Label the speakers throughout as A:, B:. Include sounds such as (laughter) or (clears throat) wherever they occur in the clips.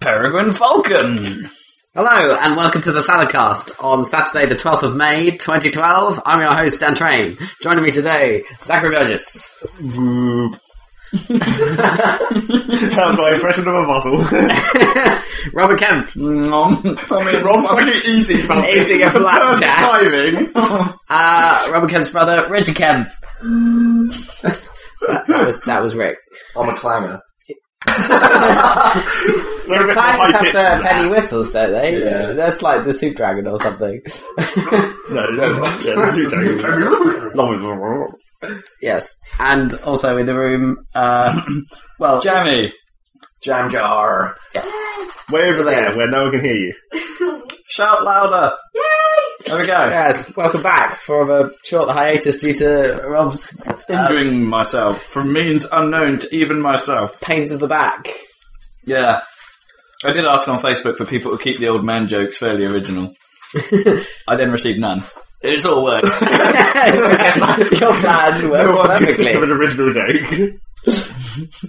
A: Peregrine Falcon.
B: Hello, and welcome to the Saladcast on Saturday, the 12th of May, 2012. I'm your host, Dan Train. Joining me today, Zachary Burgess.
C: That by impression of a muzzle.
B: Robert
C: (laughs)
B: Kemp.
C: Rob's fucking eating something.
B: Eating a
C: Perfect
A: (laughs)
B: flapjack.
C: timing.
B: Uh, Robert Kemp's brother, Richard Kemp. that, that was, that was
C: (laughs)
B: Rick.
D: I'm a clanger.
C: They're a bit
B: Clients
C: high
B: have
C: pitched
B: the
C: for that.
B: penny whistles, don't they?
D: Yeah.
B: That's like the soup dragon or something.
C: No, yeah,
A: (laughs)
C: yeah, the suit's okay. Love it.
B: yes. And also in the room, uh, (clears throat) well,
A: Jamie.
D: Jam jar.
C: Way over there, where no one can hear you.
A: Shout louder. Yay! There we go.
B: yes, welcome back from a short hiatus due to Rob's uh,
A: Injuring myself from means unknown to even myself.
B: pains of the back.
A: Yeah. I did ask on Facebook for people to keep the old man jokes fairly (laughs) original. I then received none. It's all work.
B: Your plan worked
C: No one can
B: perfectly.
C: think of an original joke.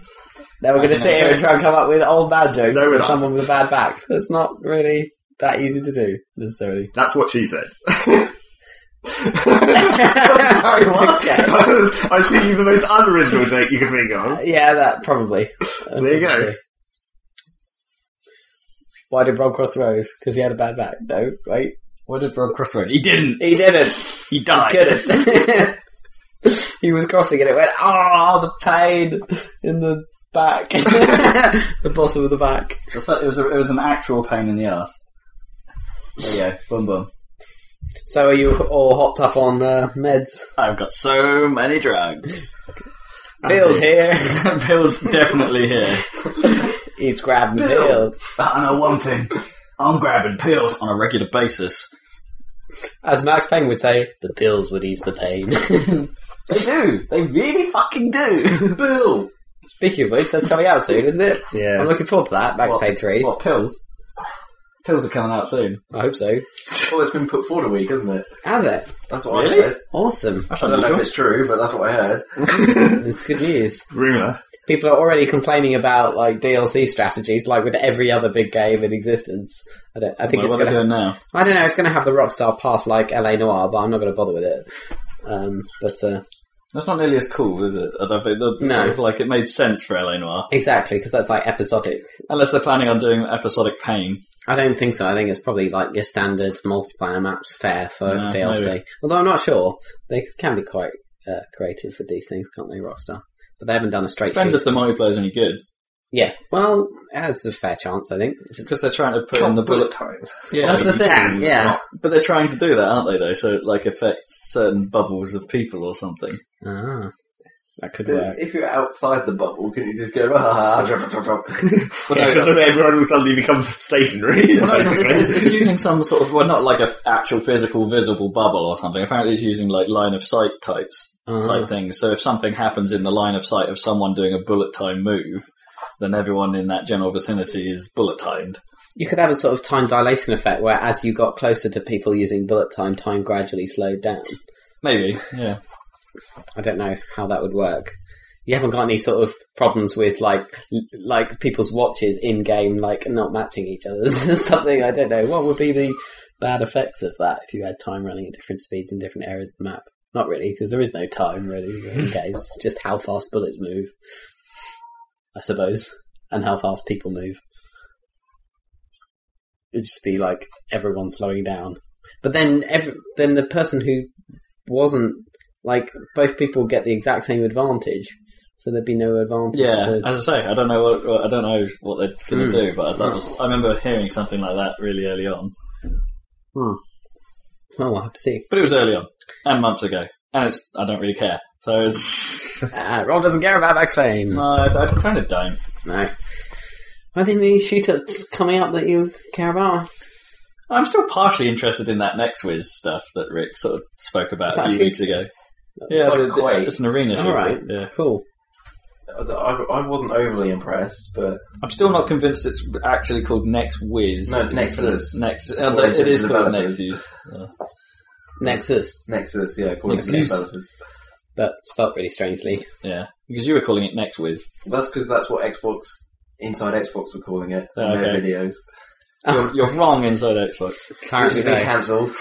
B: Then we're going to sit here and try and come up with old man jokes
C: No, we're
B: for
C: not.
B: someone with a bad back. That's not really that easy to do
C: (laughs)
B: necessarily.
C: That's what she said.
B: Sorry,
C: what?
B: Okay.
C: I was, I was thinking of the most unoriginal joke you could think of.
B: Yeah, that probably.
C: So there you go.
B: Why did Rob cross the road? Because he had a bad back. No, wait,
A: what did Rob Crossroad? He didn't.
B: he didn't.
A: He died.
B: couldn't. (laughs) he was crossing and it went, oh, the pain in the back. (laughs) the bottom of the back.
A: It was, a- it was a- it was an actual pain in the ass. There you go. Boom, boom.
B: So are you all hopped up on uh, meds?
A: I've got so many drugs. (laughs)
B: Bill's here.
A: Bill's definitely here.
B: He's grabbing pills.
A: But I know one thing. I'm grabbing pills on a regular basis.
B: As Max Payne would say, the pills would ease the pain. (laughs)
A: They do. They really fucking do. (laughs) Bill.
B: Speaking of which, that's coming out soon, isn't it?
C: Yeah.
B: I'm looking forward to that, Max
A: What?
B: Payne 3.
A: What, pills? Pills are coming out soon.
B: I hope so.
D: Well, it's been put forward a week, hasn't it?
B: Has it?
D: That's what
A: Really?
D: I heard.
B: Awesome.
A: I
D: I don't know if it's true, but that's what I heard.
B: It's good news.
C: Rumour.
B: People are already complaining about like DLC strategies, like with every other big game in existence. I, don't, I think it's
A: what are
B: going
A: they
B: to.
A: doing now?
B: I don't know. It's going to have the Rockstar path like LA Noir, but I'm not going to bother with it. Um, but uh,
A: That's not nearly as cool, is it? I don't think that-
B: No.
A: sort of like it made sense for LA Noir.
B: exactly, because that's like episodic.
A: Unless they're planning on doing episodic pain.
B: I don't think so. I think it's probably like your standard multiplayer maps fair for
A: Yeah,
B: DLC.
A: maybe.
B: Although I'm not sure. They can be quite uh, creative with these things, can't they, Rockstar? But they haven't done a straight
A: Depends
B: shoot.
A: if the multiplayer's any good.
B: Yeah. Well, that's a fair chance, I think. It's-
A: Because they're trying to put in the bullet.
D: time.
A: Yeah,
B: That's the
A: Mm,
B: thing. Yeah.
A: But they're trying to do that, aren't they? Though, so it like affects certain bubbles of people or something.
B: Ah, that could work.
D: If you're outside the bubble, couldn't you just go, ah, ha, ha, drop, drop, drop, drop?
A: Well, no, (laughs)
C: Because then everyone will suddenly become stationary.
A: No, it's, it's,
C: basically.
A: it's using some sort of well, not like an actual physical visible bubble or something. Apparently, it's using like line of sight types
B: Ah.
A: type things. So if something happens in the line of sight of someone doing a bullet time move, then everyone in that general vicinity is bullet timed.
B: You could have a sort of time dilation effect where as you got closer to people using bullet time, time gradually slowed down.
A: Maybe, yeah.
B: I don't know how that would work. You haven't got any sort of problems with like l- like people's watches in game like not matching each other's (laughs) or something. I don't know. What would be the bad effects of that if you had time running at different speeds in different areas of the map? Not really, because there is no time really in games. It's just how fast bullets move, I suppose, and how fast people move. It'd just be like everyone slowing down. But then, every, then the person who wasn't like both people get the exact same advantage, so there'd be no advantage.
A: Yeah,
B: So-
A: as I say, I don't know what- what I don't know what they're going
B: Hmm.
A: to do, but that was I remember hearing something like that really early on.
B: well, we'll oh, have to see.
A: But it was early on and months ago, and it's I don't really care. So it's
B: Uh, Rob doesn't care about Max Payne.
A: no, I, I kind of don't.
B: No. I think the shootup's coming up that you care about.
A: I'm still partially interested in that next whiz stuff that Rick sort of spoke about
B: Is
A: a
B: that
A: few
B: shoot-
A: weeks ago. Yeah,
D: like
A: the- the-
D: Quake.
A: it's an arena
B: All
A: shooter.
B: right,
A: Yeah,
B: cool.
D: I, I wasn't overly impressed, but
A: I'm still not convinced it's actually called NextWiz.
D: No, it's Nexus.
A: Nex-
D: Or
A: uh, but it is
D: it's
A: called
D: developers.
A: Nexus. Yeah.
B: Nexus,
D: Nexus, yeah, according to the
B: Nexus.
D: developers.
B: but spelt really strangely.
A: Yeah. because you were calling it (laughs) NextWiz.
D: That's because that's what Xbox Inside Xbox were calling it on their
A: Okay.
D: videos.
A: You're, you're wrong inside Xbox.
D: Which
B: Apparently,
D: has been
B: though,
D: cancelled.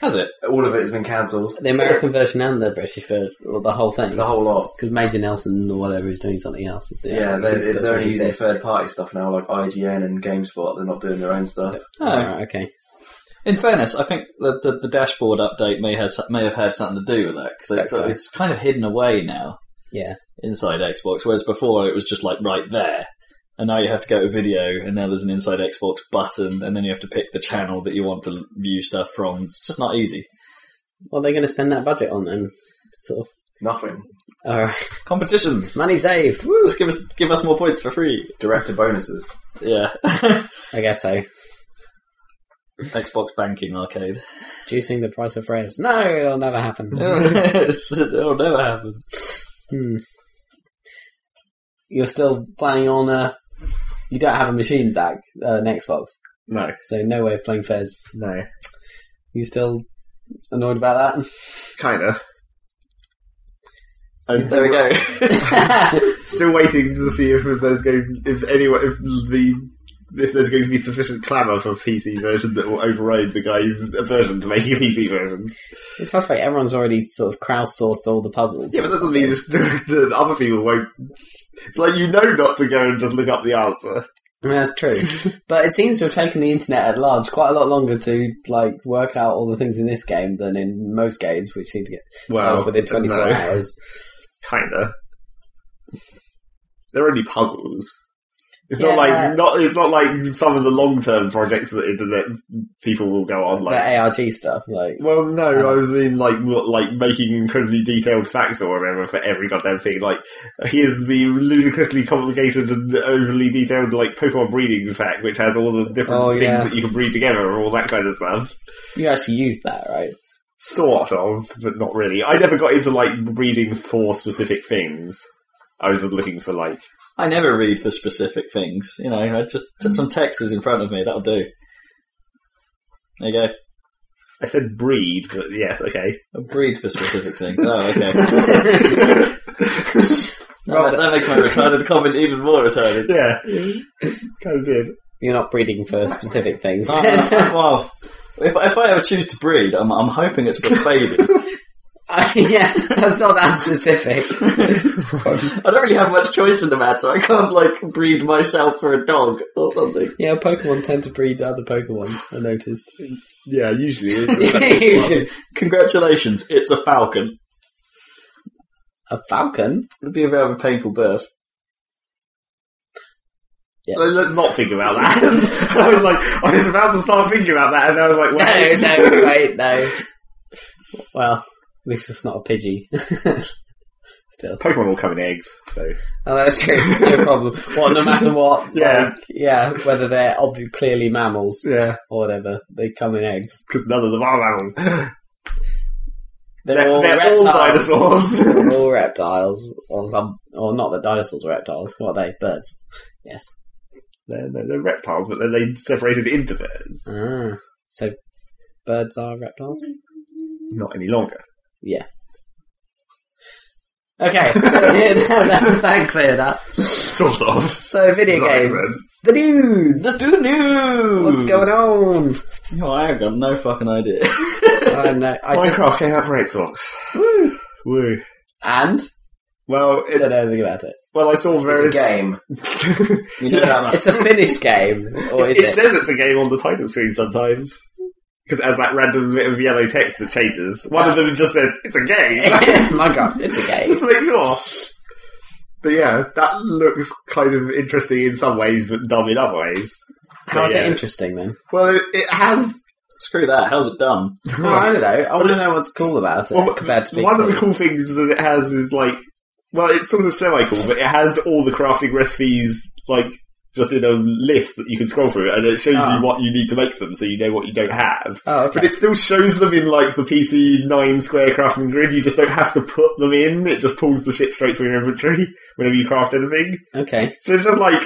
A: Has it?
D: All of it has been cancelled.
B: the American version and the British version, or the whole thing.
D: The whole lot.
B: Because Major Nelson or whatever is doing something else.
D: Yeah,
B: it's
D: they're,
B: got-
D: they're only
B: it
D: using
B: exists.
D: third party stuff now, like IGN and GameSpot. They're not doing their own stuff.
A: No.
B: Alright, okay.
A: Oh. In fairness, I think the, the, the dashboard update may have may have had something to do with that because it's,
B: Think so.
A: it's kind of hidden away now
B: Yeah.
A: inside Xbox, whereas before it was just like right there, and now you have to go to video, and now there's an inside Xbox button, and then you have to pick the channel that you want to view stuff from. It's just not easy.
B: What are they going to spend that budget on then? Sort
D: Nothing.
B: of. Alright. (laughs)
A: Competitions.
B: Money saved! Woo!
A: Just give us give us more points for free.
D: Director bonuses.
A: Yeah. (laughs)
B: I guess so.
A: Xbox banking arcade.
B: Reducing the price of rares. No, it'll never happen.
A: It'll never happen.
B: Hmm. You're still planning on uh You don't have a machine, Zach, uh, an Xbox,
C: (laughs) No,
B: so no way of playing Fez.
C: no,
B: You still annoyed about
C: kinda. I'm
A: There we go. (laughs)
B: that? (laughs)
C: Still waiting to see if there's going if anyone if the if there's going to be sufficient clamour for a PC version that will override the guy's version to make a PC version.
B: it sounds like everyone's already sort of crowdsourced all the puzzles.
C: Yeah, but that doesn't mean it's, (laughs) the other people won't. It's like you know not to go and just look up the answer.
B: I mean, that's true. but it seems to have taken the internet at large quite a lot longer to like work out all the things in this game than in most games, which seem to get solved within 24
C: no, (laughs)
B: hours.
C: kinda. They're only puzzles. It's not
B: Yeah.
C: like not. It's not like some of the long term projects that internet people will go on like.
B: the ARG stuff, like
C: Well, no,
B: Uh,
C: I was mean like what, like making incredibly detailed facts or whatever for every goddamn thing. Like here's the ludicrously complicated and overly detailed like Pokemon breeding fact, which has all the different
B: Oh,
C: things
B: yeah.
C: that you can breed together and all that kind of stuff.
B: you actually used that, right?
C: Sort of, but not really. I never got into like breeding for specific things. I was just looking for like
A: I never read for specific things. You know, I just t- some text is in front of me. That'll do. There you go.
C: I said breed, but yes,
B: (laughs)
C: okay. (laughs)
A: A breed for specific things. Oh, okay. that,
B: Robert.
A: that makes my retarded comment even more (laughs) retarded.
C: yeah, kind of did.
B: You're not breeding for specific things.
A: Uh, (laughs)
B: (laughs)
A: well, if, if I ever choose to breed, I'm, I'm hoping it's for a baby. (laughs)
B: Uh, yeah, that's not that specific.
A: I don't really have much choice in the matter. I can't like breed myself for a dog or something.
B: Yeah, Pokemon tend to breed other Pokemon. I noticed. (laughs)
C: Yeah, usually.
B: You should-
A: Congratulations, it's a falcon.
B: a falcon.
A: It'd be a rather painful birth.
C: Let- Let's not think about that. (laughs) I was like, I was about to start thinking about that, and I was
B: (laughs)
C: like,
B: No,
C: wait.
B: no, wait, no. Well, at least it's not a Pidgey. (laughs) Still,
C: (laughs) Pokemon will come in eggs, so
B: oh, that's true. No problem. Well, no matter what,
C: Yeah.
B: like, (laughs) yeah, whether they're obvi- clearly mammals
C: yeah,
B: or whatever, they come in eggs.
C: because none of them are mammals. They're,
B: They're, all
C: all, they're all
B: reptiles.
C: dinosaurs. (laughs)
B: They're all reptiles, or some, or not that dinosaurs are reptiles. What are they? Birds. Yes.
C: they're, they're, they're reptiles, but then they separated into birds.
B: Ah, so birds are reptiles?
C: Not any longer. (laughs)
B: (laughs) Okay, that, that cleared up.
C: Sort of.
B: So, video
C: Sorry,
B: games. The news!
A: Let's do the news.
B: What's going on?
A: Oh, I have got no fucking idea. (laughs)
B: I know. I don't-
C: Minecraft came out for Xbox.
B: Woo. uh,
C: Woo.
B: and?
C: Well,
B: Don't
C: it,
B: know anything about it.
C: well, I saw
D: It's a
C: various.
D: game.
C: (laughs)
A: you know that much.
B: (laughs) It's a finished game, or is
C: it,
B: it?
C: says it's a game on the title screen sometimes. Because as that random bit of yellow text that changes, one of them just says, it's a
B: (laughs)
C: game!
B: Minecraft, it's a game.
C: (laughs) just to make sure. But yeah, that looks kind of interesting in some ways, but dumb in other ways.
B: How is
C: yeah.
B: it interesting
C: (laughs)
B: then?
C: Well, it, it has.
A: Screw that. How's it done?
B: Well, I don't know. I want to know what's cool about it
C: Well,
B: compared to
C: one of the
B: Pixel.
C: cool things that it has is like, well, it's sort of semi cool, but it has all the crafting recipes like just in a list that you can scroll through, and it shows
B: Ah.
C: you what you need to make them, so you know what you don't have.
B: Oh, okay.
C: But it still shows them in like the PC nine square crafting grid. You just don't have to put them in. It just pulls the shit straight from your inventory (laughs) whenever you craft anything.
B: Okay.
C: So it's just like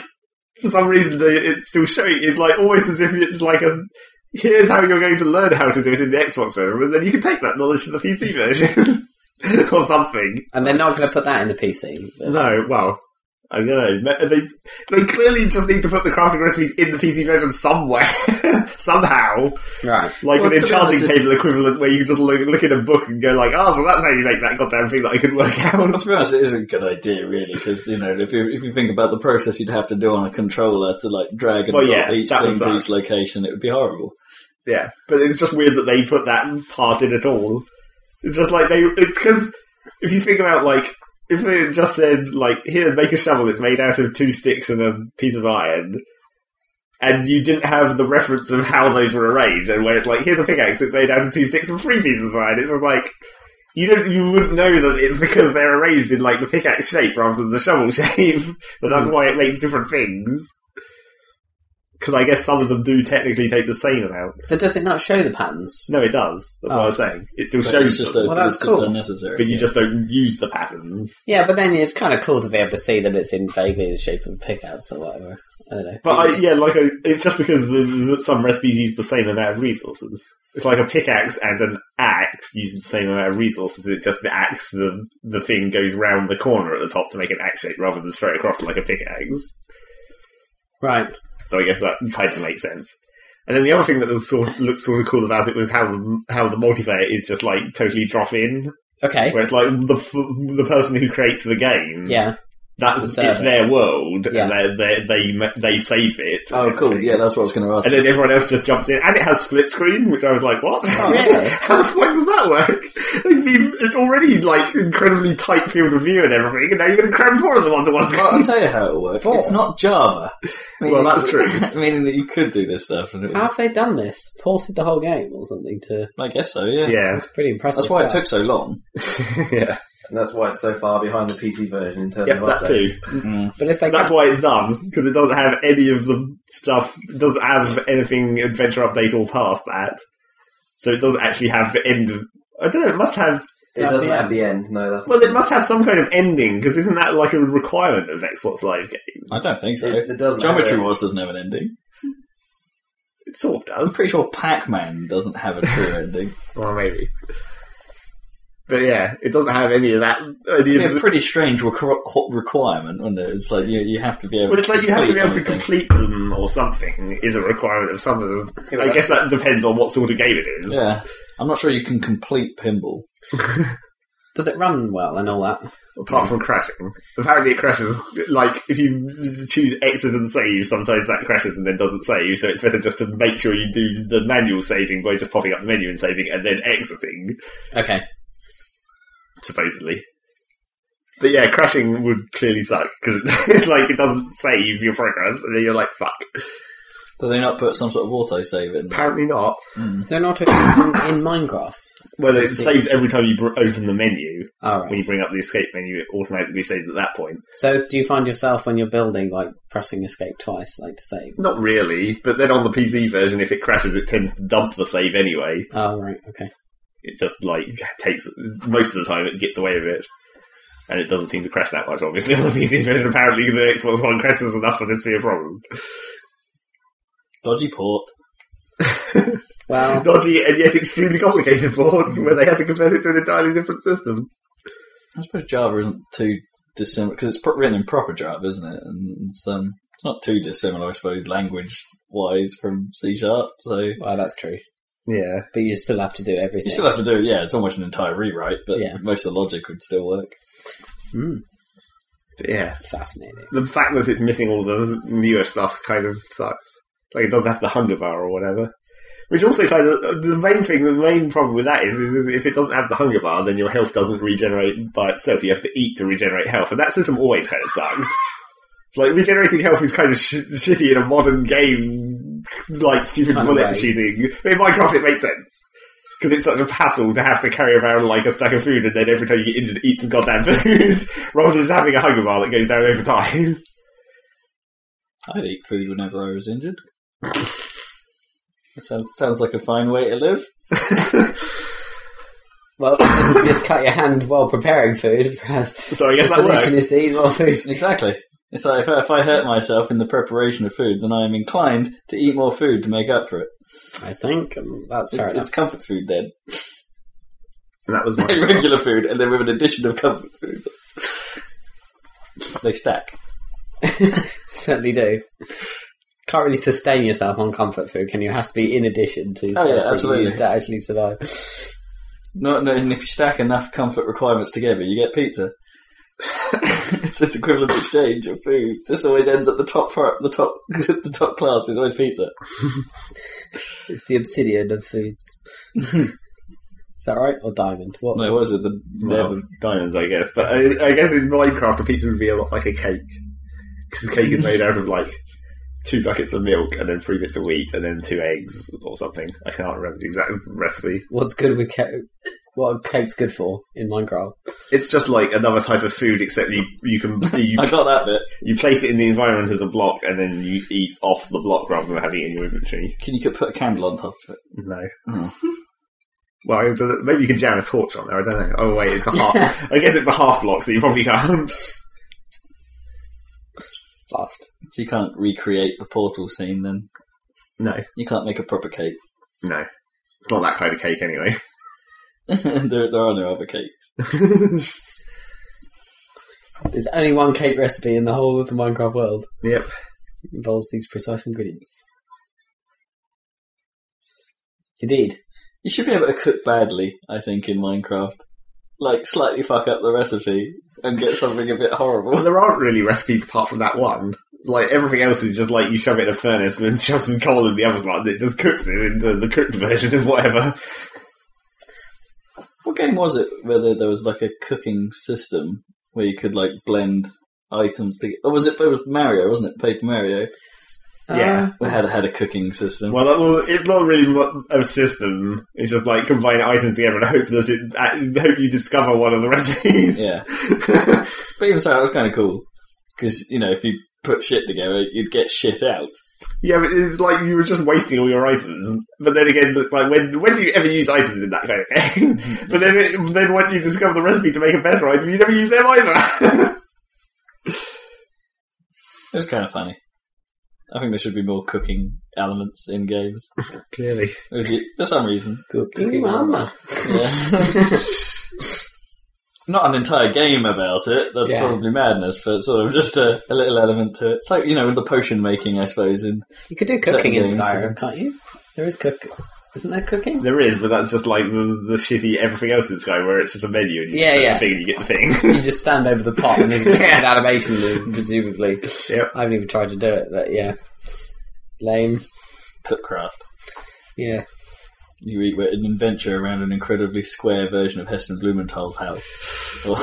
C: for some reason they- it's still showing. It's like almost as if it's like a here's how you're going to learn how to do it in the Xbox version, and then you can take that knowledge to the PC version (laughs) or something.
B: And they're not going to put that in the PC.
C: No, well, I don't know. They they clearly just need to put the crafting recipes in the PC version somewhere, (laughs) somehow,
B: Right.
A: Well,
C: like
A: to
C: an
A: be
C: enchanting
A: honest, it's-
C: table equivalent where you can just look, look in a book and go like, oh, so that's how you make that goddamn thing that I could work (laughs)
A: Well,
C: out.
A: to be honest, it is a good idea, really, because you know if you if you think about the process you'd have to do on a controller to like drag and
C: Well,
A: drop
C: yeah,
A: each
C: that
A: thing
C: would
A: to
C: suck.
A: each location, it would be horrible.
C: Yeah, but it's just weird that they put that part in at all. It's just like they. It's because if you think about like if it just said like here make a shovel, it's made out of two sticks and a piece of iron. And you didn't have the reference of how those were arranged, and where it's like, here's a pickaxe, it's made out of two sticks and three pieces of iron. It's just like you don't, you wouldn't know that it's because they're arranged in like the pickaxe shape rather than the shovel (laughs) shape, but that's why it makes different things. Because I guess some of them do technically take the same amount.
B: So does it not show the patterns?
C: No, it does. That's what I was saying. It still
A: Ah. But
C: shows
A: it's just,
C: them,
A: a,
B: Well,
A: it's
B: that's
A: just
B: cool.
A: unnecessary.
C: but you just don't use the patterns.
B: Yeah, but then it's kind of cool to be able to see that it's in vaguely the shape of a pickaxe or whatever. I don't know.
C: But I, yeah, like I, it's just because the, the, some recipes use the same amount of resources. It's like a pickaxe and an axe use the same amount of resources. It's just the axe, the the thing goes round the corner at the top to make an axe shape rather than straight across like a pickaxe.
B: Right.
C: So I guess that kind of makes sense. And then the other thing that was sort looked sort of cool about it was how the, how the multiplayer is just like totally drop in,
B: Okay.
C: where it's like the f- the person who creates the game (laughs)
B: Yeah. The
C: That's
B: server.
C: it's their world,
B: Yeah.
C: and they they they they save it.
A: oh,
C: and
A: cool.
C: everything.
A: Yeah, that's what I was going to ask.
C: And then everyone else just jumps in, and it has split screen, which I was like, "What?
B: really?
C: (laughs) How the fuck does that work?" I mean, it's already like incredibly tight field of view and everything, and now you're going to cram four of them onto one screen.
A: Well, (laughs) I'll tell you how it works.
B: Four.
A: It's not Java.
C: Well, that's true.
A: (laughs) meaning that you could do this stuff. And it,
B: How have they done this? Ported the whole game or something to.
A: I guess so. Yeah.
C: yeah,
B: It's pretty impressive.
A: That's why it
B: stuff.
A: took so long.
C: yeah,
D: And that's why it's so far behind the PC version in terms
C: yep,
D: of
C: that too.
D: updates.
B: But if they
C: That's why it's done because it doesn't have any of the stuff. It doesn't have anything adventure update or past that, so it doesn't actually have the end. Of, I don't know. It must have
D: It doesn't have the end. No, that's
C: Well, it must have some kind of ending because isn't that like a requirement of Xbox Live games?
A: I don't think so.
D: It, it doesn't.
A: Geometry
D: have it.
A: Wars doesn't have an ending.
C: It sort of
A: I'm
C: does.
A: pretty sure Pac-Man doesn't have a true ending.
C: Well, maybe. But yeah, it doesn't have any of that. Any
A: It'd
C: of
A: be a
C: the,
A: pretty strange requ- qu- requirement, wouldn't it? It's like you, you have to be able.
C: well, it's like you have to be able to
A: everything.
C: complete them or something is a requirement of some of them.
D: Yeah, but
C: I guess that depends on what sort of game it is.
A: Yeah, I'm not sure you can complete pinball.
B: Does it run well and all that?
C: Apart from crashing. Apparently it crashes, like, if you choose exit and save, sometimes that crashes and then doesn't save, so it's better just to make sure you do the manual saving by just popping up the menu and saving and then exiting.
B: Okay.
C: supposedly. But yeah, crashing would clearly suck because it's like it (laughs) doesn't save your progress, and then you're like, "Fuck."
A: Do they not put some sort of autosave in? there?
C: Apparently not.
B: Is there an auto (coughs) in, in Minecraft?
C: Well, it saves every time you br- open the menu.
B: All right.
C: When you bring up the escape menu, it automatically saves at that point.
B: So do you find yourself when you're building like pressing escape twice, like to save?
C: Not really, but then on the PC version, if it crashes, it tends to dump the save anyway.
B: Oh right. Okay.
C: It just like takes most of the time it gets away with it. And it doesn't seem to crash that much, obviously, (laughs) on the PC version. Apparently, the Xbox One crashes enough for this to be a problem.
A: Dodgy port.
C: (laughs)
B: Well,
C: dodgy and yet extremely complicated board where they had to convert it to an entirely different system.
A: I suppose Java isn't too dissimilar because it's pro- written in proper Java, isn't it? And it's, um, it's not too dissimilar, I suppose, language wise from C sharp. So you
B: well that's true.
C: Yeah.
B: But you still have to do everything.
A: still have to do it. Yeah, it's almost an entire rewrite, but
B: Yeah.
A: most of the logic would still work.
B: Hmm,
C: But yeah.
B: fascinating.
C: The fact that it's missing all the newer stuff kind of sucks. Like it doesn't have the hunger bar or whatever. Which also kind of the main thing, the main problem with that is, is, is if it doesn't have the hunger bar, then your health doesn't regenerate by itself. You have to eat to regenerate health, and that system always kind of sucked. It's like regenerating health is kind of sh- shitty in a modern game, like stupid
B: Kind of
C: bullet
B: way.
C: shooting. But in Minecraft, it makes sense. Because it's such a hassle to have to carry around like a stack of food and then every time you get injured, eat some (laughs) goddamn food, rather than just having a hunger bar that goes down over time.
A: I'd eat food whenever I was injured. That sounds sounds like a fine way to live.
B: Well, (laughs) if you just cut your hand while preparing food, (laughs) perhaps.
C: So I guess
B: the
C: that
B: solution
C: worked.
B: is to eat more food.
A: Exactly. It's like if I, if I hurt myself in the preparation of food, then I am inclined to eat more food to make up for it.
B: I think um, that's fair
A: It's,
B: enough. (laughs)
A: it's comfort food then,
C: (laughs)
A: (laughs)
C: And that was my
A: regular food, and then with an addition of comfort food, they stack.
B: Certainly do. Can't really sustain yourself on comfort food, can you? It has to be in addition to stuff that you
A: absolutely.
B: use to actually survive.
A: No, no, and if you stack enough comfort requirements together, you get pizza. (laughs) it's its equivalent exchange of food. Just always ends at the top part, the top, (laughs) the top class is always pizza.
B: It's the obsidian of (laughs) foods. is that right? Or diamond? What?
A: No, what is it? The
C: well,
A: Devon.
C: diamonds, I guess. But I, I guess in Minecraft, a pizza would be a lot like a cake because the cake is made out of like two buckets of milk and then three bits of wheat and then two eggs or something. I can't remember the exact recipe.
B: What's good with cake? What a cake's good for in Minecraft?
C: It's just like another type of food, except you you can you, (laughs)
A: I got that bit.
C: you place it in the environment as a block and then you eat off the block rather than having it in your inventory.
A: Can you could put a candle on top of it?
C: No.
A: Oh.
C: Well, maybe you can jam a torch on there. I don't know. Oh wait, it's a half. (laughs) I guess it's a half block, so you probably can't.
B: Last.
A: So you can't recreate the portal scene. Then
C: No,
A: you can't make a proper cake. (laughs)
C: no, it's not that kind of cake anyway.
A: there, there are no other cakes.
B: There's only one cake recipe in the whole of the Minecraft world.
C: Yep.
B: It involves these precise ingredients. Indeed.
A: You should be able to cook badly, I think, in Minecraft. Like slightly fuck up the recipe and get something a bit
C: Well,
A: horrible. (laughs)
C: there aren't really recipes apart from that one. Like everything else is just like you shove it in a furnace and then (laughs) shove some coal in the oven and it just cooks it into the cooked version of whatever.
A: What game was it where there, there was like a cooking system where you could like blend items together? Or was it? It was Mario, wasn't it? Paper Mario.
C: Yeah.
A: We had had a cooking system.
C: Well, that, well, it's not really mu- a system. It's just like combine items together and hope that it, uh, hope you discover one of the recipes.
A: Yeah, but even so, it was kind of cool because you know if you put shit together, you'd get shit out.
C: (laughs) Yeah, but it's like you were just wasting all your items. But then again, it's like when when do you ever use items in that kind of game? (laughs) but then it, then once you discover the recipe to make a better item, you never use them either. (laughs)
A: It was kind of funny. I think there should be more cooking elements in games.
C: Clearly,
A: It was- For some reason.
B: Good cooking mama.
C: (laughs)
A: Yeah. Not an entire game about it, that's
B: Yeah.
A: probably madness, but sort of just a, a little element to it. It's like, you know, with the potion making, I suppose, in
B: You could do cooking in
A: Certain games,
B: Skyrim,
A: yeah.
B: can't you? There is cook. Isn't there cooking?
C: there is, but that's just like the, the shitty everything else in Sky, where it's just a menu and you
B: Yeah,
C: press
B: yeah.
C: the thing and you get the thing. (laughs)
B: You just stand over the pot and there's (laughs) a standard animation loop, presumably.
C: Yep.
B: I haven't even tried to do it, but yeah. Lame.
A: Cookcraft.
B: (laughs) Yeah.
A: You eat with an adventure around an incredibly square version of Heston Blumenthal's house. Or-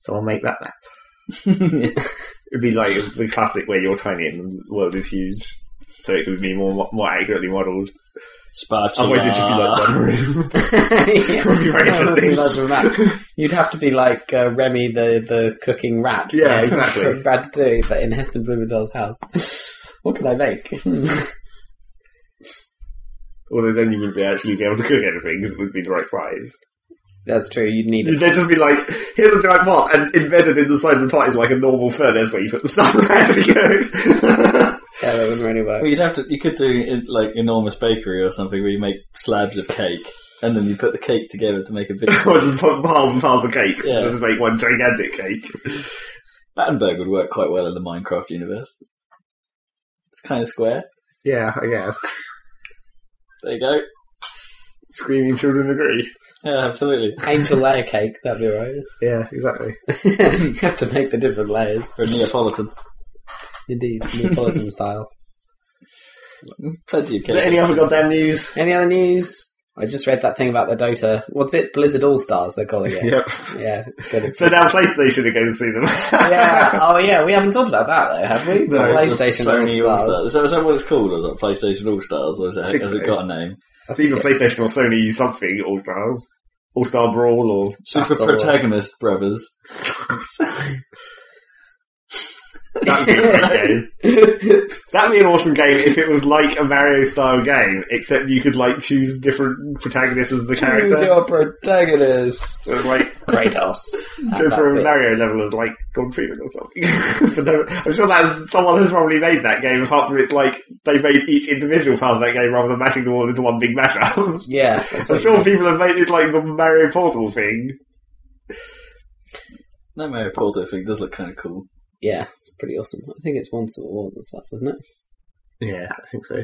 C: so I'll make that that.
A: yeah.
C: It'd be like the classic where you're tiny and the world is huge, so it would be more more accurately modelled.
A: Spatula.
C: Otherwise, it'd just be like one room.
B: (laughs) Yeah.
C: Would be very
B: I don't
C: interesting.
B: realise we're that. You'd have to be like uh, Remy the, the cooking rat.
C: Yeah,
B: from-
C: exactly.
B: (laughs) From Ratatouille, but in Heston Blumenthal's house. what can I make? (laughs) Hmm.
C: Although then you wouldn't be actually be able to cook anything because it would be the right size.
B: That's true, you'd need it.
C: They'd just be like, here's a giant pot, and embedded in the side of the pot is like a normal furnace where you put the stuff (laughs) there to go.
B: Yeah, that wouldn't really work.
A: Well, you'd have to. You could do like enormous bakery or something where you make slabs of cake and then you put the cake together to make a big.
C: (laughs) (laughs) or just put piles and piles of cake
A: Yeah.
C: to make one gigantic cake.
A: Battenberg would work quite well in the Minecraft universe. It's kind of square.
C: Yeah, I guess.
A: There you go.
C: Screaming children agree.
A: Yeah, absolutely.
B: Angel layer cake, that'd be right. (laughs)
C: Yeah, exactly.
B: you have to make the different layers.
A: For a Neapolitan,
B: Indeed, Neapolitan style.
A: plenty of
C: Is
A: cake.
C: there any other goddamn news?
B: Any other news? I just read that thing about the Dota. What's it? Blizzard All Stars, they're calling it.
C: Yep.
B: Yeah, it's good.
C: So now PlayStation are going to see them. (laughs)
B: yeah. Oh, yeah. We haven't talked about that though, have we?
C: No.
B: PlayStation
A: Sony
B: All
A: All-Stars.
B: Stars.
A: Is that, is that what it's called? Or is that PlayStation All Stars? Or is it,
C: I think
A: has
C: so.
A: it got a name?
C: it's either PlayStation or Sony something, All Stars. All Star Brawl or.
A: Super
B: Battle.
A: Protagonist Brothers.
C: That'd be
B: (laughs)
C: a great game. That'd be an awesome game if it was like a Mario style game, except you could like choose different protagonists as the character.
B: Who's your protagonist?
C: So it's
B: (laughs)
C: like
B: Kratos.
C: go
B: And
C: for
B: that's
C: a
B: it.
C: Mario level as like Gordon Freeman or something. (laughs) For no- I'm sure that someone has probably made that game. Apart from it's like they made each individual part of that game rather than mashing them all into one big mashup. (laughs)
B: Yeah, that's
C: I'm
B: what
C: sure people have made this like the Mario Portal thing.
A: That Mario Porto thing does look kind of cool.
B: yeah, it's pretty awesome. I think it's won some awards and stuff, isn't it?
C: Yeah, I think so.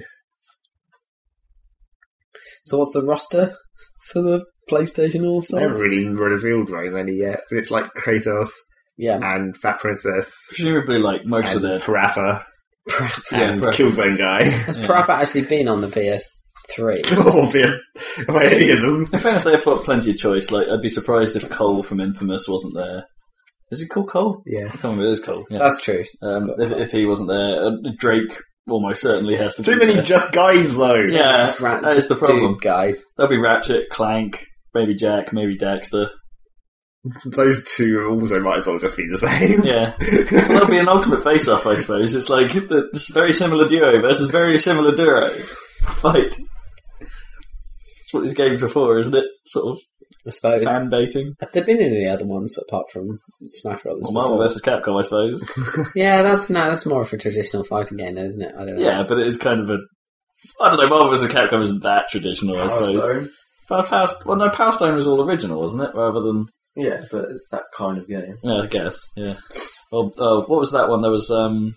B: So what's the roster for the PlayStation All
C: They haven't
B: Stars?
C: really revealed very many yet. But it's like Kratos
B: Yeah,
C: and Fat Princess
A: Presumably, like most
C: and
A: of their
C: Parappa and
A: Parappa.
C: Killzone Guy. (laughs)
B: has
A: Yeah.
B: Parappa actually been on the PS3?
C: Obvious. Am I any of them?
A: In fairness, they've got plenty of choice. Like, I'd be surprised if Cole from Infamous wasn't there. Is he called Cole?
B: Yeah,
A: I can't remember. It is Cole. Yeah.
B: that's true.
A: Um, if, if he wasn't there, uh, Drake almost certainly has to.
C: Too
A: be
C: many
A: there.
C: just guys though.
A: yeah,
B: Rat-
A: Uh, that is the problem.
B: Dude guy.
A: There'll be Ratchet, Clank, maybe Jack, maybe Daxter.
C: Those two also might as well just be the same.
A: Yeah, well, there'll be an ultimate face-off, I suppose. It's like the, this very similar duo versus very similar duo fight. That's what these games are for, isn't it? Sort
B: I
A: of
B: suppose.
A: fan baiting.
B: Have there been any other ones apart from Smash Brothers?
A: Well, Marvel
B: before?
A: versus Capcom, I suppose.
D: (laughs)
B: Yeah, that's no, that's more of a traditional fighting game, though, isn't it? I don't know.
A: Yeah, but it is kind of a. I don't know. Marvel vs. Capcom isn't that traditional, I
D: Power
A: suppose.
D: Stone.
A: Power, Power, well, no, Power Stone was all original, wasn't it? Rather than,
D: Yeah, but it's that kind of game.
A: yeah, I guess, yeah. Well, uh, what was that one? There was um,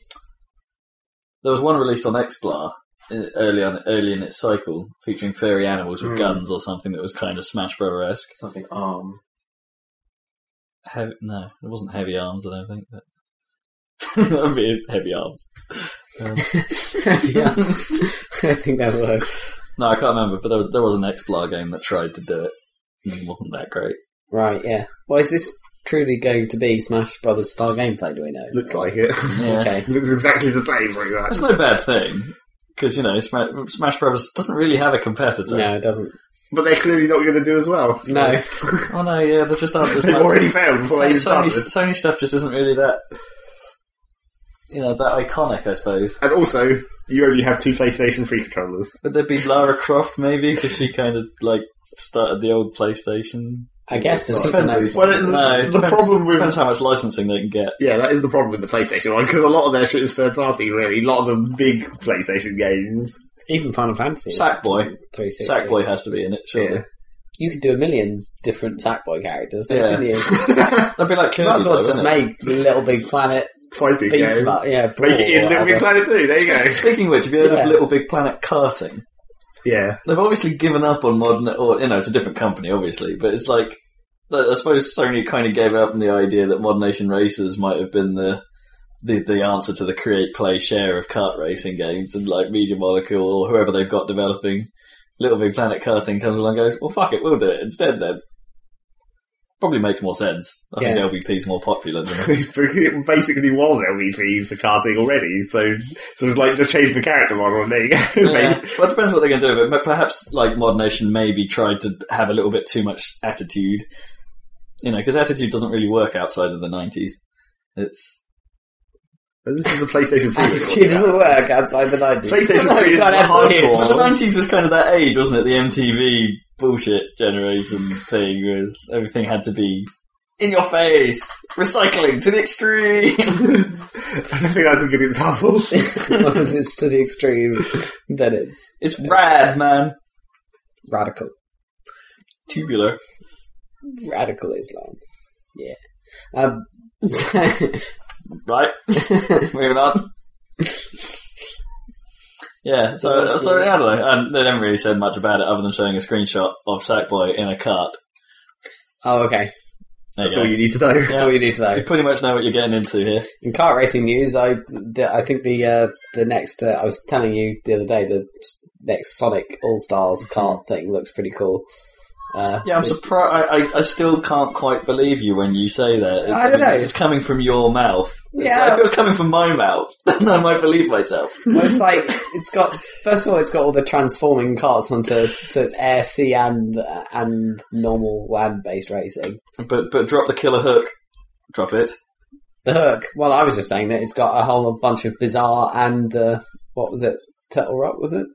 A: there was one released on XBLAR in- early on, early in its cycle, featuring furry animals with
D: Hmm.
A: guns or something that was kind of Smash Brother esque.
D: Something (laughs) arm.
A: Heavy, no, it wasn't heavy arms. I don't think, but (laughs) that would be heavy arms.
B: (laughs) yeah. (laughs) I think that work.
A: No, I can't remember, but there was there was an XBLAR game that tried to do it and it wasn't that great.
B: Right, yeah. Well, is this truly going to be Smash Brothers style gameplay? Do we know?
C: (laughs) Looks like it. (laughs)
A: Yeah.
B: Okay.
C: Looks exactly the same pretty much.
A: That's no bad thing because you know Smash, Smash Brothers doesn't really have a competitor.
B: No, it doesn't.
C: But they're clearly not going to do as well. so- (laughs)
B: No.
A: Oh no, yeah, there just aren't as
C: They've
A: much.
C: already failed before
A: Sony,
C: they even
A: Sony,
C: started.
A: Sony stuff just isn't really that you know that iconic, I suppose.
C: And also, you only have two PlayStation 3 controllers.
A: Would there be Lara Croft maybe because she kind of like started the old PlayStation?
B: I guess there's
D: Well,
B: just no.
D: it's-
C: Well, it-
A: No, it
C: the
A: depends,
C: problem with
A: depends how much licensing they can get.
C: yeah, that is the problem with the PlayStation one because a lot of their shit is third party. Really, a lot of the big PlayStation games. (laughs)
B: Even Final Fantasy. is
A: Sackboy.
B: 360.
A: Sackboy has to be in it, surely.
C: Yeah.
B: You could do a million different Sackboy characters, though,
A: Yeah.
B: couldn't you?
C: (laughs)
A: That'd be like
B: You
A: Kirby.
B: might as well
A: though,
B: just
A: wouldn't it?
B: make Little Big Planet
C: Fighting
B: beats
C: game.
B: about, yeah, Brawl
C: Make it in
B: or
C: Little Big
B: whatever.
C: Planet 2, there you go.
B: (laughs)
A: Speaking of which, have you heard
B: Yeah.
A: of Little Big Planet karting?
C: Yeah. (laughs)
A: They've obviously given up on modern, or you know, it's a different company, obviously, but it's like I suppose Sony kind of gave up on the idea that Mod Nation Racers might have been the the, the answer to the create, play, share of kart racing games, and like Media Molecule or whoever they've got developing Little Big Planet karting comes along, and goes, well, fuck it, we'll do it instead then. Probably makes more sense. I
B: Yeah.
A: think LBP's more popular than
C: it basically was LVP for karting already, so so it's like just change the character model and there you go. (laughs)
A: Yeah. well, it depends what they're going to do with it. But perhaps, like, Mod Nation maybe tried to have a little bit too much attitude. You know, because attitude doesn't really work outside of the 90s. It's.
C: But this is a PlayStation 3.
B: Attitude doesn't work outside the 90s. (laughs)
C: PlayStation
B: No,
C: 3 is
B: God,
C: the
B: attitude. (laughs)
C: hardcore.
A: Well, the 90s was kind of that age, wasn't it? The MTV bullshit generation thing was everything had to be in your face, recycling to the extreme.
C: (laughs)
A: (laughs)
C: I don't think that's a
B: (laughs)
C: good example.
B: Once it's to the extreme, then it's
A: it's rad, man.
B: radical.
A: Tubular.
B: Radical Islam. Yeah. Um, (laughs) so,
A: Right? Moving on. Yeah, so so yeah, I don't know. And they never really said much about it other than showing a screenshot of Sackboy in a cart.
B: oh, okay.
A: There you
C: That's
A: go.
C: all
A: You,
C: you need to know.
B: That's
A: Yeah.
B: all you need to know.
A: pretty much know what you're getting into here.
B: In kart racing news, I the, I think the uh, the next uh, I was telling you the other day the s- next Sonic All Stars kart thing looks pretty cool. Uh,
A: Mm-hmm. Yeah, I'm surprised. I, I, I still can't quite believe you when you say that.
B: I don't know.
A: This is coming from your mouth. It's
B: Yeah.
A: like, if it was coming from my mouth, (laughs) then I might believe myself.
B: Well, it's like it's got first of all it's got all the transforming carts onto so it's air, sea, and and normal land based racing.
A: But but drop the killer hook. Drop it.
B: The Hook. Well, I was just saying that it's got a whole bunch of bizarre and uh, what was it? Turtle Rock was it?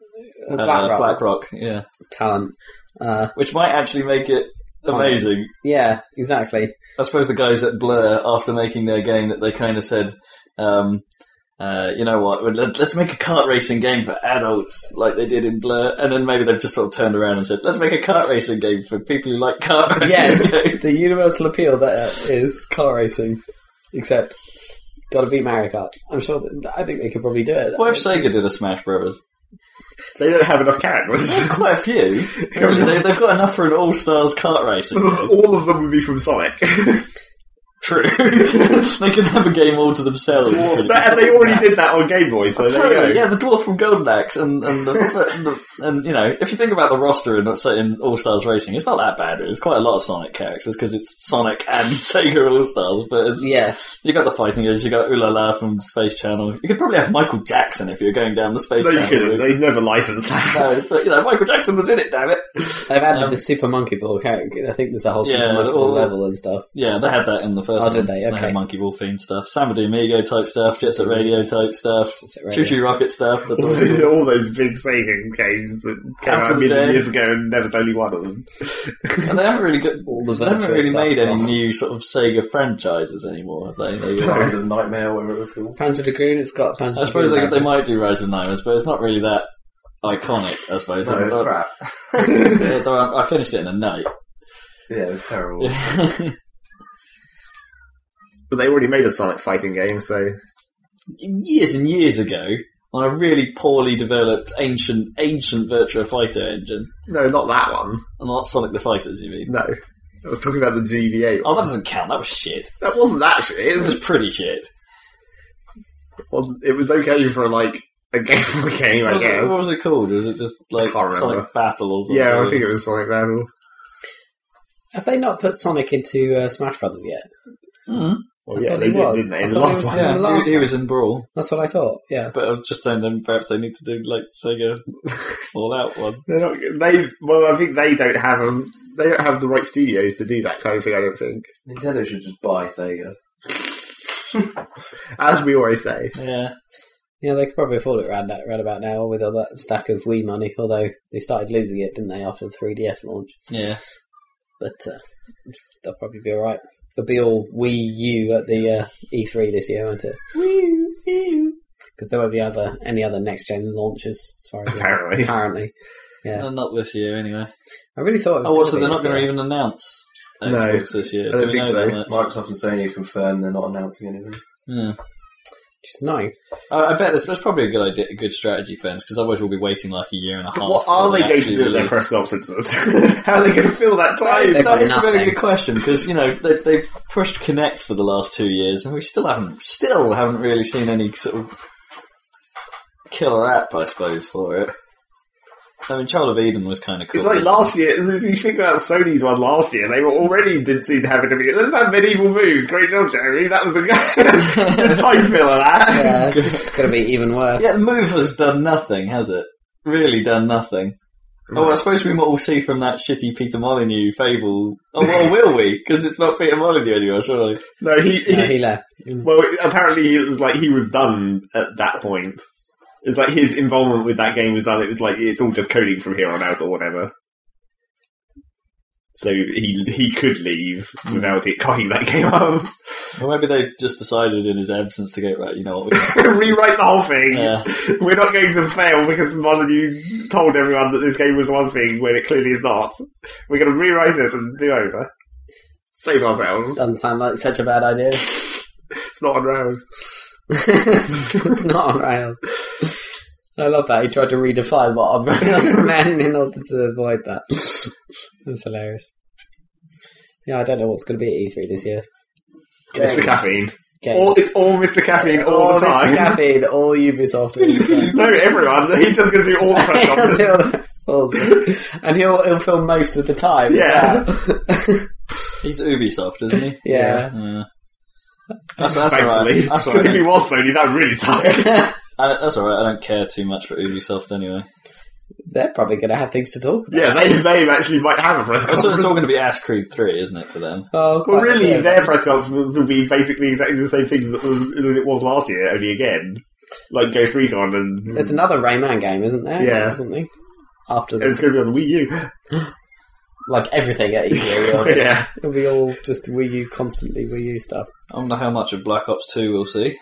B: Uh, Black
A: uh,
B: Rock
A: BlackRock, yeah,
B: talent. Uh,
A: which might actually make it
B: Oh.
A: amazing.
B: yeah, exactly.
A: I suppose the guys at Blur, after making their game, that they kind of said, um, uh, you know what, well, let- let's make a kart racing game for adults, like they did in Blur, and then maybe they've just sort of turned around and said, let's make a kart racing game for people who like kart racing.
B: Yes, the universal appeal there is car racing, except got to beat Mario Kart. I'm sure. That, I think they could probably do
A: (laughs)
B: it.
A: What if Sega did a Smash Brothers?
C: They don't have enough characters. (laughs)
A: Quite a few. Really, they, they've got enough for an all-stars kart
C: (laughs)
A: racing. game.
C: All of them would be
B: (laughs)
C: from Sonic.
A: True. (laughs) they can have a game all to themselves.
C: Dwarf. That- and they
B: (laughs)
C: already did that on Game Boy, so there
A: Totally,
C: you go.
A: yeah, the dwarf from Golden Axe, and and, the, and, the, and you know, if you think about the roster in, in All Stars Racing, it's not that bad. It's quite a lot of Sonic characters because it's Sonic and (laughs) Sega All Stars. But it's,
B: Yeah,
A: you got the fighting games, you got Ulala from Space Channel. You could probably have Michael Jackson if you're going down the Space
C: No, you
A: Channel.
C: couldn't.
A: route.
C: They'd never license that.
A: no, but you know, Michael Jackson was in it. Damn it!
B: they've added
A: Um,
B: the Super Monkey Ball character. I think there's a whole Super
A: Yeah,
B: Monkey Ball
A: all-
B: level and stuff.
A: Yeah, they had that in the first.
B: Oh,
A: one.
B: did they? Okay.
A: had Monkey Ball theme stuff, Samba de Amigo type stuff, Jet Set Radio type stuff,
B: Is it
A: Choo
B: radio?
A: Choo Rocket stuff.
C: (laughs)
A: That's
C: all,
A: all
C: those, all those big Sega games that came
A: House
C: out a
A: of
C: million
A: Dead.
C: years ago and there was only one of them.
A: And they haven't really got,
B: All the
A: they haven't
B: virtual
A: really
B: stuff.
A: made any new sort of Sega franchises anymore, have they? They-
C: (laughs)
D: That was a nightmare, whatever it was called.
B: Panzer Dragoon. It's got Panzer.
A: I suppose they,
B: Dragoon
A: they
B: now.
A: might do Rise of Nightmares, but it's not really that iconic. I suppose.
D: No, it was
A: There- (laughs)
D: crap.
B: (laughs)
A: there- there aren't- I finished it in a night. (laughs)
D: Yeah, it was terrible.
C: But they already made a Sonic fighting game, so
A: years and years ago, on a really poorly developed ancient ancient Virtua Fighter engine,
C: no, not that one.
A: and not Sonic the Fighters. You mean?
C: No, I was talking about the GBA.
A: Oh,
C: One.
A: that doesn't count. That was shit.
C: that wasn't that shit.
A: It was pretty shit.
C: Well, it was okay for like a game for a game,
A: What
C: I
A: was, it, what
C: guess.
A: was it called? Was it just like
C: can't remember.
A: Sonic Battle or something?
C: Yeah, I think it was Sonic Battle.
B: Have they not put Sonic into uh, Smash Brothers yet?
A: Mhm.
C: Well,
B: I
C: yeah,
B: thought
C: they
B: it
C: did,
B: was.
C: didn't they?
B: I
C: In the
B: thought it
C: last
B: was-
C: one.
B: yeah.
A: Yeah,
B: the last
A: he, he was in Brawl.
B: That's what I thought. Yeah.
A: But I was just saying then perhaps they need to do like Sega All Out one.
C: They're not, they well, I think they don't have them. They don't have the right studios to do that kind of thing. I don't think,
D: Nintendo should just buy Sega.
C: as we always say.
A: Yeah.
B: Yeah, they could probably afford it round that round about now with all that stack of Wii money. Although they started losing it, didn't they, after the 3DS launch?
A: Yeah.
B: But uh, they'll probably be all right. It'll be all Wii U at the uh, E3 this year, won't it? Wii U. Because there won't be other any other next gen launches, as far as I know.
C: Apparently.
B: apparently. Yeah.
A: No, not this year anyway.
B: I really thought. It was
A: Oh well,
B: gonna
A: so
B: be
A: they're not
B: this
A: going to
B: year.
A: even announce
C: No,
A: Xbox this year.
C: I don't
A: do we
C: think
A: know
C: so.
A: that much?
D: Microsoft and Sony have confirmed they're not announcing anything.
A: Yeah.
B: Which is (laughs) nice.
A: I, I bet that's, that's probably a good idea, a good strategy for them because otherwise we'll be waiting like a year and a half.
C: What are
A: till
C: they going to
A: actually
C: do at their
A: release.
C: press conferences? (laughs) How are they going to fill that
A: That is-
C: time?
B: They've got
A: that is a very
B: nothing.
A: good question because you know they, they've pushed Connect for the last two years, and we still haven't, still haven't really seen any sort of killer app, I suppose, for it. I mean, Child of Eden was kind of cool.
C: It's like
A: wasn't
C: last year. If you think about Sony's one last year, they were already didn't seem to have anything. Let's have medieval moves. Great job, Jeremy. That was a (laughs) the time filler. That
B: Yeah, uh, this is going to be even worse.
A: it? Yeah, the move has done nothing, has it? Really done nothing. Oh, I suppose we might all see from that shitty Peter Molyneux fable. Oh, well, will we? Because it's not Peter Molyneux anymore, surely.
C: (laughs) no, he, he,
B: No, Uh, he left.
C: Well, apparently it was like he was done at that point. It's like his involvement with that game was done. It was like it's all just coding from here on out or whatever. So he he could leave without it cocking that (laughs) game up.
A: Or maybe they've just decided in his absence to go, right, you know what, we
C: (laughs) Rewrite the whole thing.
A: Yeah.
C: (laughs) We're not going to fail because Molyneux told everyone that this game was one thing when it clearly is not. We're going to rewrite it and do over. Save ourselves.
B: Doesn't sound like such a bad idea.
C: It's not on rails.
B: it's not on rails. I love that. He tried to redefine what on rails (laughs) meant in order to avoid that. That's hilarious. Yeah, I don't know what's going to be at E3 this year.
C: Mr.
B: Games.
C: Caffeine.
B: Games.
C: All, it's all Mr. Caffeine all
B: All
C: the time.
B: Mr. Caffeine, all Ubisoft. all Ubisoft.
C: (laughs) No, everyone. He's just going to do all the
B: (laughs)
C: press
B: He'll
C: conferences.
B: do all the- and he'll he'll film most of the time. as
C: Yeah.
B: well.
A: He's Ubisoft, isn't he?
B: Yeah.
A: yeah. That's, that's all
C: Thankfully,
A: right. That's
C: (laughs) because
A: all right.
B: (laughs)
C: if he was Sony, that would really suck.
A: I, that's all right. I don't care too much for Ubisoft anyway.
B: (laughs) They're probably going to have things to talk about.
C: Yeah, they they actually might have a press
A: That's what
C: conference.
A: it's all going to be Ass Creed 3, isn't it, for them?
B: Oh,
C: Well,
B: quite
C: really,
B: a bit.
C: their press conference will be basically exactly the same things that was that it was last year, only again, like Ghost Recon, and
B: There's another Rayman game, isn't there?
C: Yeah.
B: Or something. After this,
C: it's going to be on the Wii U.
B: like everything at E
C: (laughs)
B: E3,
C: yeah.
B: it'll be all just Wii U constantly Wii U stuff.
A: I wonder how much of Black Ops 2 we'll see.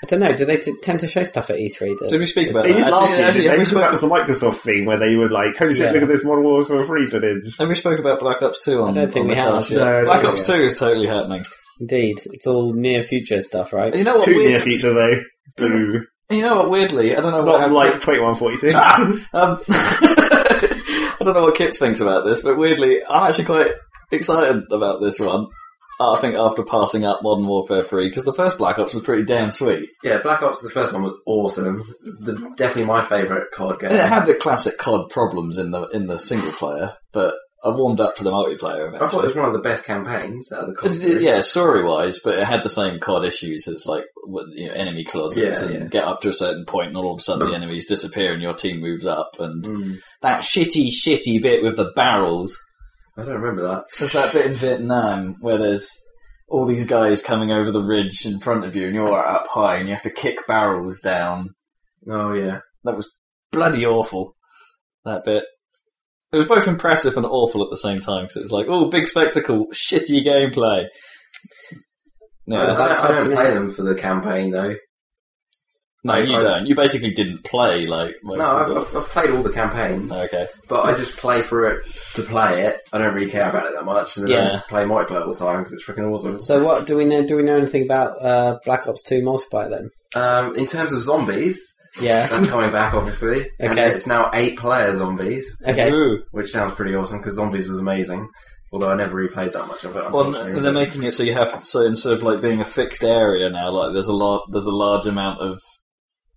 B: I don't know. Do they t- tend to show stuff at E E3? That,
A: Did we speak about
C: They did
A: that?
C: last year,
A: have,
C: didn't they?
A: we
C: Because that
A: spoke,
C: was the Microsoft thing where they were like, holy shit,
B: Yeah.
C: look at this Modern Warfare 3 footage.
A: have we spoke about Black Ops 2 on
B: I don't think
A: on
B: we
A: the
B: have.
A: cast
C: No,
A: yet?
C: I don't
A: Black
C: think
A: Ops
C: we
A: 2 is totally happening.
B: Indeed, it's all near future stuff, right?
A: You know what?
C: Too
A: weird-
C: near future, though. Boo.
A: you know what? Weirdly, I don't know
C: It's
A: what
C: not
A: happened-
C: like
A: (laughs)
C: 2142.
A: Ah! Um, I don't know what Kips thinks about this, but weirdly, I'm actually quite excited about this one. I think after passing up Modern Warfare 3, because the first Black Ops was pretty damn sweet.
D: Yeah, Black Ops, the first one was awesome. It's the, definitely my favourite COD game.
A: And it had the classic COD problems in the in the single player, but I warmed up to the multiplayer
D: I thought it
A: eventually.
D: was one of the best campaigns out of the COD.
A: It's-
D: series.
A: yeah, story wise, but it had the same COD issues as like with, you know, enemy closets
D: Yeah,
A: and
D: yeah.
A: get up to a certain point, and all of a sudden the enemies disappear and your team moves up, and
D: Mm,
A: that shitty, shitty bit with the barrels.
D: I don't remember that.
A: There's that bit in Vietnam where there's all these guys coming over the ridge in front of you, and you're up high, and you have to kick barrels down.
D: Oh, yeah.
A: That was bloody awful. That bit. It was both impressive and awful at the same time because it was like, oh, big spectacle, shitty gameplay. No,
D: I,
B: Yeah.
D: I- I don't
B: Yeah.
D: play them for the campaign, though.
A: no, you
D: I-
A: don't. You basically didn't play like. Most
D: No,
A: of
D: I've,
A: it. (laughs)
D: I've, I've played all the campaigns,
A: Okay.
D: but I just play for it to play it. I don't really care about it that much, and then I
B: Yeah.
D: just play multiplayer all the time because it's freaking awesome.
B: So, what do we know? Do we know anything about uh, Black Ops Two multiplayer then?
D: Um, in terms of zombies,
B: Yeah.
D: that's coming back, obviously.
A: (laughs)
D: And
B: Okay.
D: it's now eight player zombies,
B: Okay.
A: Ooh.
D: which sounds pretty awesome because zombies was amazing. Although I never replayed that much of it.
A: Well,
D: unfortunately.
A: and they're making it so you have so instead of like being a fixed area now, like there's a lot, there's a large amount of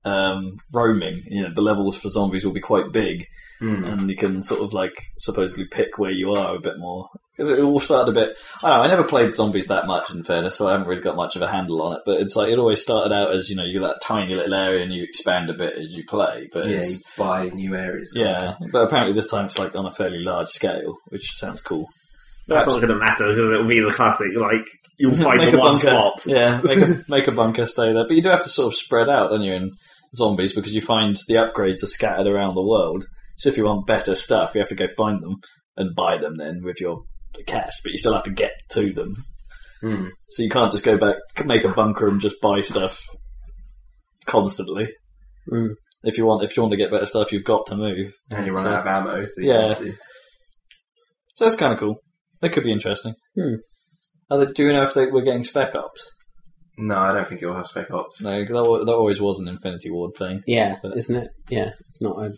A: um, roaming. You know, the levels for zombies will be quite big,
D: Hmm.
A: and you can sort of like supposedly pick where you are a bit more because it all started a bit. I don't know. I never played zombies that much, in fairness, so I haven't really got much of a handle on it. But it's like it always started out as you know you got that tiny little area and you expand a bit as you play. But
D: yeah,
A: it's,
D: you buy new areas.
A: yeah, but apparently this time it's like on a fairly large scale, which sounds cool.
C: That's not going to matter because it'll be the classic, like,
A: (laughs)
C: you'll (laughs) find
A: Make
C: the
A: a
C: one
A: bunker. (laughs)
C: spot.
A: Yeah, make
C: (laughs)
A: a, make a bunker, stay there. But you do have to sort of spread out, don't you, in zombies, because you find the upgrades are scattered around the world. So if you want better stuff, you have to go find them and buy them then with your cash, but you still have to get to them.
D: Hmm.
A: So you can't just go back, make a bunker and just buy stuff constantly.
C: Hmm.
B: Mm.
A: If you want, if you want to get better stuff, you've got to move.
D: and you run
A: So-
D: out of ammo. So you
A: Yeah.
D: have to.
A: So that's kind of cool. That could be interesting.
B: Hmm.
A: Are they, do we know if they, we're getting spec ops?
D: No, I don't think you'll have spec ops.
A: No, 'cause that, wa- that always was an Infinity Ward thing.
B: Yeah, isn't it? Yeah, it's not a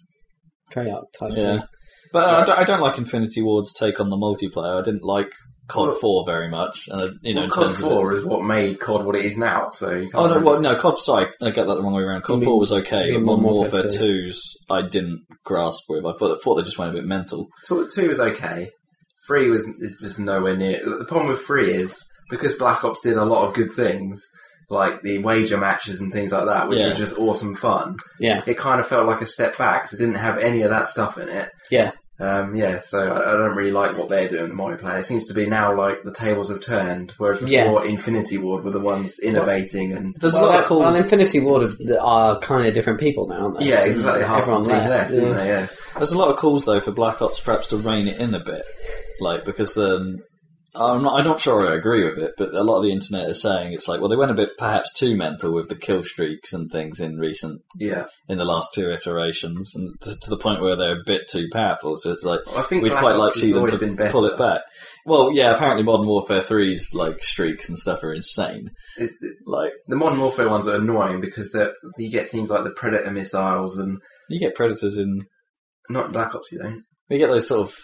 B: Treyarch type.
A: Yeah.
B: Thing.
A: But uh, I,
D: Right.
A: don't, I don't like Infinity Ward's take on the multiplayer. I didn't like COD
D: Well-
A: 4 very much. And, uh, you know,
D: well,
A: in
D: COD
A: terms of
D: Four
A: its-
D: is what made COD what it is now. So you can't.
A: Oh, no,
D: really-
A: well, no, COD, sorry, I get that the wrong way around. COD
B: You
A: 4
B: mean-
A: was okay,
B: you
A: but
B: mean
A: Modern
B: Modern
A: Warfare
B: Warfare
A: 2's I didn't grasp with. I thought, thought they just went a bit mental.
D: Two, two is okay. Three was is just nowhere near. The problem with three is because Black Ops did a lot of good things, like the wager matches and things like that, which
A: Yeah.
D: were just awesome fun.
B: Yeah.
D: It kind of felt like a step back 'cause it didn't have any of that stuff in it.
B: Yeah.
D: Um, yeah, so I, I don't really like what they're doing in the multiplayer. It seems to be now like the tables have turned, whereas
B: Yeah.
D: before Infinity Ward were the ones innovating and
A: There's
B: Well,
A: a lot
B: that,
A: of calls.
B: well, Infinity Ward of, are kind of different people now, aren't they?
D: yeah,
B: 'Cause
D: exactly half the
B: Everyone
D: team
B: left.
D: left, didn't
B: yeah.
D: they? Yeah.
A: There's a lot of calls though for Black Ops perhaps to rein it in a bit, like because um, I'm not I'm not sure I agree with it, but a lot of the internet is saying it's like well they went a bit perhaps too mental with the kill streaks and things in recent
D: yeah.
A: in the last two iterations, and to, to the point where they're a bit too powerful. So it's like
D: I think
A: we'd
D: Black
A: quite like
D: Ops
A: to
D: has
A: see them
D: always
A: to
D: been better.
A: pull it back. Well, yeah, apparently Modern Warfare 3's like streaks and stuff are insane.
D: It's-
A: Like
D: The modern warfare ones are annoying because they're- you get things like the Predator missiles and
A: you get predators in,
D: not Black Ops. You don't.
A: you get those sort of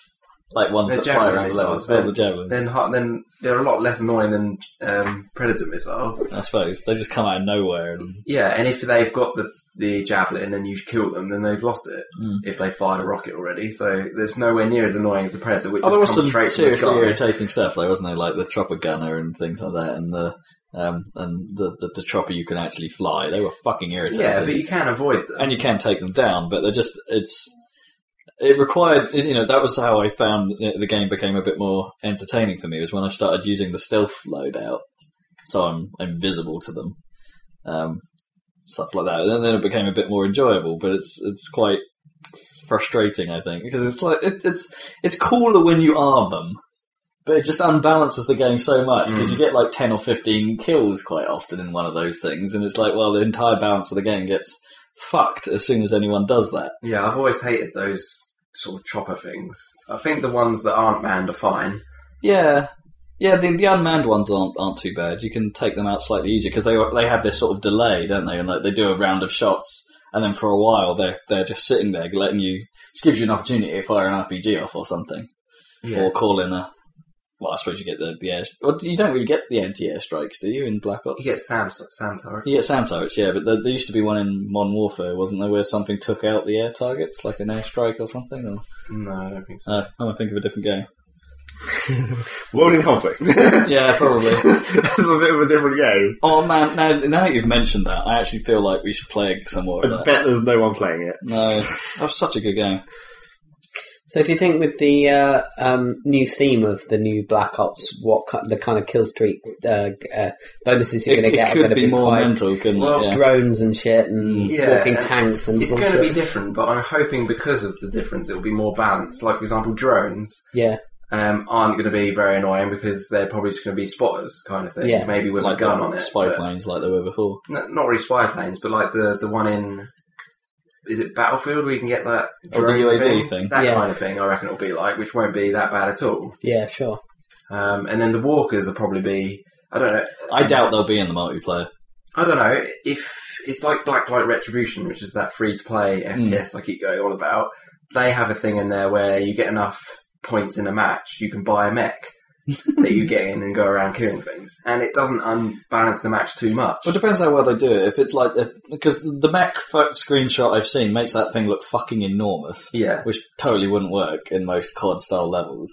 A: like ones
D: They're
A: that fire
D: javelin
A: around the levels.
D: missiles,
A: Well,
D: yeah.
A: the javelin,
D: Then ha- then they're a lot less annoying than um, Predator missiles.
A: I suppose they just come out of nowhere and
D: Yeah, and if they've got the the javelin and you kill them, then they've lost it.
A: Mm.
D: If they fired a rocket already, so there's nowhere near as annoying as the Predator, which
A: Oh, there was some
D: just comes straight from the
A: seriously
D: sky.
A: irritating stuff, though, wasn't there? Like the chopper gunner and things like that, and the um, and the, the the chopper you can actually fly. They were fucking irritating.
D: Yeah, but you can avoid them.
A: and you can take them down, but they're just it's it required, you know, that was how I found that the game became a bit more entertaining for me. Was when I started using the stealth loadout, so I'm invisible to them, um, stuff like that. And then- then it became a bit more enjoyable, but it's it's quite frustrating, I think, because it's like it, it's it's cooler when you are them, but it just unbalances the game so much because
D: Mm.
A: you get like ten or fifteen kills quite often in one of those things, and it's like, well, the entire balance of the game gets fucked as soon as anyone does that.
D: Yeah, I've always hated those sort of chopper things. I think the ones that aren't manned are fine.
A: Yeah, yeah. The, the unmanned ones aren't aren't too bad. You can take them out slightly easier because they they have this sort of delay, don't they? And like they do a round of shots, and then for a while they're they're just sitting there, letting you. Just gives you an opportunity to fire an RPG off or something, or call in a. Well, I suppose you get the the air. Well, you don't really get the anti air strikes, do you? In Black Ops,
D: You get Sam, Sam Turret.
A: You get SAM turrets, yeah, but there, there used to be one in Modern Warfare, wasn't there, where something took out the air targets, like an airstrike or something? Or,
D: No, I don't think so.
A: uh, I'm going to think of a different game.
C: World in conflict. (laughs) That's
A: Yeah, (laughs) probably.
C: a bit of a different game.
A: Oh man, now, now that you've mentioned that, I actually feel like we should play some more
C: I
A: of that.
C: bet there's no one playing it.
A: No, that was such a good game.
B: So, do you think with the uh, um, new theme of the new Black Ops, what ki the kind of kill streak uh, g- uh, bonuses you're
A: It,
B: going to
A: it
B: get are going
A: could
B: to
A: be,
B: be,
A: more
B: quite
A: mental, couldn't
D: Well,
A: it? Yeah. Mm.
B: drones and shit and
D: Yeah,
B: walking
D: and
B: tanks and
D: It's going
B: bullshit?
D: to be different, but I'm hoping because of the difference, it will be more balanced. Like, for example, drones
B: yeah,
D: um, aren't going to be very annoying because they're probably just going to be spotters kind of thing.
B: Yeah.
D: Maybe with
A: Like
D: a gun
A: the
D: on it.
A: spy
D: but-
A: planes like they were before.
D: No, not really spy planes, but like the, the one in. Is it Battlefield where you can get that
A: Oh, the
D: drone
A: UAV
D: thing?
A: thing.
D: That
B: Yeah.
D: kind of thing, I reckon it'll be like, which won't be that bad at all.
B: yeah, sure.
D: Um, and then the walkers will probably be. I don't know.
A: I doubt they'll be in the multiplayer.
D: I don't know if it's like Blacklight Retribution, which is that free to play FPS I keep going on about. They have a thing in there where you get enough points in a match, you can buy a mech that you get in and go around killing things, and it doesn't unbalance the match too much.
A: Well, it depends how well they do it. If it's like, if, because the Mac f- screenshot I've seen makes that thing look fucking enormous.
D: Yeah,
A: which totally wouldn't work in most COD style levels.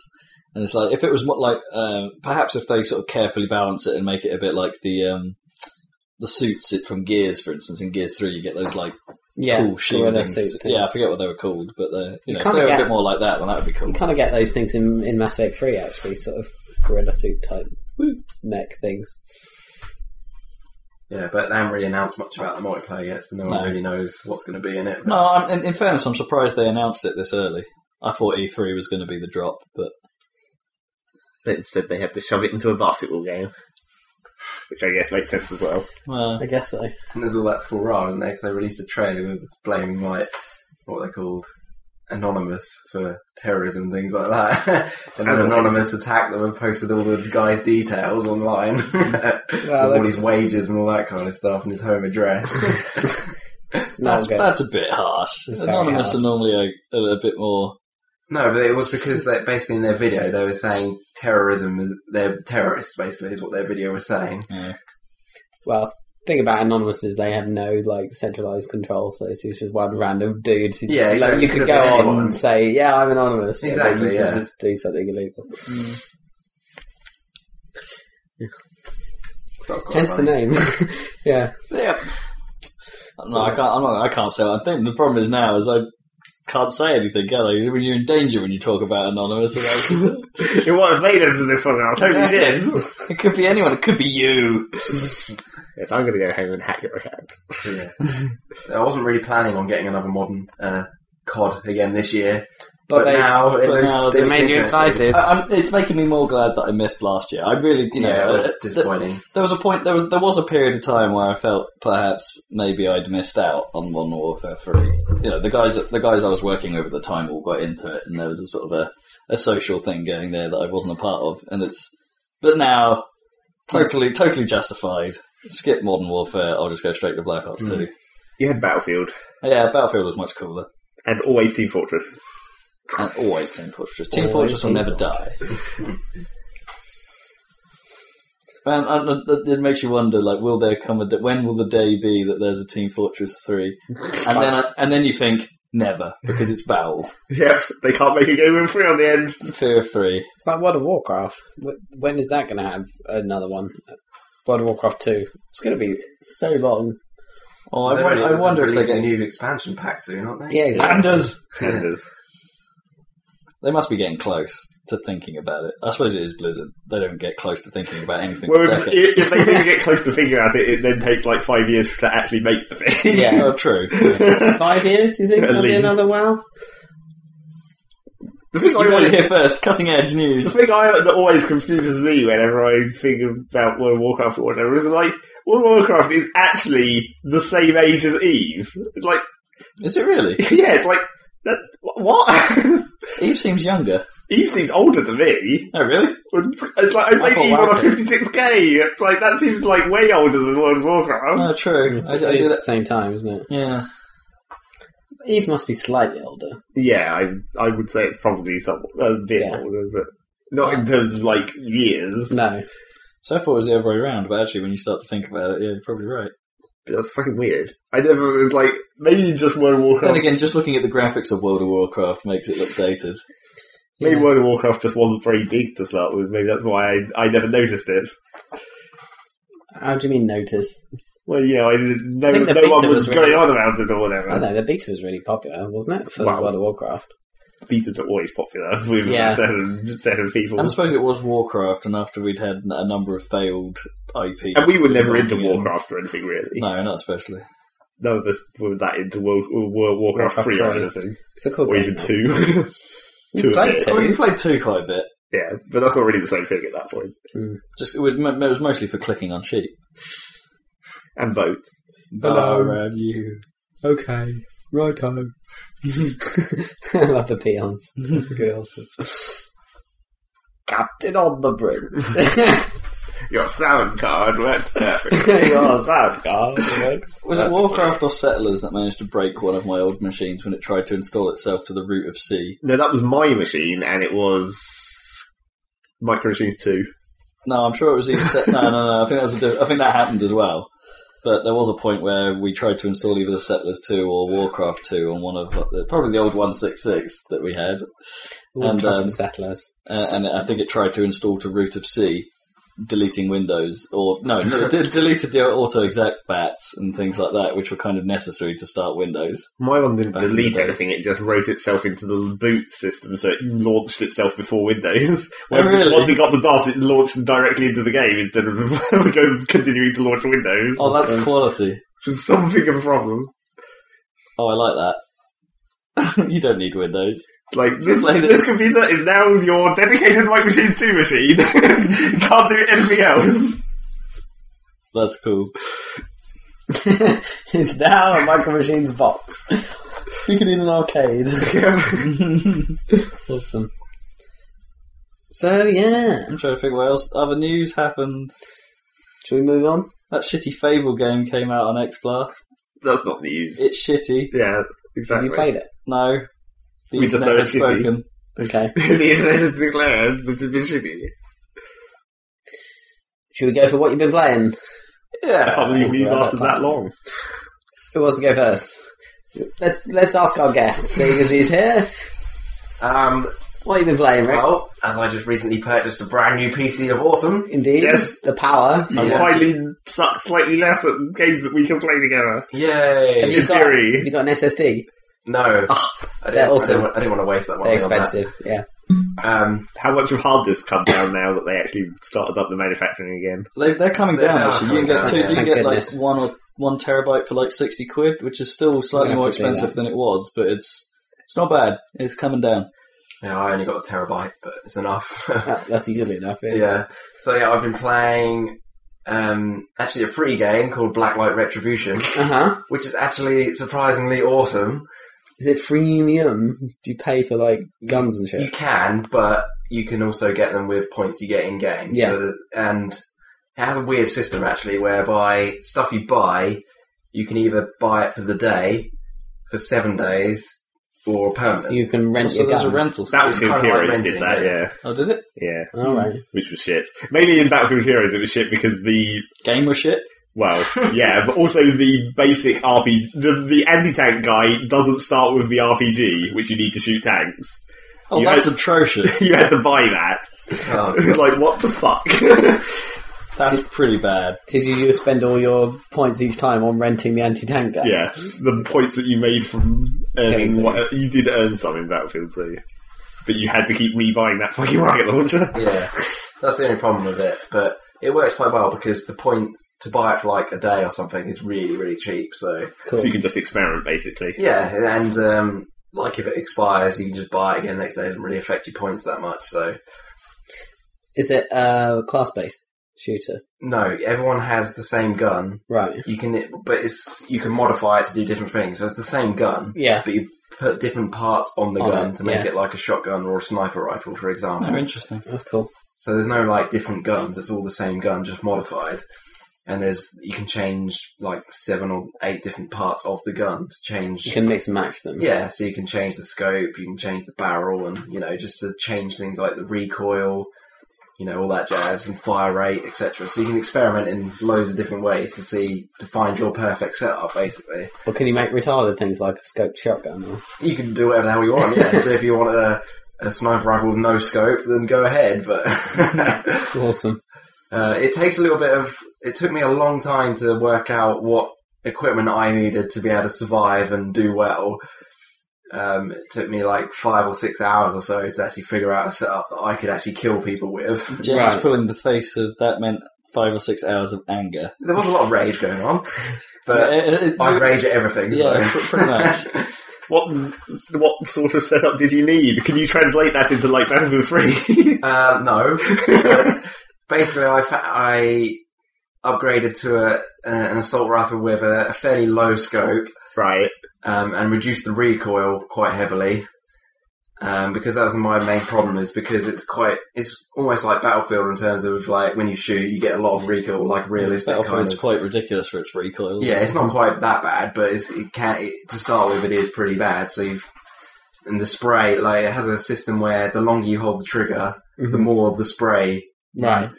A: And it's like if it was more like um, perhaps if they sort of carefully balance it and make it a bit like the um, the suits it from Gears, for instance. In Gears Three, you get those like
B: Yeah,
A: cool
B: gorilla
A: shielding.
B: suit
A: suits.
B: things.
A: Yeah, I forget what they were called, but they're, you know, if
B: kinda
A: they were a
B: get-
A: bit more like that, then that would be cool.
B: You kind of get those things in, in Mass Effect 3, actually, sort of gorilla suit type mech things.
D: yeah, but they haven't really announced much about the multiplayer yet, so no one
A: No.
D: really knows what's going to be in it.
A: No, I'm, in, in fairness, I'm surprised they announced it this early. I thought E3 was going to be the drop, but
C: But instead, they had to shove it into a basketball game, which I guess makes sense as well. (laughs)
A: well,
B: I guess so.
D: And there's all that hurrah, isn't there? Because they released a trailer with blaming like what they called Anonymous for terrorism and things like that. (laughs) and
C: As
D: then
C: always.
D: Anonymous attacked them and posted all the guy's details (laughs) online, with all
B: that's-
D: his wages and all that kind of stuff, and his home (laughs) address.
B: Not
A: that's
B: good.
A: that's a bit harsh.
B: It's very
A: Anonymous
B: harsh.
A: are normally a, a, a bit more.
D: no, but it was because they basically in their video they were saying terrorism is they're terrorists. Basically, is what their video was saying.
A: Uh,
B: Well, thing about Anonymous is they have no like centralized control, so it's just one random dude. Who,
D: Yeah, exactly.
B: like, you could
D: Could've
B: go
D: been
B: on
D: anyone.
B: and say, "Yeah, I'm anonymous." and then
D: Exactly,
B: you can
D: yeah.
B: just do something illegal. Mm.
D: It's not quite
B: Hence the
D: funny.
B: name. (laughs) yeah,
A: Yep. No, I can't. I'm not, I can't say. It. I think the problem is now is I can't say anything. Can I? When you're in danger when you talk about anonymous, and that's just-
B: (laughs)
C: It was made us in this podcast. Holy
A: (laughs)
C: shit!
A: it could be anyone. It could be you.
C: Yes, I'm going to go home and hack your account.
D: Yeah. I wasn't really planning on getting another modern uh, COD again this year,
B: but,
D: but,
B: they,
D: now it
A: but
D: looks,
A: now
D: it
A: they
B: they
D: looks
B: made you
D: interesting.
B: excited.
A: I, I'm, it's making me more glad that I missed last year. I really, you know,
D: Yeah, it
A: uh,
D: was
A: th-
D: disappointing.
A: there was a point. There was there was a period of time where I felt perhaps maybe I'd missed out on Modern Warfare Three. You know, the guys the guys I was working with at the time all got into it, and there was a sort of a, a social thing going there that I wasn't a part of. And it's but now totally totally justified. Skip Modern Warfare. I'll just go straight to Black Ops Two.
C: You had Battlefield
A: Yeah, Battlefield was much cooler,
C: and always Team Fortress.
A: and always Team Fortress. Team
B: Always
A: Fortress will
B: Team
A: never die. (laughs) And, and, it- it makes you wonder, like, will there come a day, when will the day be that there's a Team Fortress three? And then, I, and then you think never because it's Valve,
C: Yep, they can't make a game with three on the end.
A: Fear of Three.
B: it's like World of Warcraft. Wh- When is that going to have another one? World of Warcraft Two. It's going to be so long.
A: Oh, I,
D: They're
A: won- (laughs)
D: only-
A: I wonder
D: they're
A: if they
D: releasing
A: get (laughs)
D: (laughs) a new expansion pack soon, aren't they?
B: Yeah, exactly.
A: pandas.
C: Pandas.
A: They must be getting close to thinking about it. I suppose it is Blizzard. They don't get close to thinking about anything.
C: Well,
A: for
C: if,
A: decades.
C: if they do get close to figure out it, it then takes like five years to actually make the thing.
B: Yeah.
A: oh, true. Yeah.
B: Five years? You think
C: At
B: that'll be
C: least.
B: another WoW?
C: (laughs) The thing
A: You
C: I
A: heard it
C: always,
A: here first. Cutting edge
C: the (laughs)
A: news.
C: thing I, that always confuses me whenever I think about World of Warcraft or whatever is like World of Warcraft is actually the same age as Eve. It's like (laughs)
A: Is it really?
C: yeah, it's like that, what? (laughs)
A: Eve seems younger.
C: Eve seems older to me.
A: Oh, really?
C: It's it's like I played
A: thought
C: Eve on a
A: Warcraft.
C: 56k. It's like that seems like way older than World of Warcraft.
A: Oh, true.
B: It's,
A: I, I
B: it's
A: did
B: at
A: it.
B: the same time, isn't it?
A: Yeah.
B: Eve must be slightly older.
C: Yeah, I I would say it's probably some a bit
B: Yeah.
C: older, but not in terms of like years.
B: No.
A: So I thought it was the other way around, but actually, when you start to think about it, yeah, you're probably right.
C: But that's fucking weird. I never was like maybe just World of Warcraft.
A: Then again, just looking at the graphics of World of Warcraft makes it look dated.
B: Yeah.
C: maybe World of Warcraft just wasn't very big to start with. Maybe that's why I, I never noticed it.
B: How do you mean notice?
C: Well, you know, I didn't, no,
B: I think the
C: no one
B: beta
C: was
B: was really-
C: going on about it or
B: I don't
C: whatever.
B: know, the beta was really popular, wasn't it, for
C: Wow.
B: World of Warcraft?
C: Betas are always popular (laughs) with
B: Yeah.
C: certain certain
A: (laughs)
C: people.
A: And I suppose it was Warcraft, and after we'd had a number of failed IPs.
C: And we were never into
A: developing it.
C: Warcraft or anything really.
A: No, not especially.
C: None of us were that into World, World Warcraft,
B: Warcraft
C: 3 or
B: three.
C: anything.
B: It's a cool
C: Or
B: game.
C: even
B: though.
C: 2.
B: You
C: two (laughs) a
B: played
C: bit.
A: I
B: two.
A: mean, we played 2 quite a bit.
C: yeah, but that's not really the same thing at that point.
A: Just It was, it was mostly for clicking on sheep.
C: And votes.
B: Hello.
A: Barab um, you.
B: Okay. Righto. (laughs) I love (laughs) the peons. Good, awesome. Captain on the (laughs) bridge.
C: Your sound card
B: (laughs)
C: worked perfectly. Your sound card works
A: Was it Warcraft or Settlers that managed to break one of my old machines when it tried to install itself to the root of C?
C: No, that was my machine, and it was Micro Machines Two.
A: No, I'm sure it was either Set. no, no, no. I think that was a diff- I think that happened as well. But there was a point where we tried to install either the Settlers 2 or Warcraft 2 on one of uh, the, probably the old 166 that we had.
B: Wouldn't trust
A: um,
B: the settlers.
A: uh, and I think it tried to install to root of C, deleting Windows or no, (laughs) no d- deleted the auto exec bats and things like that, which were kind of necessary to start Windows.
C: My one didn't
A: Back in
C: delete
A: the day.
C: anything; it just wrote itself into the boot system, so it launched itself before Windows.
A: Oh,
C: once,
A: really?
C: it, once it got the DOS, it launched directly into the game instead of (laughs) go continuing to launch Windows.
A: Oh, that's
C: So,
A: quality.
C: which was something of a problem.
A: Oh, I like that. (laughs) you don't need Windows.
C: It's like this,
A: like
C: this computer is now your dedicated Micro Machines Two machine. (laughs) Can't do anything else.
A: That's cool.
B: (laughs) it's now a Micro Machines box. Speaking in an arcade. (laughs) awesome. So, yeah.
A: I'm trying to figure what else other news happened.
B: Shall we move on?
A: That shitty Fable game came out on XBLAR.
C: That's not news.
A: It's shitty.
C: yeah,
B: Have
C: exactly.
B: you played it?
A: No. The
C: We just know
A: internet has
C: it's shitty.
A: spoken.
B: Okay.
C: the internet has declared that it is shitty.
B: Should we go for what you've been playing?
C: I
A: Yeah.
C: can't believe news
B: Yeah,
C: lasted
B: that
C: that
B: time.
C: long.
B: Who wants to go first? Let's let's ask our guest, seeing as he's here.
D: Um,
B: What have you been playing, Rick?
D: well, as I just recently purchased a brand new PC of awesome.
B: Indeed.
C: Yes.
B: The power.
C: You
D: Yeah.
C: finally suck slightly less at games that we can play together.
B: Have
D: Yay!
B: you got,
C: theory.
B: have you got an SSD?
A: (laughs)
D: No,
A: Ah,
D: I
B: they're
D: didn't, I,
B: awesome.
D: didn't, want- I didn't want to waste that one.
B: They're
D: on that.
B: expensive. Yeah.
D: Um,
C: How much have hard disks come down now that they actually started up the manufacturing again?
A: They, they're coming
D: They
A: down.
D: are
A: actually, you can
D: coming
A: get
D: down,
A: two.
D: yeah.
A: You can
B: Thank
A: get
B: goodness.
A: like one or one terabyte for like sixty quid, which is still slightly
B: have
A: more
B: to do that.
A: expensive than it was, but it's it's not bad. It's coming down.
D: yeah, I only got a terabyte, but it's enough. (laughs)
B: That, that's easily enough. Yeah.
D: yeah. So yeah, I've been playing um, actually a free game called Blacklight Retribution,
B: Uh huh.
D: which is actually surprisingly awesome.
B: Is it freemium? Do you pay for like guns and
D: You
B: shit?
D: can, but you can also get them with points you get in game.
B: Yeah.
D: So that, and it has a weird system actually, whereby stuff you buy, you can either buy it for the day, for seven days, or permanent.
B: You can rent
A: So
B: your
A: there's
B: gun.
A: a rental.
C: That was
D: It's
C: Hill
D: kinda like
C: Heroes
D: renting,
C: did that,
D: yeah.
C: yeah.
A: oh, did it?
C: Yeah.
B: All right.
C: Which was shit. Mainly in Battlefield Heroes it was shit because the
A: Gamer shit.
D: (laughs)
C: well, yeah, but also the basic RPG the, the anti tank guy doesn't start with the RPG, which you need to shoot tanks. (laughs)
A: Oh,
C: You
A: that's
C: had- (laughs)
A: atrocious.
C: You had to buy that. (laughs)
D: Oh,
C: like what the fuck? (laughs)
A: That's pretty bad.
B: Did you just spend all your points each time on renting the anti-tank gun?
C: yeah. The points that you made from
B: Killing
C: earning
B: things.
C: what you did earn some in Battlefield, so but you had to keep rebuying that fucking rocket launcher.
D: (laughs) Yeah, that's the only problem with it. But it works quite well because the point to buy it for like a day or something is really, really cheap. So
B: Cool.
C: So you can just experiment, basically.
D: yeah, and um, like if it expires, you can just buy it again the next day. It doesn't really affect your points that much. So
B: Is it uh, class based shooter?
D: no, everyone has the same gun.
B: Right.
D: You can, but it's you can modify it to do different things. So it's the same gun,
B: Yeah.
D: but you put different parts on the
B: On
D: gun
B: it,
D: to make
B: yeah.
D: it like a shotgun or a sniper rifle, for example.
A: Oh, interesting.
B: That's cool.
D: So there's no like different guns. It's all the same gun, just modified. And there's you can change like seven or eight different parts of the gun to
B: You
D: change.
B: can mix and match them.
D: Yeah, so you can change the scope, you can change the barrel, and you know just to change things like the recoil, you know all that jazz, and fire rate, etc. So you can experiment in loads of different ways to see to find your perfect setup. Basically,
B: Or can you make retarded things like a scoped shotgun? Or...
D: you can do whatever the hell you want. Yeah, so if you want a, a sniper rifle with no scope, then go ahead. But
B: Awesome.
D: Uh, it takes a little bit of. It took me a long time to work out what equipment I needed to be able to survive and do well. Um, it took me like five or six hours or so to actually figure out a setup that I could actually kill people with.
A: James
D: (laughs)
B: Right.
A: pulling the face of that meant five or six hours of anger.
D: There was a lot of rage going on, but
A: It- it-
D: I rage at everything.
A: Yeah,
D: so.
A: pr- pretty
D: (laughs)
A: much. (laughs)
C: What what sort of setup did you need? Can you translate that into like Battlefield Three? (laughs)
D: Um, no. But basically, I, fa- I upgraded to a, an assault rifle with a, a fairly low scope.
C: right.
D: um, and reduce the recoil quite heavily. Um, because that was my main problem is because it's quite it's almost like Battlefield in terms of like when you shoot you get a lot of recoil like realistic kind
A: Battlefield's
D: of
A: quite ridiculous for its recoil.
D: yeah it's not quite that bad but it's, it can it, to start with it is pretty bad so you've and the spray like it has a system where the longer you hold the trigger the more the spray
B: Right.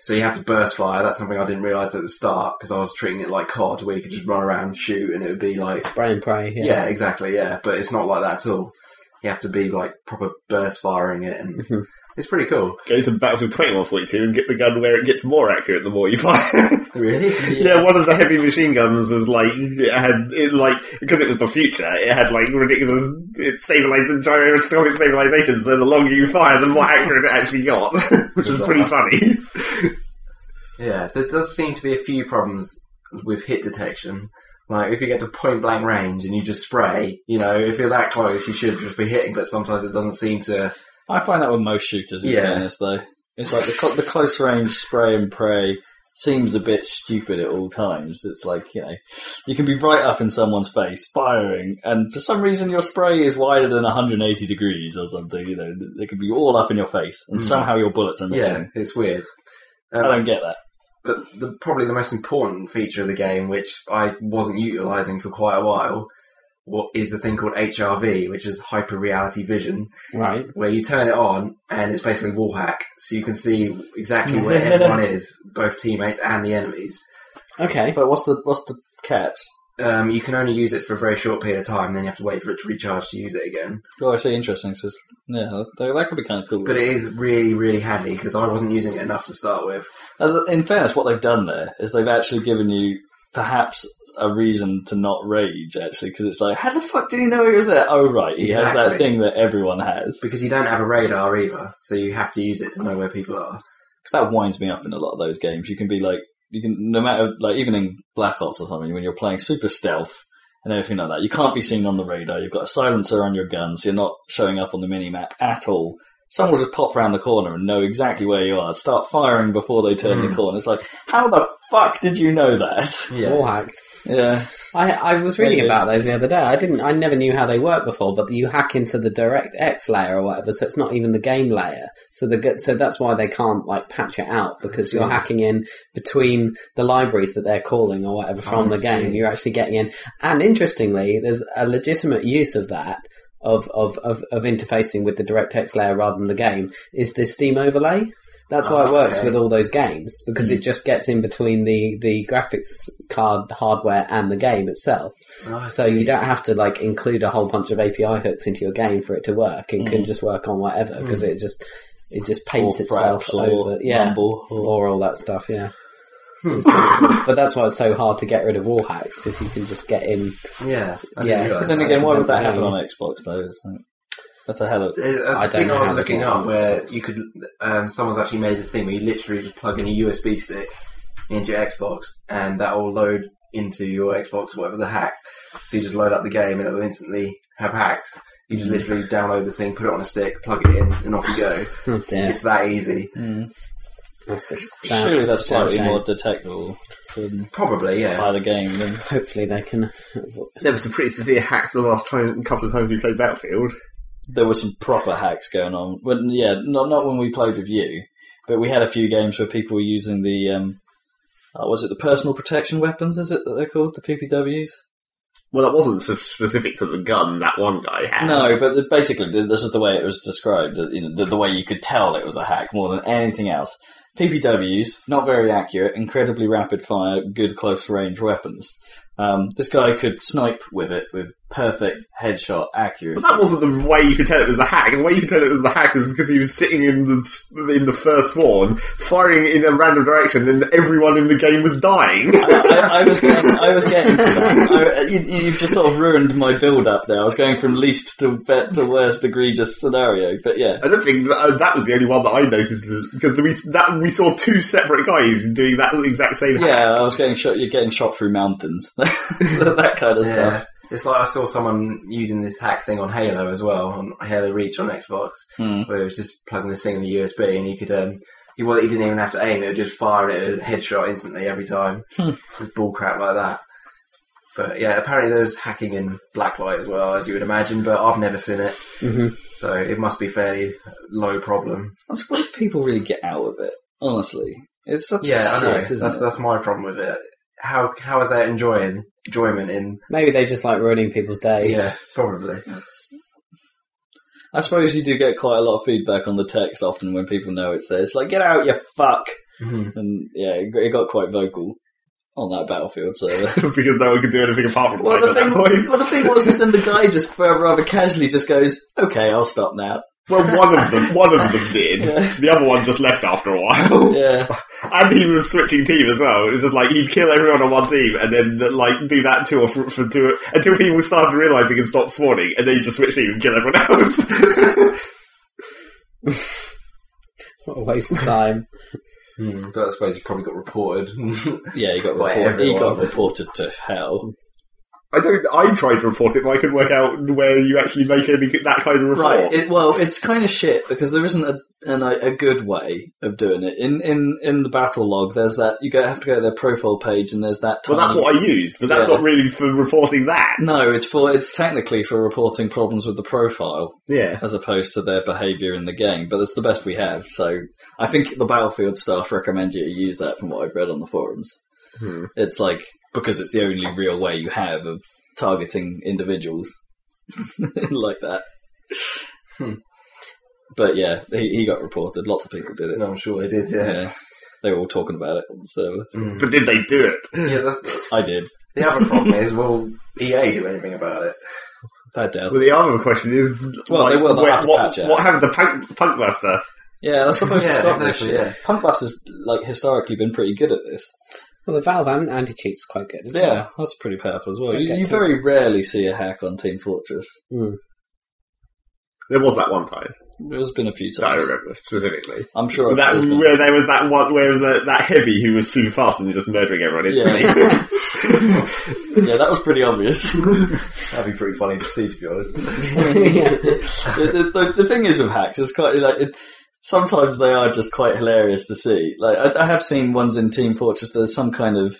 D: so you have to burst fire that's something I didn't realise at the start because I was treating it like COD where you could just run around and shoot and it would be like
B: Spray and pray. Yeah.
D: yeah. exactly. Yeah, but it's not like that at all. You have to be like proper burst firing it, and
A: Mm-hmm.
B: Mhm.
D: it's pretty cool.
C: Go to Battlefield Twenty One Forty Two and get the gun where it gets more accurate the more you fire.
D: (laughs) Really?
C: Yeah, one of the heavy machine guns was like it had it like because it was the future. It had like ridiculous. It stabilized the gyroscopic stabilization, so the longer you fire, the more accurate it actually got, (laughs) which was pretty funny.
D: Yeah. There does seem to be a few problems with hit detection. Like if you get to point blank range and you just spray, you know, if you're that close, you should just be hitting. But sometimes it doesn't seem to.
A: I find that with most shooters, in
D: Yeah.
A: fairness, though. It's like the, cl- the close range spray and pray seems a bit stupid at all times. It's like, you know, you can be right up in someone's face firing, and for some reason your spray is wider than 180 degrees or something, you know, they could be all up in your face, and Hmm.
D: Mm.
A: somehow your bullets are missing.
D: Yeah, it's weird.
A: I
D: Um,
A: don't get that.
D: but the, probably the most important feature of the game, which I wasn't utilizing for quite a while, what is the thing called HRV, which is hyper reality vision.
B: Right.
D: where you turn it on and it's basically wall hack, so you can see exactly where everyone is, both teammates and the enemies.
B: Okay.
A: But what's the what's the catch?
D: Um, you can only use it for a very short period of time, then you have to wait for it to recharge to use it again.
A: Oh, I see. Interesting. So, it's- yeah, that, that could be kind of cool.
D: But it is really, really handy because I wasn't using it enough to start with.
A: As, in fairness, what they've done there is they've actually given you perhaps a reason to not rage, actually, because it's like, how the fuck did he know he was there? Oh, right, he has that
D: Exactly.
A: thing that everyone has.
D: Because you don't have a radar either, so you have to use it to know where people are.
A: 'Cause that winds me up in a lot of those games. You can be like, you can, no matter, like, even in Black Ops or something, when you're playing super stealth and everything like that, you can't be seen on the radar. You've got a silencer on your gun, so you're not showing up on the mini map at all. Someone will just pop around the corner and know exactly where you are. Start firing before they turn
D: Hmm.
A: the corner. It's like, how the fuck did you know that? (laughs)
D: Yeah.
B: Wall hack.
A: Yeah.
B: I, I was reading
A: Maybe.
B: about those the other day. I didn't. I never knew how they work before, but you hack into the direct X layer or whatever, so it's not even the game layer. So the good- so that's why they can't like patch it out because
D: see.
B: you're hacking in between the libraries that they're calling or whatever from
D: I
B: the game.
D: see.
B: You're actually getting in, and interestingly, there's a legitimate use of that. Of, of, of, of interfacing with the DirectX layer rather than the game is this Steam overlay. That's why
D: Ah,
B: it works
D: okay.
B: with all those games because
A: Hmm.
B: it just gets in between the, the graphics card hardware and the game itself.
D: Nice.
B: So you don't have to like include a whole bunch of API hooks into your game for it to work. It
A: Hmm.
B: can just work on whatever because it just it just paints
A: or
B: itself
A: Hmm. fraps or Hmm.
B: over, yeah,
A: Mumble or-
B: or all that stuff, yeah. It's pretty cool. but that's why it's so hard to get rid of wall hacks because you can just get in.
D: yeah. I didn't
B: Yeah.
D: realise
A: But then
D: that.
A: again, why would that
B: Yeah.
A: happen on Xbox though? It's like, That's a hell of.
D: There- That's
B: I
D: the thing
B: don't
D: I
B: know
D: was
B: how
D: looking
B: the
D: up
B: format
D: where
B: works.
D: you could. Um, someone's actually made this thing where you literally just plug in a USB stick into your Xbox, and that will load into your Xbox whatever the hack. So you just load up the game, and it will instantly have hacks. You
B: Mm.
D: just literally download the thing, put it on a stick, plug it in, and off you go.
A: Hmm.
B: Oh dear.
D: It's that easy.
B: That's just,
A: Surely that's
B: that's Hmm, a
A: slightly
B: shame.
A: more detectable than
D: Probably, yeah.
A: by the game than
B: Hopefully they can.
C: There was some pretty severe hacks the last time, couple of times we played Battlefield.
A: there were some proper hacks going on. When yeah, not not when we played with you, but we had a few games where people were using the um, uh, was it the personal protection weapons? Is it that they're called the PPWs?
C: Well, that wasn't so specific to the gun that one guy had.
A: No, but the- basically th- this is the way it was described. that, You know, the, the way you could tell it was a hack more than anything else. PPWs, not very accurate, incredibly rapid fire, good close range weapons. Um, this guy could snipe with it with perfect headshot accuracy.
C: But that wasn't the way you could tell it was the hack. The way you could tell it was the hack was because he was sitting in the s- in the first spawn, firing in a random direction, and everyone in the game was dying. (laughs)
A: I, I was getting, I was getting to that. I, you, you've just sort of ruined my build up there. I was going from least to bet to worst egregious scenario, but yeah.
C: I don't think that, uh, that was the only one that I noticed because we that we saw two separate guys doing that exact same. hack.
A: Yeah, I was getting shot. You're getting shot through mountains, (laughs) that kind of
D: Yeah.
A: stuff.
D: It's like I saw someone using this hack thing on Halo as well, on Halo Reach on Xbox,
A: Hmm.
D: where it was just plugging this thing in the USB and you could, um, you, well, you didn't even have to aim, it would just fire it a headshot instantly every time.
A: Hmm.
D: just bull crap like that. But yeah, apparently there's hacking in Blacklight as well, as you would imagine, but I've never seen it,
A: Mm-hmm.
B: Mhm.
D: so it must be fairly low problem.
A: I was, what do people really get out of it? Honestly, it's such a
D: Yeah, I
A: shit,
D: know.
A: isn't
D: That's,
A: it?
D: that's my problem with it. How, how is that enjoying, enjoyment in,
B: Maybe they just like ruining people's day.
D: yeah, probably.
A: That's- I suppose you do get quite a lot of feedback on the text often when people know it's there. It's like, get out, you fuck!
D: Mhm.
A: And yeah, it got- it got quite vocal on that battlefield server.
C: (laughs)
D: (laughs)
C: because no one could do anything apart from
A: Well,
C: well,
A: the
C: at
A: thing,
C: that point.
A: well, the thing was, is then the guy just uh, rather casually just goes, "Okay, I'll stop now."
C: Well, one of them, one of them did.
A: (laughs) Yeah.
C: The other one just left after a while,
A: Yeah,
C: and he was switching team as well. It was just like he'd kill everyone on one team, and then like do that two or for, for two until people started realizing and stopped spawning, and then he just switched team and kill everyone else. (laughs)
B: What a waste of time.
D: Hmm, but I suppose he probably got reported. (laughs)
A: yeah, he got
D: By
A: reported. He
D: everyone.
A: got reported to hell.
C: I don't. I tried to report it, but I couldn't work out where you actually make any that kind of report.
A: Right. It, well, it's kind of shit because there isn't a an, a good way of doing it. In in in the battle log, there's that you go have to go to their profile page and there's that.
C: well, that's
A: tiny-
C: what I used, but that's
A: Yeah.
C: not really for reporting that.
A: No, it's for it's technically for reporting problems with the profile.
C: Yeah.
A: as opposed to their behaviour in the game. But it's the best we have. So I think the Battlefield staff recommend you to use that from what I've read on the forums.
C: Hmm.
A: It's like because it's the only real way you have of targeting individuals (laughs) like that.
D: Hmm.
A: But yeah, he, he got reported. Lots of people did it.
D: no, I'm sure they did, yeah.
A: Yeah. They were all talking about it on the server.
D: Mm.
C: But did they do it?
D: yeah, that's, that's-
A: I did.
D: the other problem is, will EA do anything about it?
A: I doubt.
C: Well, the other question is,
A: Well, they
C: like,
A: will, they'll
C: where-
A: have to
C: what,
A: patch it.
C: what happened to Punk, Punk Buster?
A: Yeah, that's supposed to
D: Yeah,
A: stop
D: exactly,
A: this shit.
D: yeah.
A: Punk Buster's like historically been pretty good at this.
B: Well, the Valve and anti cheat's quite good. Isn't
A: Yeah, that's pretty powerful as well.
B: Don't
A: You,
B: get
A: you
B: too-
A: very rarely see a hack on Team Fortress.
C: There was that one time
A: There's been a few
C: that I
A: times.
C: remember specifically.
A: I'm sure I've
C: That
A: used them.
C: where there was that one where was that, that heavy who was super fast and just murdering everyone instantly.
A: (laughs) yeah, that was pretty
B: (laughs)
A: obvious. the,
D: That'd be pretty funny to see, to be honest. (laughs)
B: it? yeah.
A: the, the, the thing is with hacks, it's quite like it, sometimes they are just quite hilarious to see. Like I, I have seen ones in Team Fortress. There's some kind of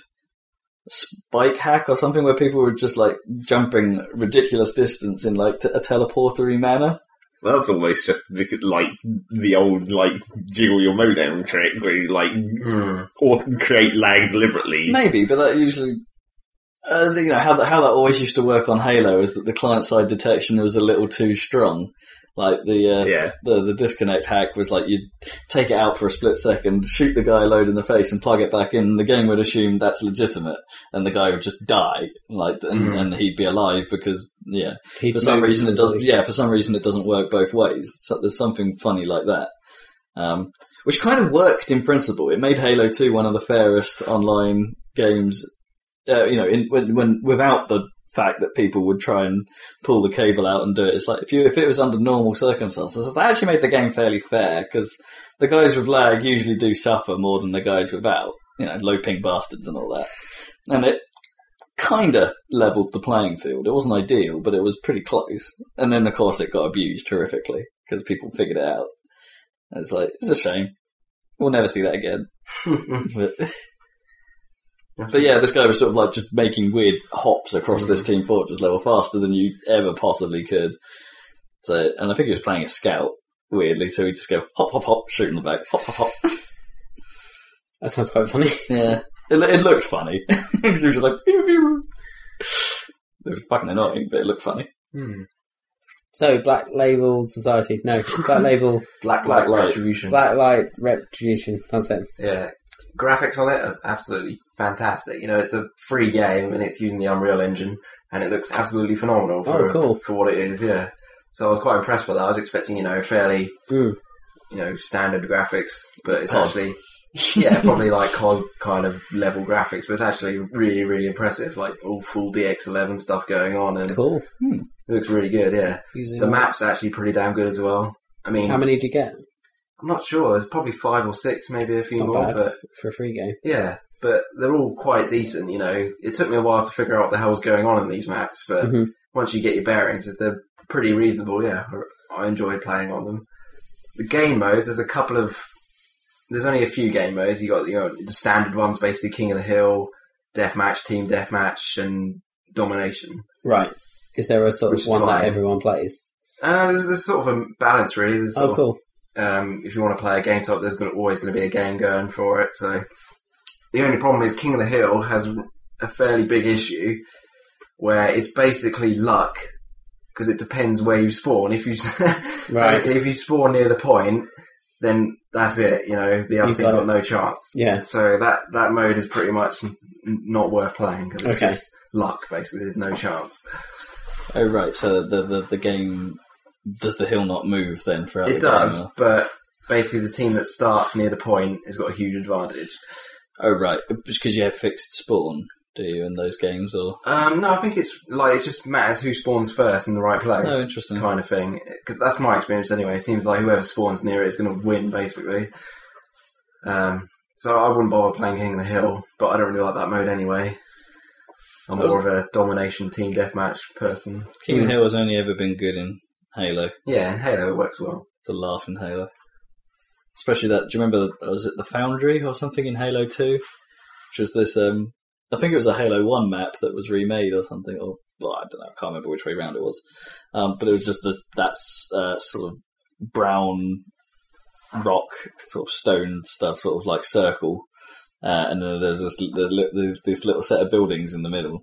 A: spike hack or something where people were just like jumping ridiculous distance in like t- a teleportery manner.
C: Well, (laughs) That's almost just because, like the old like jiggle your modem trick where you like
D: Mm.
C: or create lag deliberately.
A: Maybe, but that usually. Uh, you know how that, how that always used to work on Halo is that the client side detection was a little too strong. Like the uh,
C: Yeah.
A: the the disconnect hack was like you'd take it out for a split second, shoot the guy load in the face, and plug it back in. The game would assume that's legitimate, and the guy would just die, like, and,
D: Mm.
A: and he'd be alive because yeah,
B: He'd
A: for some
B: move
A: reason it doesn't.
B: easily.
A: Yeah, for some reason it doesn't work both ways. So there's something funny like that, um, which kind of worked in principle. It made Halo Two one of the fairest online games. Uh, you know, in, when, when without the fact that people would try and pull the cable out and do it. It's like if you if it was under normal circumstances, that actually made the game fairly fair because the guys with lag usually do suffer more than the guys without. You know, low ping bastards and all that, and it kind of leveled the playing field. It wasn't ideal, but it was pretty close. And then of course it got abused horrifically because people figured it out. And it's like it's a shame. We'll never see that again. But so yeah, this guy was sort of like just making weird hops across this Team Fortress level faster than you ever possibly could. So, and I think he was playing a scout weirdly, so he'd just go hop, hop, hop, shoot in the back, hop, hop, hop.
B: That sounds quite funny. (laughs)
A: yeah, it, lo- it looked funny (laughs) because he was just like. pew, pew. It was fucking annoying, but it looked funny.
D: Hmm.
B: So, Black Label Society. No,
D: (laughs)
B: Black Label.
D: Black
A: Black
D: Light
A: Light.
D: Retribution.
B: Black Light Retribution. That's it.
D: Yeah. Graphics on it are absolutely fantastic. You know, it's a free game and it's using the Unreal Engine and it looks absolutely phenomenal for,
B: Oh, cool.
D: for what it is, yeah. So I was quite impressed with that. I was expecting, you know, fairly,
B: Mm.
D: you know, standard graphics, but it's
B: Oh.
A: Cod.
D: actually,
B: (laughs)
D: yeah, probably like COD kind of level graphics, but it's actually really, really impressive. Like all full DX11 stuff going on and
B: Cool.
D: it looks really good, yeah.
B: Using
D: The map's actually pretty damn good as well. I mean,
B: How many do you get?
D: I'm not sure. There's probably five or six, maybe a
B: It's
D: few
B: not
D: more,
B: bad
D: but
B: for a free game.
D: Yeah, but they're all quite decent, you know. It took me a while to figure out what the hell's going on in these maps, but
B: Mhm.
D: once you get your bearings, they're pretty reasonable, yeah. I I enjoy playing on them. The game modes, there's a couple of. There's only a few game modes. you got you know, the standard ones, basically King of the Hill, Deathmatch, Team Deathmatch, and Domination.
B: Right. Is there a sort
D: Which
B: of
D: is
B: one that
D: fine.
B: everyone plays?
D: Uh, there's, there's sort of a balance, really. There's sort
B: Oh,
D: of-
B: cool.
D: um, if you want to play a game type, there's gonna, always going to be a game going for it. So the only problem is King of the Hill has a fairly big issue where it's basically luck because it depends where you spawn. If you (laughs)
B: Right.
D: basically if you spawn near the point, then that's it. You know the other
B: You've
D: team's
B: got
D: got
B: it.
D: no chance.
B: Yeah.
D: So that that mode is pretty much n- not worth playing because it's
B: Okay.
D: just luck. Basically, there's no chance.
A: Oh right, so the the, the game does the hill not move then throughout
D: It
A: the game,
D: does,
A: or-
D: but basically the team that starts near the point has got a huge advantage.
A: Oh right, because you have fixed spawn, do you in those games or?
D: Um, no, I think it's like it just matters who spawns first in the right place.
A: Oh, interesting.
D: Kind of thing. 'Cause that's my experience anyway. It seems like whoever spawns near it is going to win, basically. Um, so I wouldn't bother playing King of the Hill, but I don't really like that mode anyway. I'm more of a domination team deathmatch person.
A: King of the Hill has only ever been good in Halo.
D: Yeah, and Halo it works well.
A: It's a laugh in Halo, especially that. Do you remember? Was it the Foundry or something in Halo Two? Which was this? Um, I think it was a Halo One map that was remade or something, or well, I don't know. I can't remember which way round it was. Um, but it was just the, that s- uh, sort of brown rock, sort of stone stuff, sort of like circle. Uh, and then there's this, the, li- the, this little set of buildings in the middle.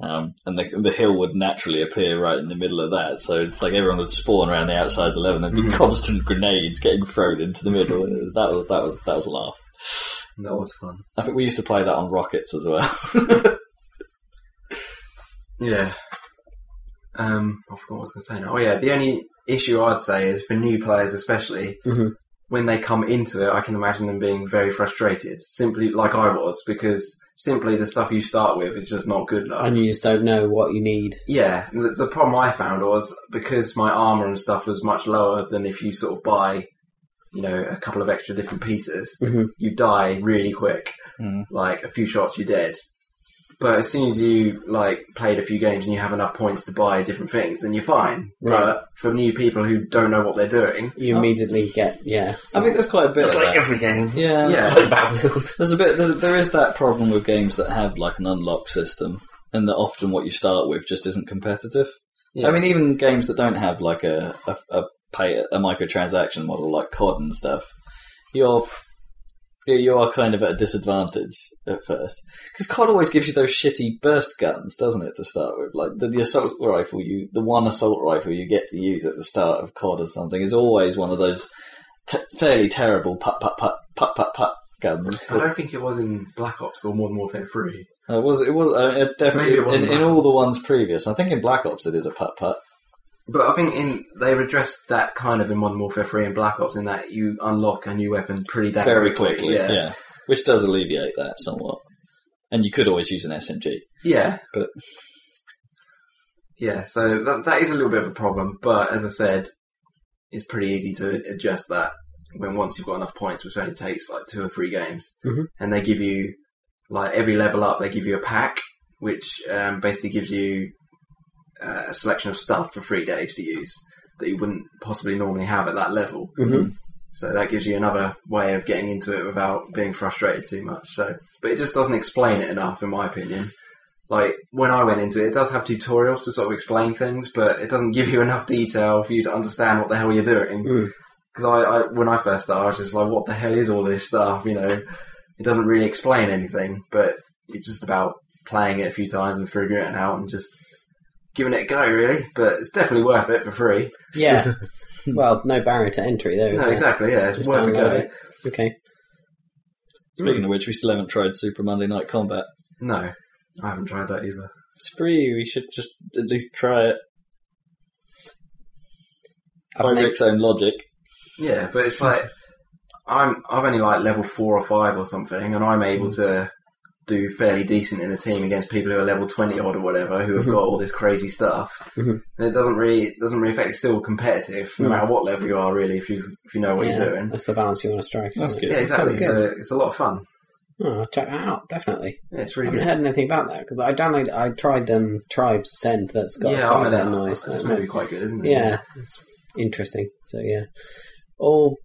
A: Um, and the, the hill would naturally appear right in the middle of that. So it's like everyone would spawn around the outside of the level and there'd be
D: Mhm.
A: constant grenades getting thrown into the middle. It was- that, was, that, was, that was a laugh.
D: And That was fun.
A: I think we used to play that on rockets as well.
D: Yeah. Um, I forgot what I was going to say now. Oh yeah, the only issue I'd say is for new players, especially
B: Mhm.
D: when they come into it, I can imagine them being very frustrated. Simply like I was, because simply the stuff you start with is just not good enough.
B: And you just don't know what you need.
D: Yeah, the, the problem I found was because my armor and stuff was much lower than if you sort of buy, you know, a couple of extra different pieces,
B: Mhm.
D: you die really quick.
A: Mhm.
D: Like a few shots, you're dead. But as soon as you like played a few games and you have enough points to buy different things, then you're fine.
B: Right.
D: But for new people who don't know what they're doing,
B: You
A: Oh.
B: immediately get, yeah.
A: I think there's quite a bit
C: Just
A: of
C: like
A: that.
C: every game.
A: yeah,
D: yeah,
C: Like Battlefield.
A: There's a bit. There's, there is that problem with games that have like an unlock system, and that often what you start with just isn't competitive.
D: Yeah.
A: I mean, even games that don't have like a a, a pay a microtransaction model like COD and stuff, you're yeah, you are kind of at a disadvantage at first because COD always gives you those shitty burst guns, doesn't it? To start with, like the, the assault rifle, you the one assault rifle you get to use at the start of COD or something is always one of those t- fairly terrible put put put put put put guns.
D: I don't think it was in Black Ops or Modern Warfare Three.
A: Uh, It was. It was uh, it definitely
D: Maybe it wasn't
A: in, in
D: Black
A: all the ones previous. I think in Black Ops it is a putt putt.
D: But I think in they addressed that kind of in Modern Warfare Three and Black Ops in that you unlock a new weapon pretty damn
A: very
D: quickly.
A: quickly. Yeah. which does alleviate that somewhat. And you could always use an SMG.
D: Yeah.
A: But-
D: yeah, so that, that is a little bit of a problem, but as I said, it's pretty easy to adjust that when once you've got enough points, which only takes like two or three games,
B: Mhm.
D: and they give you like every level up, they give you a pack, which um, basically gives you uh, a selection of stuff for three days to use that you wouldn't possibly normally have at that level.
B: Mhm.
D: So that gives you another way of getting into it without being frustrated too much. So, but it just doesn't explain it enough, in my opinion. Like when I went into it, it does have tutorials to sort of explain things, but it doesn't give you (laughs) enough detail for you to understand what the hell you're doing.
B: Mm.
D: Because I, I, when I first started, I was just like, "What the hell is all this stuff?" You know, it doesn't really explain anything, but it's just about playing it a few times and figuring it out and just giving it a go, really. But it's definitely worth it for free. (laughs)
B: Yeah. well, no barrier to entry there. Is
D: No,
B: there?
D: exactly. Yeah, it's
B: Just
D: worth a
B: download
D: go.
B: it. Okay.
D: Hmm.
A: Speaking of which, we still haven't tried Super Monday Night Combat.
D: No, I haven't tried that either.
A: It's free. We should just at least try it
B: I've
A: by
B: ne-
A: Rick's own logic.
D: Yeah, but it's like I'm I've only like level four or five or something, and I'm
B: Mm.
D: able to do fairly decent in a team against people who are level twenty odd or whatever who have
B: Mm-hmm.
D: got all this crazy stuff.
B: Mhm.
D: And it doesn't really it doesn't really affect. It's still competitive, no
B: Mm.
D: matter what level you are, really. If you if you know what
B: yeah,
D: you're doing,
B: That's the balance you want to strike. isn't
A: That's
B: it?
A: good.
D: yeah, exactly.
B: Sounds
D: So it's a lot of fun.
B: Oh, I'll check that out definitely.
D: Yeah, it's
B: I
D: really
B: haven't
D: good.
B: heard anything about that because I downloaded. I tried um, Tribes Send. That's got
D: Yeah, I
B: quite
D: know that.
B: a noise.
D: That's
B: that
D: maybe quite good, isn't it?
B: yeah, it's interesting. So yeah, all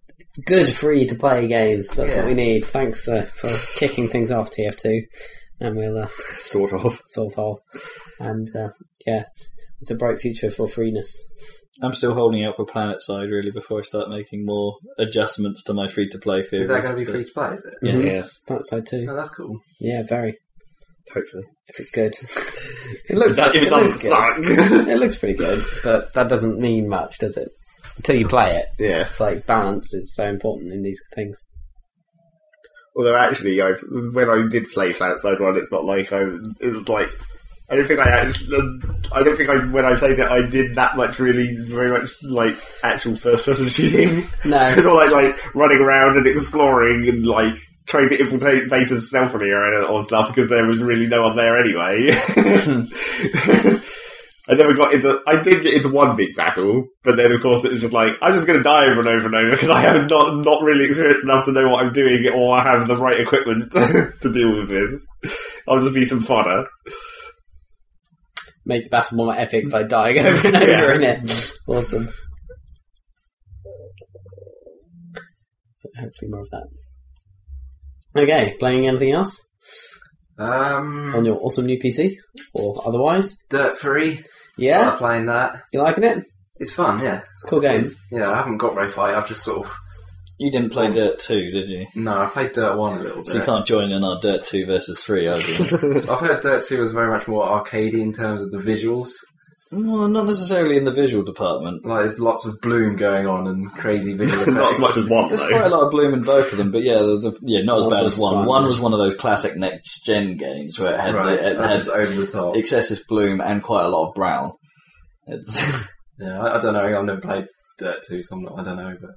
B: good free to play games. That's
D: Yeah.
B: what we need. Thanks uh, for kicking things off, TF2, and we'll uh,
C: sort of.
B: solve all. And uh, yeah, it's a bright future for freeness.
A: I'm still holding out for Planet Side really before I start making more adjustments to my free to play theory.
D: Is that going to be free to play? Is it?
A: Yes.
B: Mhm. Planet Side Two.
D: No, that's cool.
B: Yeah, very.
C: Hopefully,
B: If it's good, (laughs) it looks.
C: that, it
B: it looks
C: does
B: good.
C: suck.
B: It looks pretty good, but that doesn't mean much, does it? Until you play it,
C: (laughs) yeah.
B: it's like balance is so important in these things.
C: Although actually, I when I did play Planet Side One, it's not like I it was like. I don't think I actually. I don't think I when I played it, I did that much really very much like actual first person shooting.
B: No, (laughs)
C: It's all like like running around and exploring and like trying to infiltrate bases stealthily or, uh, or stuff because there was really no one there anyway. (laughs) I never got into. I did get into one big battle, but then of course it was just like I'm just going to die over and over and over because I have not not really experienced enough to know what I'm doing or I have the right equipment (laughs) to deal with this. I'll just be some fodder. (laughs)
B: make the battle more epic by dying (laughs) over and over
C: Yeah.
B: in it. Awesome. So hopefully more of that. Okay, playing anything else on
D: Um,
B: your awesome new PC or otherwise?
D: Dirt Free.
B: Yeah,
D: I'm playing that.
B: you liking it?
D: It's fun. Yeah.
B: It's a cool game.
D: It's- Yeah, I haven't got very far. I've just sort of
A: You didn't
D: Oh.
A: play Dirt 2, did you?
D: No, I played Dirt 1 a little bit.
A: So you can't join in our Dirt 2 versus 3, are
D: (laughs)
A: you?
D: I've heard Dirt 2 was very much more arcadey in terms of the visuals.
A: well, not necessarily in the visual department.
D: Like, there's lots of bloom going on and crazy
C: (laughs)
D: visual effects.
C: not as much as one
A: There's quite a
C: though.
A: lot of bloom in both of them, but yeah, the, the, yeah, not as
B: One's
A: bad
B: was
A: as one.
B: fun,
A: one
B: yeah.
A: was one of those classic next gen games where it had,
D: Right,
A: the, it
D: that's just
A: had
D: over the top.
A: excessive bloom and quite a lot of brown. It's (laughs)
D: Yeah, I, I don't know. I've never played Dirt 2, so I'm not, I don't know, but...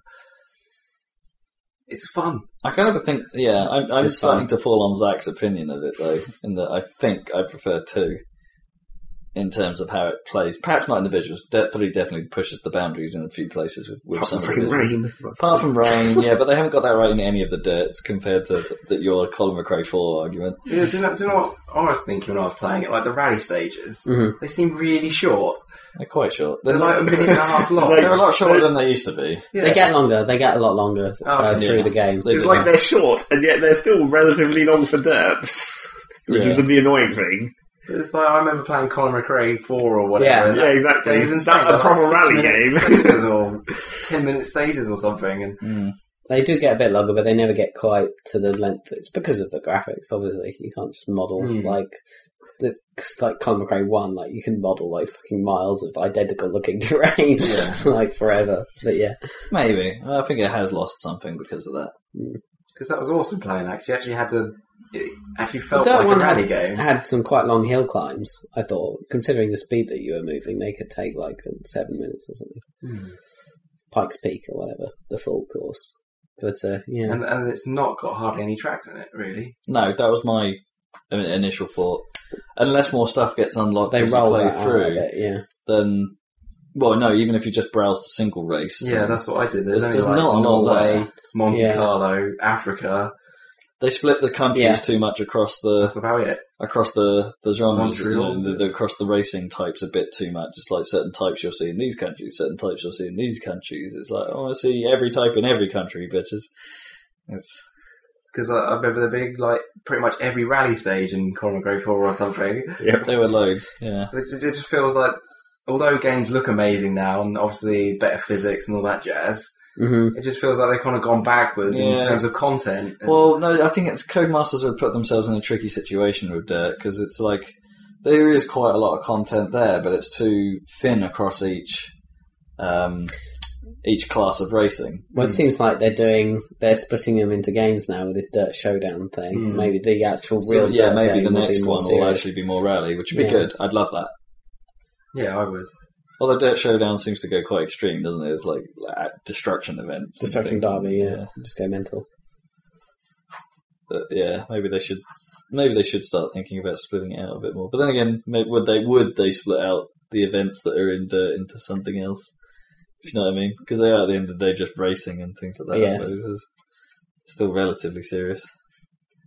D: It's fun.
A: I kind of think, yeah, I'm, I'm
B: It's
A: starting to fall on Zach's opinion of it though, in that I think I prefer two in terms of how it plays. Perhaps not in the visuals. Dirt three definitely pushes the boundaries in a few places with, with some of the
C: Fucking
A: visuals.
C: rain.
A: Apart from rain, yeah, but they haven't got that right in any of the dirts compared to th- that your Colin McRae four argument.
D: Yeah, do you know, do you know what I was thinking when I was playing it? Like, the rally stages,
B: Mhm.
D: they seem really short.
A: They're quite short. They're,
D: They're like a minute and a half long.
A: they're a lot shorter than they used to be.
D: Yeah.
B: They get longer. They get a lot longer uh,
D: okay.
B: through
A: Yeah.
B: the game.
A: They
C: It's
A: do.
C: like they're short, and yet they're still relatively long for dirt, (laughs) which
A: Yeah.
C: is the annoying thing.
D: But It's like, I remember playing Colin McRae 4 or whatever.
B: Yeah.
D: and
C: Yeah, exactly.
D: games and
C: That's a proper rally
D: (laughs)
C: game.
D: or ten minute stages or something. And
A: Mm.
B: They do get a bit longer, but they never get quite to the length. It's because of the graphics, obviously. You can't just model
D: Hmm.
B: like the cause like Colin McRae one. Like you can model like fucking miles of identical looking (laughs) terrain
D: Yeah.
B: like forever. But yeah,
A: Maybe I think it has lost something because of that.
D: because that was awesome playing that. 'cause you actually had to, it actually felt
B: But that
D: like a
B: one
D: rally
B: I
D: game.
B: had some quite long hill climbs. I thought, considering the speed that you were moving, they could take like um, seven minutes or something. Pikes Peak or whatever the full course. But uh, yeah,
D: And, and it's not got hardly any tracks in it, really.
A: No, that was my uh, initial thought. unless more stuff gets unlocked
B: They
A: as you
B: roll
A: play
B: that out a
A: through,
B: bit, yeah.
A: then well, no, even if you just browse the single race,
D: Yeah,
A: then
D: that's what I did. There's,
A: There's-
D: only
A: there's
D: like
A: not a lot
D: Norway, Monte
B: Yeah.
D: Carlo, Africa.
A: they split the countries
B: Yeah.
A: too much across the
D: That's about it.
A: across the the genres, you
D: Montreal,
A: know,
D: is
A: the,
D: it?
A: the, across the racing types a bit too much. It's like certain types you'll see in these countries, certain types you'll see in these countries. It's like oh, I see every type in every country, bitches. It's
D: Because I, I remember the big, like, pretty much every rally stage in Colin Grey 4 or something.
C: Yeah.
A: they were loads, yeah.
D: It, it just feels like, although games look amazing now, and obviously better physics and all that jazz,
B: hmm
D: it just feels like they've kind of gone backwards in
A: Yeah.
D: terms of content. and-
A: Well, no, I think it's Codemasters have put themselves in a tricky situation with Dirt because it's like there is quite a lot of content there, but it's too thin across each um, each class of racing.
B: Well, it seems like they're doing they're splitting them into games now with this Dirt Showdown thing.
D: Mm.
B: Maybe the actual
A: Hmm. So,
B: real
A: yeah,
B: Dirt
A: maybe the
B: game will
A: next
B: be more
A: one will
B: serious.
A: actually be more rally, which would be
B: Yeah.
A: good. I'd love that.
D: yeah, I would.
A: Although Dirt Showdown seems to go quite extreme, doesn't it? It's like, like, destruction events, and
B: Destruction
A: things.
B: Derby, yeah. Just go mental.
A: But yeah, maybe they should maybe they should start thinking about splitting it out a bit more. But then again, may would they would they split out the events that are in dirt into something else? If you know what I mean? Because they are at the end of the day just racing and things like that. I
B: Yes.
A: suppose is still relatively serious.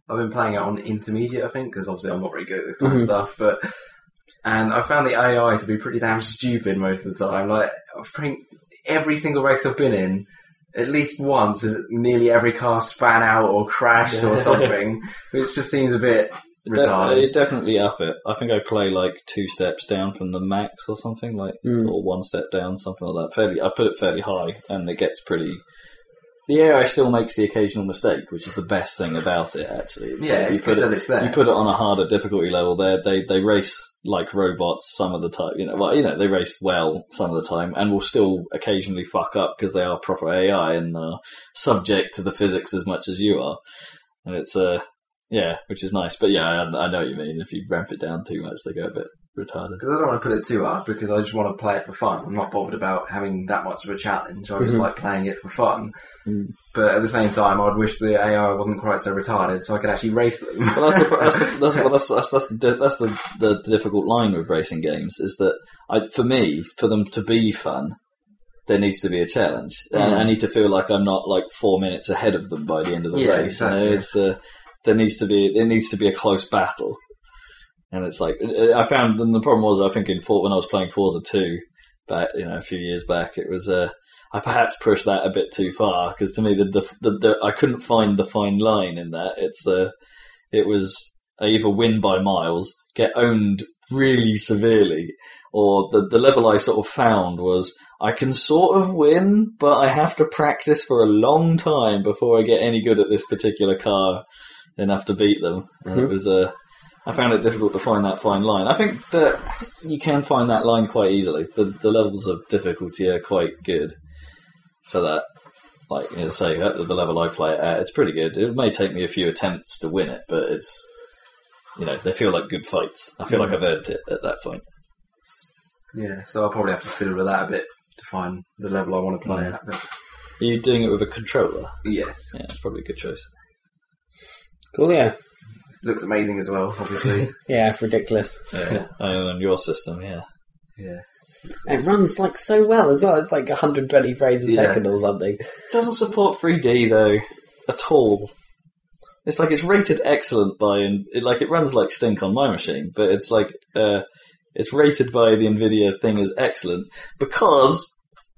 D: I've been playing it on intermediate, I think, because obviously I'm not very good at this kind
A: Mm-hmm.
B: Mhm.
D: of stuff. But and I found the AI to be pretty damn stupid most of the time. Like I think every single race I've been in, at least once, is nearly every car span out or crashed
A: (laughs)
D: or something, which just seems a bit
A: It de-
D: retarded.
A: it definitely up it. I think I play like two steps down from the max or something like,
B: Mm.
A: or one step down, something like that. Fairly, I put it fairly high, and it gets pretty. The AI still makes the occasional mistake, which is the best thing about it. Actually, It's
D: yeah,
A: like
D: it's
A: you put
D: good
A: it,
D: that it's there.
A: you put it on a harder difficulty level. They they they race like robots some of the time. You know, well, you know they race well some of the time, and will still occasionally fuck up because they are proper AI and are subject to the physics as much as you are. And it's uh yeah, which is nice. But yeah, I, I know what you mean. If you ramp it down too much, they go a bit retarded.
D: because I don't want to put it too hard because I just want to play it for fun. I'm not bothered about having that much of a challenge. I just
B: Mhm.
D: like playing it for fun.
A: Mm-hmm. Mm.
D: But at the same time, I'd wish the AI wasn't quite so retarded so I could actually race them.
A: Well, that's the that's the, that's, well, that's, that's, that's the di- that's the, the difficult line with racing games is that I, for me, for them to be fun, there needs to be a challenge. And I need to feel like I'm not like four minutes ahead of them by the end of the
D: Yeah,
A: race. You know,
D: exactly.
A: it's uh, there needs to be there needs to be a close battle. And it's like uh, I found. And the problem was, I think in Fort when I was playing Forza Two, back you know a few years back, it was uh, I perhaps pushed that a bit too far because to me the, the, the, the I couldn't find the fine line in that. It's uh, it was I either win by miles, get owned really severely, or the the level I sort of found was I can sort of win, but I have to practice for a long time before I get any good at this particular car enough to beat them. And it
B: Mhm.
A: was uh, I found it difficult to find that fine line. I think that you can find that line quite easily. The the levels of difficulty are quite good for that. Like you know, say that the level I play it at, it's pretty good. It may take me a few attempts to win it, but it's you know they feel like good fights. I feel like I've earned it at that point.
D: Yeah, so I'll probably have to fiddle with that a bit to find the level I want to play at. But
A: Are you doing it with a controller?
D: yes,
A: Yeah, it's probably a good choice.
B: Cool, yeah.
D: looks amazing as well.
B: (laughs)
D: Obviously,
B: Yeah, ridiculous.
A: Yeah, on your system, yeah.
D: yeah. (laughs)
B: It runs like so well as well. It's like 120 frames a
D: Yeah.
B: second or something.
A: Doesn't support 3D though at all. It's like it's rated excellent by and it, like it runs like stink on my machine, but it's like uh, it's rated by the Nvidia thing as excellent because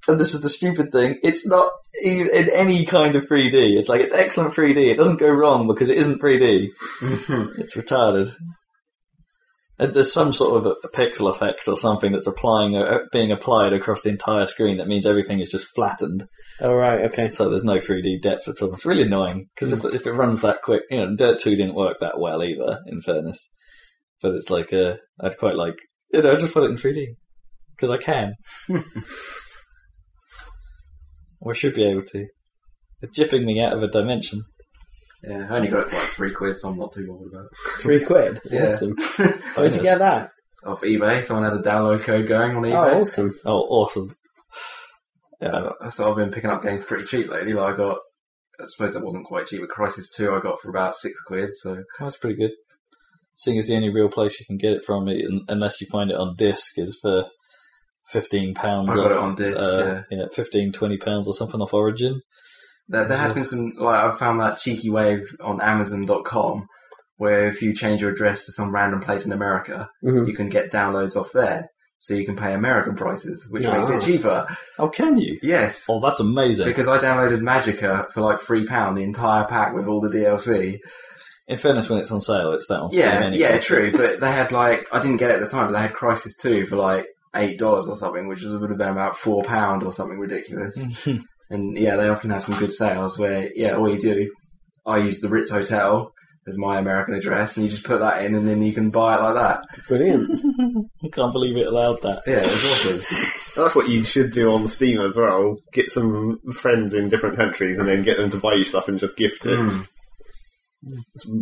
A: and this is the stupid thing, it's not even in any kind of 3D. It's like it's excellent 3D. It doesn't go wrong because it isn't 3D. It's retarded. And there's some sort of a, a pixel effect or something that's applying uh, being applied across the entire screen that means everything is just flattened.
B: Oh, right,
A: (laughs)
B: okay.
A: So there's no 3D depth at all. It's really annoying because if, if it runs that quick, you know, Dirt 2 didn't work that well either, in fairness. But it's like, uh, I'd quite like, you know, just put it in 3D because I can. or I should be able to. They're jipping me out of a dimension.
D: yeah, I only got it for like three quid, so I'm not too bothered about
B: Three quid.
D: Yeah.
B: Awesome.
D: it.
B: Where'd you get that?
D: Off eBay, someone had a download code going on
B: Oh,
D: eBay.
B: awesome.
A: Oh, awesome. Yeah,
D: Uh, so I've been picking up games pretty cheap lately. Like I got, I suppose that wasn't quite cheap, but Crisis Two I got for about six quid. So
A: that's pretty good. seeing as the only real place you can get it from, it, un- unless you find it on disc, is for fifteen pounds.
D: I got it on disc. yeah.
A: Uh, yeah, 15, 20 pounds or something off Origin.
D: There, there has been some, like, I found that cheeky wave on Amazon.com where if you change your address to some random place in America,
B: Mhm.
D: you can get downloads off there. So you can pay American prices, which
B: Ah.
D: makes it cheaper.
A: Oh, can you?
D: Yes.
A: Oh, that's amazing.
D: Because I downloaded Magica for like £3, the entire pack with all the DLC.
A: In fairness, when it's on sale, it's that on Steam
D: Yeah,
A: anyway.
D: yeah, true. But they had like, I didn't get it at the time, but they had Crisis 2 for like $8 or something, which was- would have been about £4 or
A: (laughs)
D: something ridiculous. And yeah, they often have some good sales where, yeah, all you do, I use the Ritz Hotel as my American address, and you just put that in, and then you can buy it like that.
B: Brilliant.
A: (laughs) I can't believe it allowed that.
D: Yeah, it's
A: (laughs)
D: awesome.
C: That's what you should do on Steam as well. Get some friends in different countries and then get them to buy you stuff and just gift it.
D: Mm.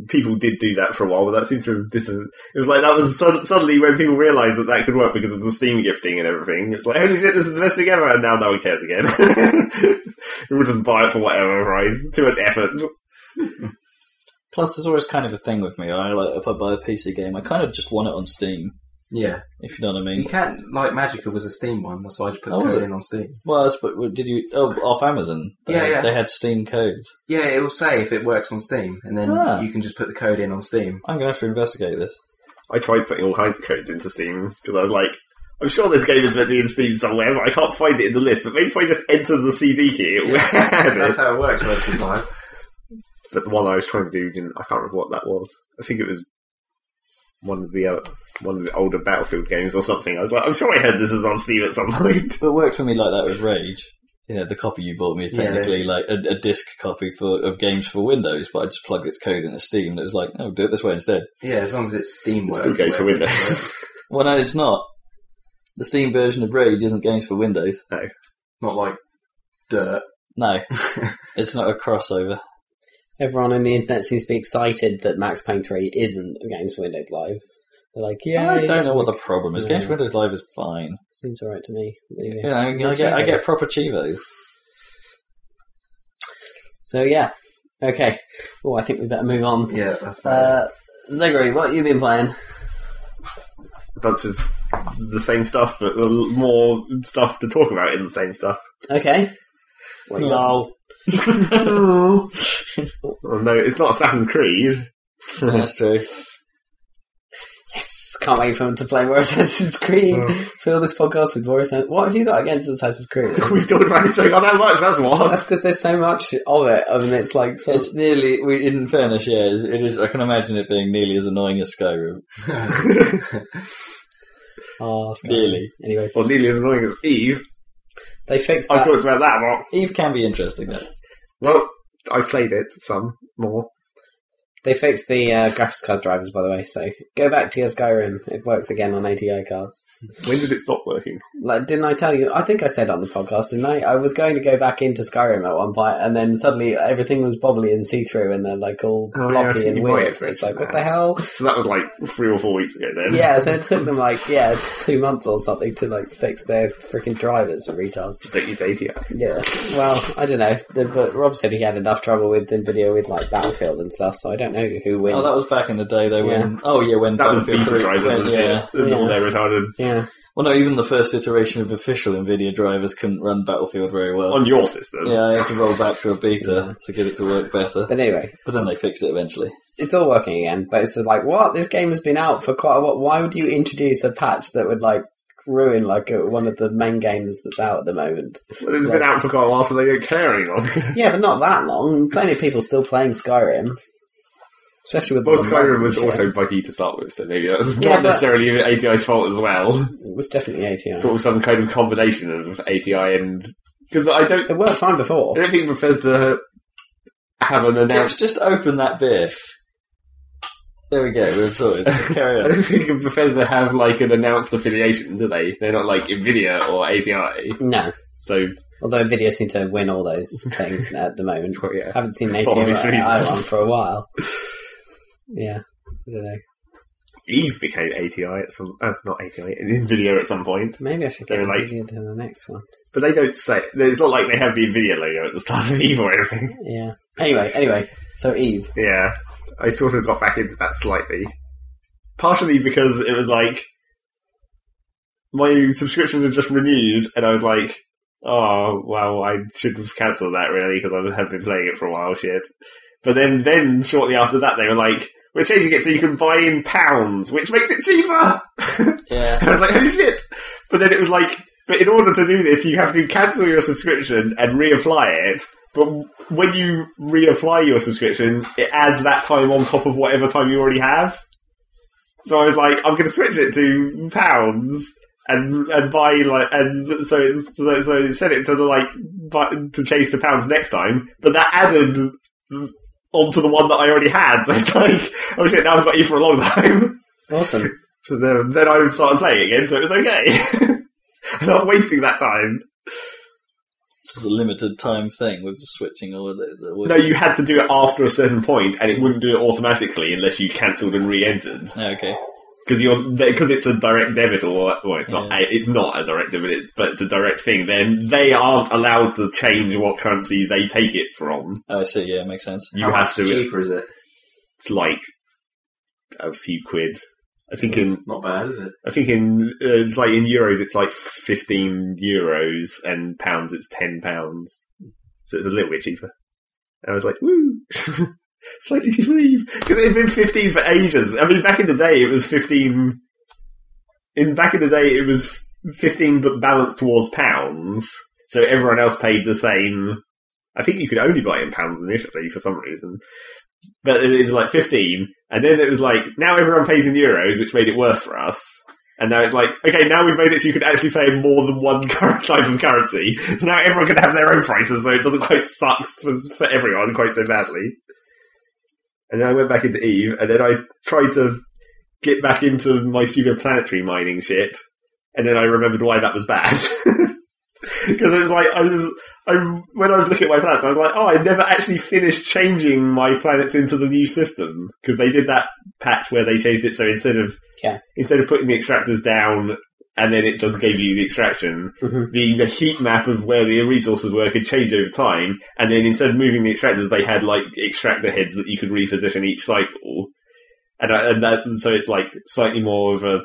C: People did do that for a while, but that seems to have dis- It was like that was sud- suddenly when people realised that that could work because of the Steam gifting and everything. It's like, holy shit, this is the best thing ever, and now no one cares again. (laughs) we'll just buy it for whatever price. Too much effort.
A: Plus, there's always kind of a thing with me. I like if I buy a PC game, I kind of just want it on Steam.
D: Yeah,
A: If you know what I
D: you
A: mean.
D: can't like Magica was a Steam one, so I just put the
A: Oh, was
D: code
A: it?
D: in on Steam.
A: Well, that's, but did you? Oh, off Amazon. They,
D: Yeah, yeah.
A: They had Steam codes.
D: Yeah, it will say if it works on Steam, and then
A: Ah.
D: you can just put the code in on Steam.
A: I'm gonna have to investigate this.
C: I tried putting all kinds of codes into Steam because I was like, I'm sure this game is meant to be in Steam somewhere, but I can't find it in the list. But maybe if I just enter the CD key, it will (laughs) have
D: That's
C: it.
D: how it works most of the time.
C: But the one I was trying to do, didn't, I can't remember what that was. I think it was one of the other, one of the older Battlefield games or something. I was like, I'm sure I heard this was on Steam at some (laughs) point.
A: It worked for me like that with Rage. You know, the copy you bought me is
D: Yeah, they-
A: technically like a, a disc copy for of games for Windows, but I just plugged its code into Steam, and it was like, oh, do it this way instead.
D: Yeah, as long as it's Steam
C: It
D: works.
C: still goes for
D: whatever.
C: Windows.
A: Well, no, it's not. The Steam version of Rage isn't games for Windows.
D: (laughs) Not like dirt.
A: No, it's not a crossover.
B: Everyone on the internet seems to be excited that Max Payne 3 isn't Games for Windows Live. They're like, yeah,
A: I don't know what the problem is. Games for
B: Yeah.
A: Windows Live is fine.
B: Seems alright to me. Maybe.
A: You know, I get, I get proper Chivos.
B: So, yeah. Okay. Well, I think we better move on.
D: Yeah, that's bad.
B: Uh, Gregory, what have you been playing?
C: (laughs) A bunch of the same stuff, but a l- more stuff to talk about in the same stuff.
B: Okay. What you got
A: No,
C: oh no, it's not Assassin's Creed.
A: (laughs)
C: (laughs)
A: that's true.
B: to- Yes, can't wait for him to play more Assassin's Creed. Fill this podcast with more Assassin's What have you got against Assassin's (laughs) Creed?
C: We've talked about this so goddamn much. That's what.
B: That's because there's so much of it, I mean, it's like so.
A: It's nearly, we, in fairness, yeah, it is, it is. I can imagine it being nearly as annoying as Skyrim.
C: (laughs)
B: Oh, Skyrim.
A: Nearly.
B: Anyway,
C: Or nearly as annoying as Eve.
B: they fixed
C: I've
B: that.
C: talked about that a lot.
A: Eve can be interesting, though.
C: Well, I've played it some more.
B: They fixed the uh, graphics card drivers, by the way. So go back to your Skyrim; it works again on ATI cards.
C: When did it stop working?
B: Like, didn't I tell you? I think I said on the podcast, didn't I? I was going to go back into Skyrim at one point, and then suddenly everything was bobbly and see through, and they're like all
C: Oh, yeah, I
B: blocky
C: think
B: and
C: you might
B: weird.
C: have
B: It's like, what
C: mentioned
B: the
C: that. (laughs)
B: hell?
C: So that was like three or four weeks ago then.
B: Yeah, so it took them like yeah two months or something to like fix their freaking drivers and retards.
C: Just don't use ATI.
B: Yeah, well, I don't know, The- but Rob said he had enough trouble with NVIDIA with like Battlefield and stuff, so I don't know who wins.
A: Oh, that was back in the day, though. When oh yeah, when
C: That was
A: Battlefield
C: beta
A: three-
C: drivers
A: when-
C: and
A: yeah.
C: shit. And all
B: Yeah.
C: their retarded.
B: yeah,
A: Well, no, even the first iteration of official Nvidia drivers couldn't run Battlefield very well.
C: On your system.
A: yeah, I had to roll back to a beta to get it to work better.
B: but anyway,
A: But then they fixed it eventually.
B: it's all working again. But it's just like, what? This game has been out for quite a while. Why would you introduce a patch that would like ruin like a, one of the main games that's out at the moment?
C: Well, it's been out for quite a while, so they don't care (laughs) any longer.
B: Yeah, but not that long. Plenty of people still playing Skyrim, especially with
C: Well,
B: the mods
C: Skyrim
B: and
C: was
B: shit.
C: also buggy to start with, so maybe that's
B: Yeah,
C: not
B: but-
C: necessarily ATI's fault as well.
B: it was definitely ATI.
C: Sort of some kind of combination of ATI and. Because I don't.
B: it worked fine
C: I
B: before.
C: don't think Bethesda have an announced.
A: Let's just open that beer. There we go. We're
C: (laughs)
A: sorted. Carry
C: I
A: on.
C: don't think Bethesda have like an announced affiliation, do they? They're not like Nvidia or API.
B: No,
C: So
B: although Nvidia seem to win all those things (laughs) at the moment.
C: well, yeah,
B: haven't seen an
C: For obvious
B: ATI one
C: reasons.
B: for a while. Yeah, I don't know.
C: Eve became ATI at some, uh, not ATI, Nvidia at some point.
B: Maybe I should
C: They
B: get
C: were like-
B: Nvidia to the next one.
C: But they don't say. It's not like they have the Nvidia logo at the start of Eve or anything.
B: Yeah. Anyway, anyway, so Eve.
C: Yeah, I sort of got back into that slightly. partially because it was like my subscription had just renewed, and I was like, "Oh, well, I should have cancelled that really because I have been playing it for a while." Shit. But then, then shortly after that, they were like, "We're changing it so you can buy in pounds, which makes it cheaper."
A: Yeah.
C: And I was like, "Holy shit!" But then it was like, "But in order to do this, you have to cancel your subscription and reapply it." But when you reapply your subscription, it adds that time on top of whatever time you already have. So I was like, I'm going to switch it to pounds and and buy like and so it's so, so it set it to the like bu- to change to pounds next time. But that added onto the one that I already had. So it's like, oh shit, now I've got you for a long time.
B: Awesome.
C: So then, then I started playing again, so it was okay. (laughs) I'm not wasting that time.
A: It's a limited time thing with switching or the, the
C: No, you had to do it after a certain point, and it wouldn't do it automatically unless you cancelled and re-entered.
A: Oh, okay.
C: because you're because it's a direct debit or well, it's not
A: Yeah.
C: a, it's not a direct debit, it's, but it's a direct thing. Then they aren't allowed to change what currency they take it from.
A: Oh, I see. Yeah, makes sense.
C: You
D: How
C: have
D: much
C: to.
D: cheaper is it?
C: It's like a few quid. I think in
D: It's not bad, is it?
C: I think in uh, it's like in euros, it's like fifteen euros, and pounds, it's ten pounds. So it's a little bit cheaper. And I was like, woo. (laughs) Slightly cheaper because it had been fifteen for ages. I mean, back in the day, it was fifteen. In back in the day, it was fifteen, but balanced towards pounds. So everyone else paid the same. I think you could only buy it in pounds initially for some reason, but it it was like fifteen, and then it was like now everyone pays in euros, which made it worse for us. And now it's like, okay, now we've made it so you can actually pay in more than one (laughs) cur- type of currency. So now everyone can have their own prices, so it doesn't quite suck for, for everyone quite so badly. And then I went back into Eve, and then I tried to get back into my stupid planetary mining shit, and then I remembered why that was bad. (laughs) Because it was like, I was, I, when I was looking at my planets, I was like, oh, I never actually finished changing my planets into the new system. Because they did that patch where they changed it so instead of instead of putting the extractors down and then it just gave you the extraction,
B: Mhm.
C: the, the heat map of where the resources were could change over time. And then instead of moving the extractors, they had like extractor heads that you could reposition each cycle. And, I, and that, and so it's like slightly more of a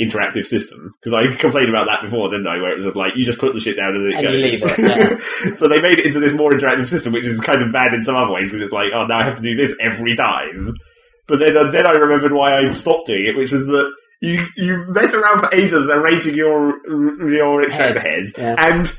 C: interactive system because I complained about that before, didn't I? Where it was just like you just put the shit down and then it
B: And you
C: goes. (laughs)
B: leave it,
C: so they made it into this more interactive system, which is kind of bad in some other ways because it's like oh now I have to do this every time. But then uh, then I remembered why I stopped doing it, which is that you you mess around for ages arranging your your extractor heads,
B: Heads, yeah.
C: and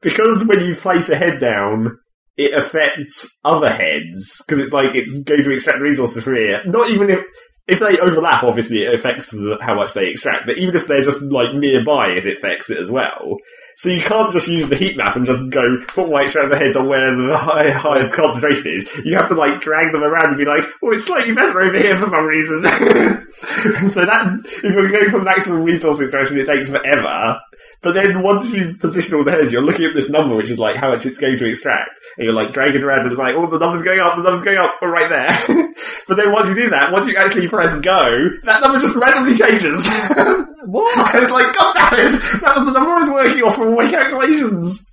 C: because when you place a head down. It affects other heads because it's like it's going to extract resources from here. Not even if if they overlap, obviously it affects the, how much they extract. But even if they're just like nearby, it affects it as well. So you can't just use the heat map and just go put my extractor heads on where the high, highest concentration is. You have to like drag them around and be like, oh, it's slightly better over here for some reason. (laughs) and so that if you're going for maximum resource extraction, it takes forever. But then once you position all the heads, you're looking at this number, which is like how much it's going to extract, and you're like dragging around and it's like, oh, the number's going up, the number's going up, we're right there. (laughs) but then once you do that, once you actually press go, that number just randomly changes. (laughs)
B: What?
C: it's like, god damn it, that was the number I was working off from my calculations.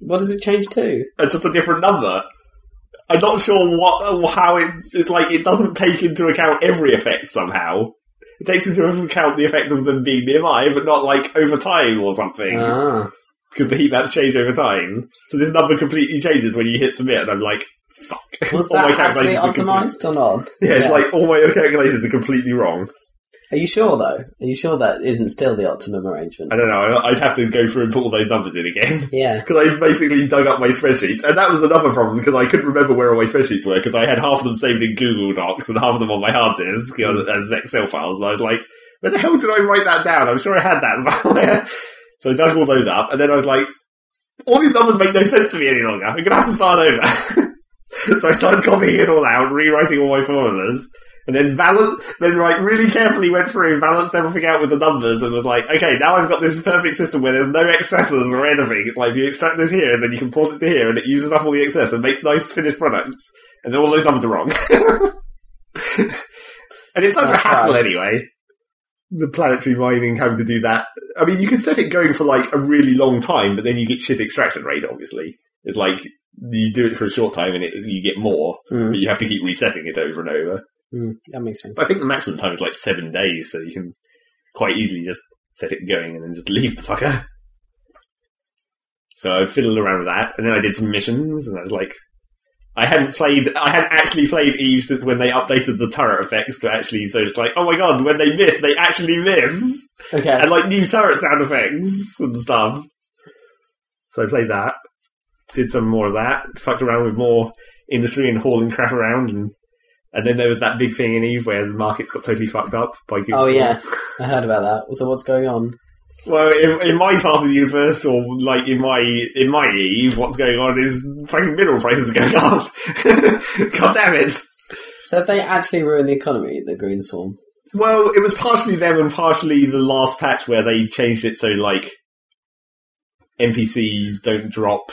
B: What does it change to?
C: It's just a different number. I'm not sure what how it, it's like. It doesn't take into account every effect somehow. It takes into account the effect of them being nearby, but not like over time or something
B: Ah.
C: because the heat maps change over time. So this number completely changes when you hit submit, and I'm like, fuck. (laughs)
B: Was
C: All my
B: that actually
C: calculations are complete-
B: optimised or not?
C: Yeah, it's like all my calculations are completely wrong.
B: Are you sure, though? Are you sure that isn't still the optimum arrangement?
C: I don't know. I'd have to go through and put all those numbers in again. (laughs)
B: Yeah.
C: Because I basically dug up my spreadsheets, and that was another problem because I couldn't remember where all my spreadsheets were because I had half of them saved in Google Docs and half of them on my hard disk you know, as Excel files, and I was like, "Where the hell did I write that down? I'm sure I had that (laughs) somewhere." so I dug all those up, and then I was like, "All these numbers make no sense to me any longer. I'm gonna have to start over." (laughs) so I started copying it all out, rewriting all my formulas. And then balance, then like really carefully went through, balanced everything out with the numbers, and was like, okay, now I've got this perfect system where there's no excesses or anything. It's like you extract this here, and then you can port it to here, and it uses up all the excess and makes nice finished products. And then all those numbers are wrong. (laughs) and it's such
B: That's
C: a hassle
B: bad.
C: anyway. The planetary mining having to do that. I mean, you can set it going for like a really long time, but then you get shit extraction rate. Obviously, it's like you do it for a short time and it, you get more,
B: Mm.
C: but you have to keep resetting it over and over.
B: Mm, that makes sense.
C: But I think the maximum time is like seven days, so you can quite easily just set it going and then just leave the fucker. So I fiddled around with that, and then I did some missions, and I was like, I hadn't played, I hadn't actually played Eve since when they updated the turret effects to actually, so it's like, oh my god, when they miss, they actually miss!
B: Okay.
C: And like new turret sound effects and stuff. So I played that, did some more of that, fucked around with more industry and hauling crap around, and and then there was that big thing in Eve where the markets got totally fucked up by Google.
B: Oh yeah, I heard about that. So what's going on?
C: Well, in, in my part of the universe, or like in my in my Eve, what's going on is fucking mineral prices are going up. (laughs) God damn it!
B: So have they actually ruined the economy, the Green Swarm?
C: Well, it was partially them and partially the last patch where they changed it so like NPCs don't drop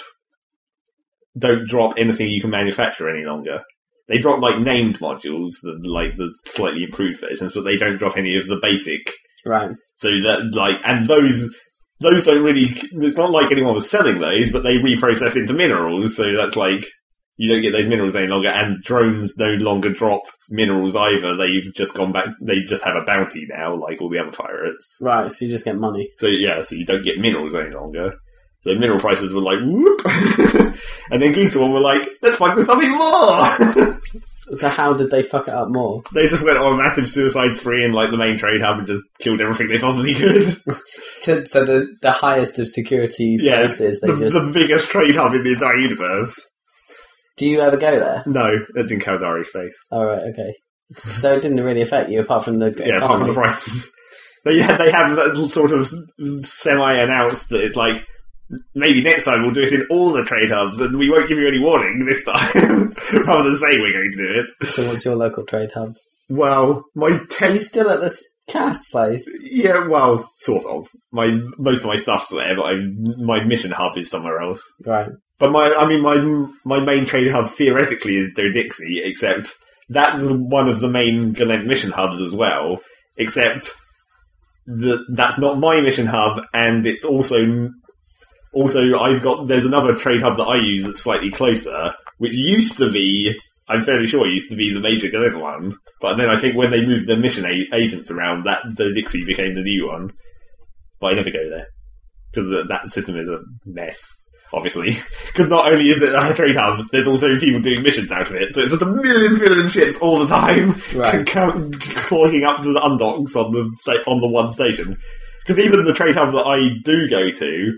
C: don't drop anything you can manufacture any longer. They drop like named modules, the like the slightly improved versions, but they don't drop any of the basic
B: Right.
C: so that like, and those those don't really. It's not like anyone was selling those, but they reprocess into minerals. So that's like you don't get those minerals any longer. And drones no longer drop minerals either. They've just gone back. They just have a bounty now, like all the other pirates.
B: Right. So you just get money.
C: So yeah, so you don't get minerals any longer. So mineral prices were like whoop, (laughs) and then Geesawan were like, let's fuck this up even more. (laughs)
B: So how did they fuck it up more?
C: they just went on a massive suicide spree in like the main trade hub and just killed everything they possibly could.
B: To, so the the highest of security
C: Yeah,
B: places, they
C: the, (laughs)
B: just.
C: the biggest trade hub in the entire universe.
B: Do you ever go there?
C: No, that's in Kaldari space.
B: All right. Okay. So it didn't really affect you apart from the
C: Yeah, apart from
B: economy.
C: the prices. They have, they have that little sort of semi announced that it's like, maybe next time we'll do it in all the trade hubs and we won't give you any warning this time, (laughs) rather than say we're going to do it.
B: So what's your local trade hub?
C: Well, my
B: Are you
C: tent.
B: still at this cast place?
C: Yeah, well, sort of. My most of my stuff's there, but I, my mission hub is somewhere else.
B: Right.
C: But my, I mean, my my main trade hub theoretically is Dodixie, except that's one of the main Galent mission hubs as well. Except that that's not my mission hub, and it's also also I've got there's another trade hub that I use that's slightly closer, which used to be I'm fairly sure used to be the major Galent one, but then I think when they moved their mission a- agents around, that Dodixie became the new one. But I never go there because that system is a mess obviously. (laughs) Because not only is it a trade hub, there's also people doing missions out of it. So it's just a million villain ships all the time, (laughs)
B: Right.
C: ca- clogging up the undocks on the sta- on the one station. Because even the trade hub that I do go to,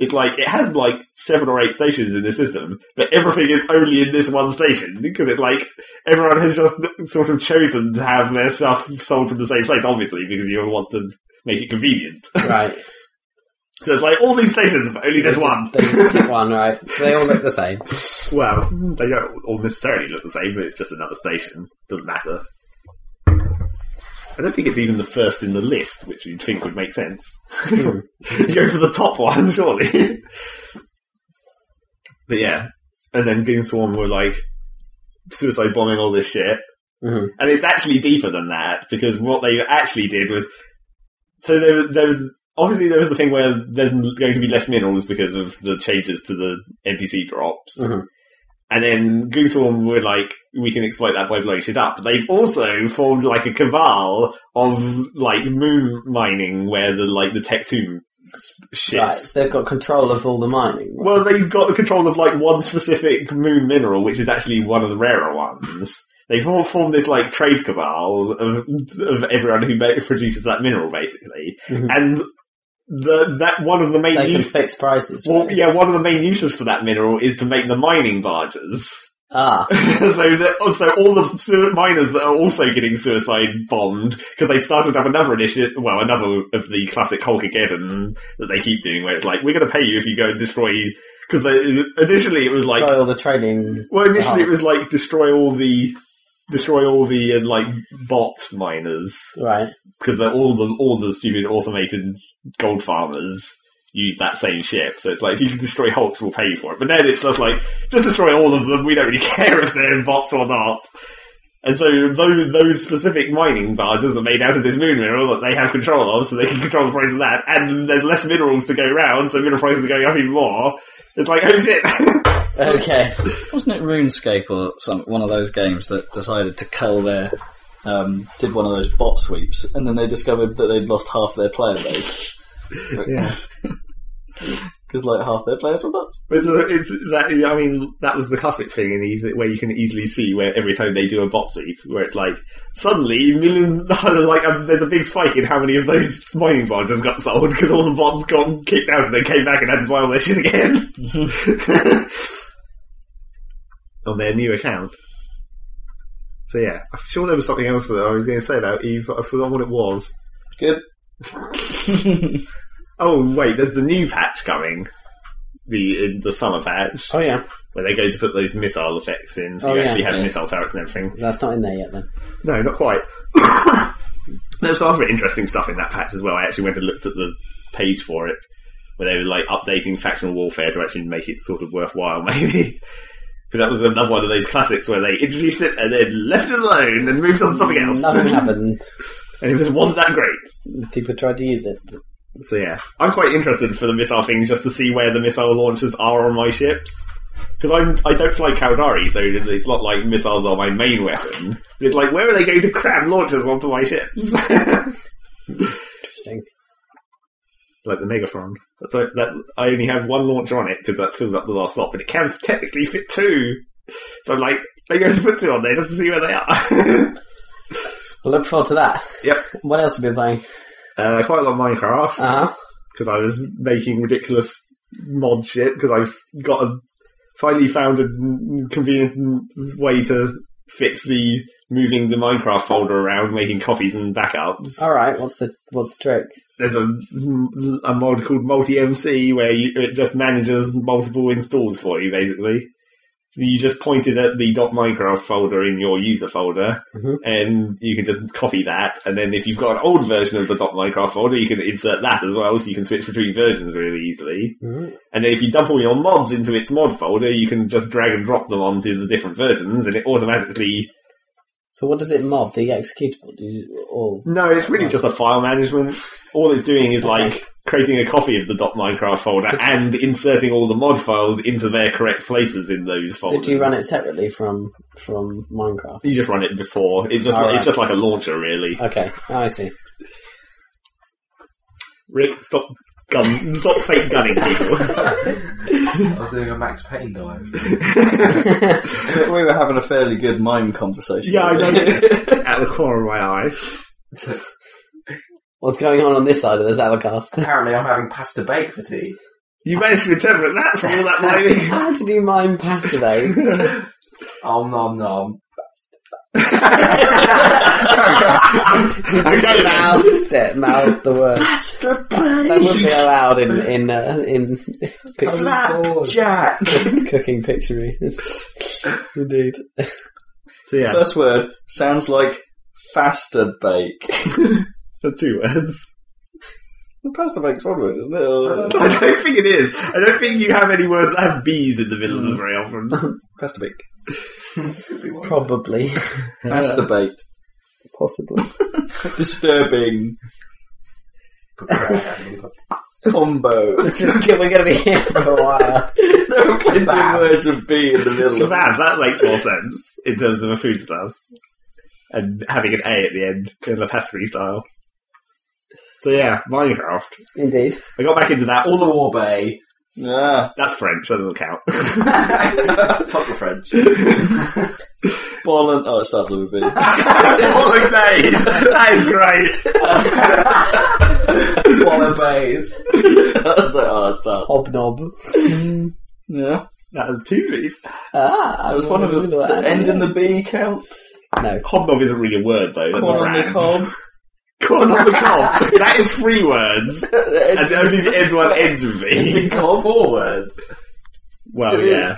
C: it's like it has like seven or eight stations in the system, but everything is only in this one station because it like everyone has just sort of chosen to have their stuff sold from the same place, obviously, because you want to make it convenient. (laughs)
B: Right.
C: So it's like all these stations, but only this
B: They just-
C: one.
B: They pick one. Right. So they all look the same.
C: Well, they don't all necessarily look the same, but it's just another station. Doesn't matter. I don't think it's even the first in the list, which you'd think would make sense. (laughs)
B: Hmm.
C: you go for the top one, surely. but yeah, and then Goon Swarm were like suicide bombing all this shit,
B: Mhm.
C: and it's actually deeper than that because what they actually did was so there, was- there was obviously there was the thing where there's going to be less minerals because of the changes to the NPC drops.
B: Mhm.
C: And then Goosehorn were like, we can exploit that by blowing shit up. They've also formed like a cabal of like moon mining where the like the tech tomb s-
B: Right,
C: ships.
B: so they've got control of all the mining. right?
C: Well, they've got the control of like one specific moon mineral, which is actually one of the rarer ones. They've all formed this like trade cabal of, of everyone who ma- produces that mineral, basically.
B: Mhm.
C: And the that one of the main
B: they can
C: uses,
B: fix prices.
C: well,
B: right?
C: yeah, one of the main uses for that mineral is to make the mining barges.
B: Ah,
C: (laughs) so that, so all the su- miners that are also getting suicide bombed because they've started up another initiative. Well, another of the classic Hulkageddon that they keep doing, where it's like we're going to pay you if you go and destroy. Because initially it was like,
B: got all the trading.
C: well, initially
B: the
C: it was like destroy all the destroy all the uh, like bot miners
B: Right,
C: because all the all the stupid automated gold farmers use that same ship. So it's like if you can destroy Hulks, we'll pay you for it. But then it's just like just destroy all of them. We don't really (laughs) care if they're bots or not. And so those those specific mining barges are made out of this moon mineral that they have control of, so they can control the price of that. And there's less minerals to go around, so mineral prices are going up even more. It's like oh shit. (laughs)
B: okay.
A: Wasn't it RuneScape or some one of those games that decided to cull their um, did one of those bot sweeps, and then they discovered that they'd lost half their player base.
C: Yeah.
A: Because like half their players were bots.
C: It's, a, uh, it's that. I mean, that was the classic thing in the, where you can easily see where every time they do a bot sweep, where it's like suddenly millions, (laughs) like um, there's a big spike in how many of those mining barges got sold because all the bots got kicked out and they came back and had to buy all their shit again (laughs) on their new account. So yeah, I'm sure there was something else that I was going to say about Eve, but I forgot what it was.
A: Good.
C: (laughs) Oh wait, there's the new patch coming, the in the summer patch.
B: Oh yeah,
C: where they go to put those missile effects in, so
B: Oh,
C: you
B: yeah.
C: actually have
A: Yeah.
C: missile turrets and everything.
B: that's not in there yet then.
C: No, not quite. (coughs) There's some other interesting stuff in that patch as well. I actually went and looked at the page for it, where they were like updating factional warfare to actually make it sort of worthwhile, (laughs) maybe. Because that was another one of those classics where they introduced it and then left it alone and moved on to something else.
B: Nothing happened.
C: (laughs) and it was, wasn't that great.
B: People tried to use it. but-
C: So yeah, I'm quite interested for the missile thing just to see where the missile launchers are on my ships. Because I'm I don't fly Kaldari, so it's it's not like missiles are my main weapon. It's like where are they going to cram launchers onto my ships? (laughs) like
B: Interesting.
C: the Megatron. So that's I only have one launcher on it because that fills up the last slot, but it can technically fit two. So I'm like they're going to put two on there just to see where they are. (laughs)
B: I look forward to that.
C: yep.
B: (laughs) What else have you been playing?
C: Uh, quite a lot of Minecraft.
B: Uh huh.
C: because I was making ridiculous mod shit because I've got a finally found a convenient way to fix the moving the Minecraft folder around, making copies and backups.
B: All right. What's the what's the trick?
C: There's a, a mod called Multi MC where you, it just manages multiple installs for you, basically. So you just pointed at the .minecraft folder in your user folder,
B: Mhm.
C: and you can just copy that. And then if you've got an old version of the .minecraft folder, you can insert that as well, so you can switch between versions really easily.
B: Mhm.
C: And then if you dump all your mods into its mod folder, you can just drag and drop them onto the different versions, and it automatically.
B: So what does it mod? The executable? Do you, or
C: No, it's really just a file management. All it's doing is like creating a copy of the .minecraft folder and inserting all the mod files into their correct places in those
B: so
C: folders.
B: do you run it separately from from Minecraft?
C: You just run it before. It's just
B: All
C: it's
B: right.
C: just like a launcher, really.
B: Okay, I see.
C: Rick, stop gun, stop fake gunning (laughs) people.
D: I was doing a Max Payne dive.
A: We we were having a fairly good mime conversation.
C: yeah, I noticed (laughs) at the corner of my eye.
B: What's going on on this side of this Alagast?
D: Apparently, I'm having pasta bake for tea.
C: You managed to interpret that from all that
B: (laughs)
C: mining.
B: How did you mime past today? (laughs)
D: Om
C: (laughs)
D: nom nom.
C: (laughs) I got it now.
B: mouthed it, mouthed the word. That would be allowed in in uh, in (laughs) picture,
A: Jack.
B: (laughs) cooking pictionary. Indeed.
C: So yeah,
A: (laughs) First word sounds like faster bake. (laughs)
C: the two words.
A: Pasta bake's one word, isn't it? Or-
C: (laughs) I don't think it is. I don't think you have any words that have B's in the middle of them very often.
A: Pasta bake.
D: Could be one.
B: Probably,
A: Masturbate.
B: possibly. (laughs)
A: Disturbing. Combo. (laughs)
B: This is good. We're going to be here for a while.
A: there are plenty of
B: Kebab.
A: words with B in the middle
C: (laughs)
A: of
C: Kebab, (laughs) that makes more sense in terms of a food style. And having an A at the end in the pastry style. So yeah, Minecraft.
B: Indeed.
C: I got back into that. All the,
D: Sorbet.
A: Yeah.
C: that's French, that doesn't count. (laughs)
D: Fuck the French.
A: Ball and oh, it starts with a B. (laughs)
C: Bolognese! That is great!
D: Wallabays.
A: I was like, oh, it starts.
B: Hobnob.
A: Yeah,
C: That is two B's.
B: Ah,
A: that was one of the, the end in the B count.
B: No.
C: Hobnob isn't really a word though, that's
A: Corn
C: a
A: on the
C: brand.
A: cob.
C: Corn on the cob. that is three words. (laughs)
A: End
C: And only the end one ends with V.
D: All four words.
C: Well,
A: It
C: yeah.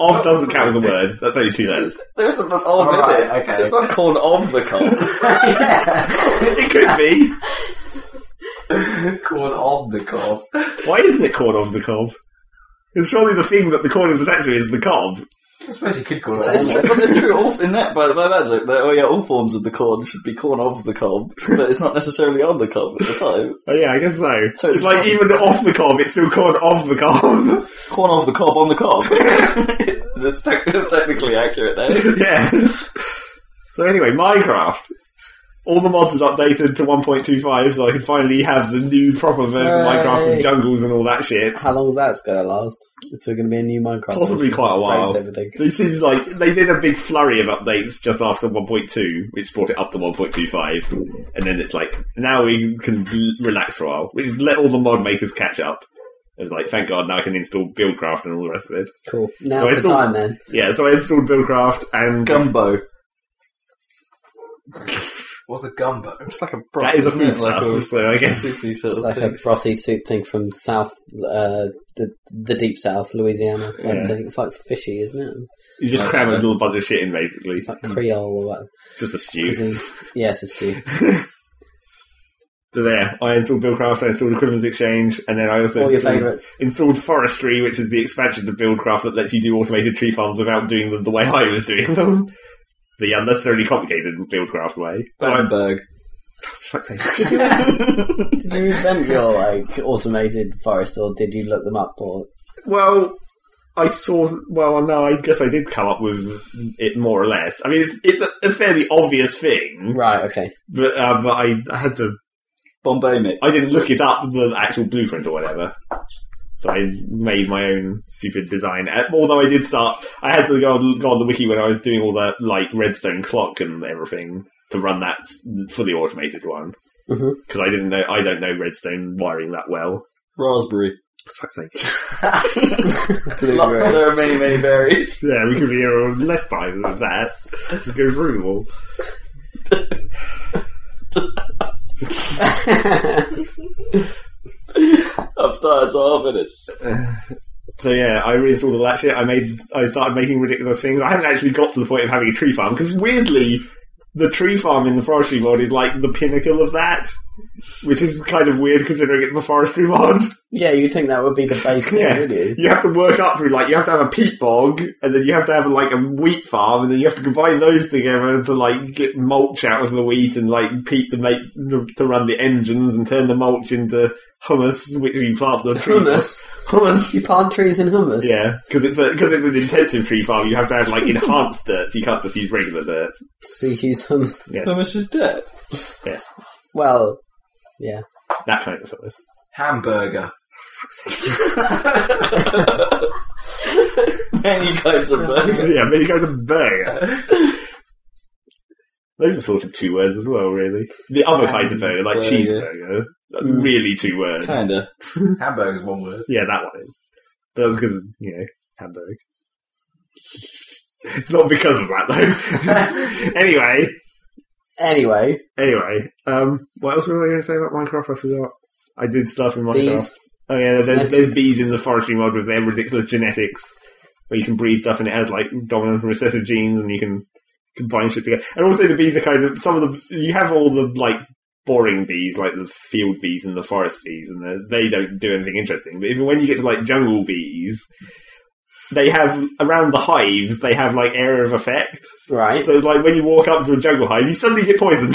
C: of doesn't count as a word. That's only two letters.
A: There isn't an of in
D: Alright,
A: it.
D: okay,
A: it's not
D: okay.
A: corn of the cob.
C: (laughs) It could be.
D: Corn on the cob.
C: Why isn't it corn on the cob? Because surely the thing that the corn is attached to is the cob.
D: I suppose you could call it
A: (laughs) It's
D: on
A: true, but it's true. All, in that, by, by that joke, that, oh yeah, all forms of the corn should be corn of the cob, but it's not necessarily on the cob at the time.
C: Oh yeah, I guess so.
A: So
C: it's
A: it's
C: like
A: corn.
C: even off the cob, it's still corn off the cob. (laughs)
A: Corn of the cob (laughs) on the cob. it's tec- technically accurate there.
C: yeah. So anyway, Minecraft. All the mods are updated to 1.25, so I can finally have the new proper version of Minecraft
B: Yay.
C: with jungles and all that shit.
B: How long that's going to last? It's going to be a new Minecraft.
C: Possibly
B: version.
C: quite a while.
B: Breaks everything.
C: It seems like they did a big flurry of updates just after 1.2, which brought it up to 1.25, and then it's like now we can l- relax for a while, which let all the mod makers catch up. It was like, thank God, now I can install Buildcraft and all the rest of it.
B: Cool. Now's
C: So
B: the
C: it's all-
B: time then.
C: Yeah, so I installed Buildcraft and
A: Gumbo.
D: What's a gumbo?
A: It's like a broth.
C: That is a
A: isn't
C: food
A: it? Like
C: stuff,
A: a
C: so I guess-
A: soupy sort
B: It's
A: of
B: like a
A: thing.
B: frothy soup thing from South, uh, the the deep South, Louisiana. Type
C: Yeah.
B: thing. It's like fishy, isn't it?
C: you just
A: Like
C: cram a
A: that.
C: little bunch of shit in, basically.
B: It's like Creole or what?
C: It's just a stew.
B: Cuisine. Yes, it's stew.
C: So there, I installed Buildcraft, I installed Equivalent Exchange, and then I also
B: All your
C: installed, (laughs)
B: favourites.
C: installed Forestry, which is the expansion to Buildcraft that lets you do automated tree farms without doing them the way I was doing them. The unnecessarily complicated Buildcraft way. But I'm-
A: Bamberg.
C: fuck's sake.
B: (laughs) Did you invent your like automated forest, or did you look them up? Or
C: (laughs) Well, I saw. Well, no, I guess I did come up with it more or less. I mean, it's it's a, a fairly obvious thing,
B: right? Okay.
C: but um, I, I had to.
A: Bombay mix.
C: I didn't look it up, the actual blueprint or whatever. So I made my own stupid design. Uh, Although I did start, I had to go on, go on the wiki when I was doing all the like redstone clock and everything to run that s- fully automated one
B: Mhm.
C: because I didn't know I don't know redstone wiring that well.
A: Raspberry.
C: For fuck's
B: (laughs)
C: sake. (laughs)
B: Blueberry.
A: are many, many berries.
C: Yeah, we could be here all less time than that. Just go through them all.
A: I've started to half minutes.
C: So yeah, I reinstalled all that shit. I made, I started making ridiculous things. I haven't actually got to the point of having a tree farm because weirdly, the tree farm in the forestry mod is like the pinnacle of that, which is kind of weird considering it's the forestry mod. (laughs)
B: yeah, you'd think that would be the base,
C: Yeah.
B: would you?
C: You have to work up through like you have to have a peat bog, and then you have to have like a wheat farm, and then you have to combine those together to like get mulch out of the wheat and like peat to make to run the engines and turn the mulch into hummus, which you plant the trees.
B: (laughs) Hummus. You
C: (laughs) Hummus.
B: plant trees in hummus.
C: Yeah, because it's because it's an intensive tree farm. You have to have like enhanced dirt. So you can't just use regular dirt.
B: So you use hummus.
A: How
C: Yes,
A: much is debt? (laughs)
C: yes,
B: Well, yeah.
C: that kind of hummus.
D: Hamburger.
A: Many kinds of burger.
C: yeah, many kinds of burger. (laughs) Those are sort of two words as well, really. The other kinds of burger, like
A: Burger.
C: cheeseburger, that's
B: Mm.
C: really two words.
A: Kinda.
D: Hamburger's one word.
C: Yeah, that one is. But that's because, you know, Hamburg. It's not because of that, though. (laughs) anyway,
B: Anyway,
C: anyway, um, what else was I going to say about Minecraft? I forgot. I did stuff in Minecraft.
B: these
C: Oh yeah, there's,
B: Genetics.
C: there's bees in the forestry mod with their ridiculous genetics, where you can breed stuff and it has like dominant and recessive genes, and you can combine shit together. And also the bees are kind of some of the you have all the like boring bees, like the field bees and the forest bees, and the, they don't do anything interesting. But even when you get to like jungle bees, they have around the hives they have like area of effect. (laughs)
B: right?
C: So it's like when you walk up to a jungle hive, you suddenly get poisoned.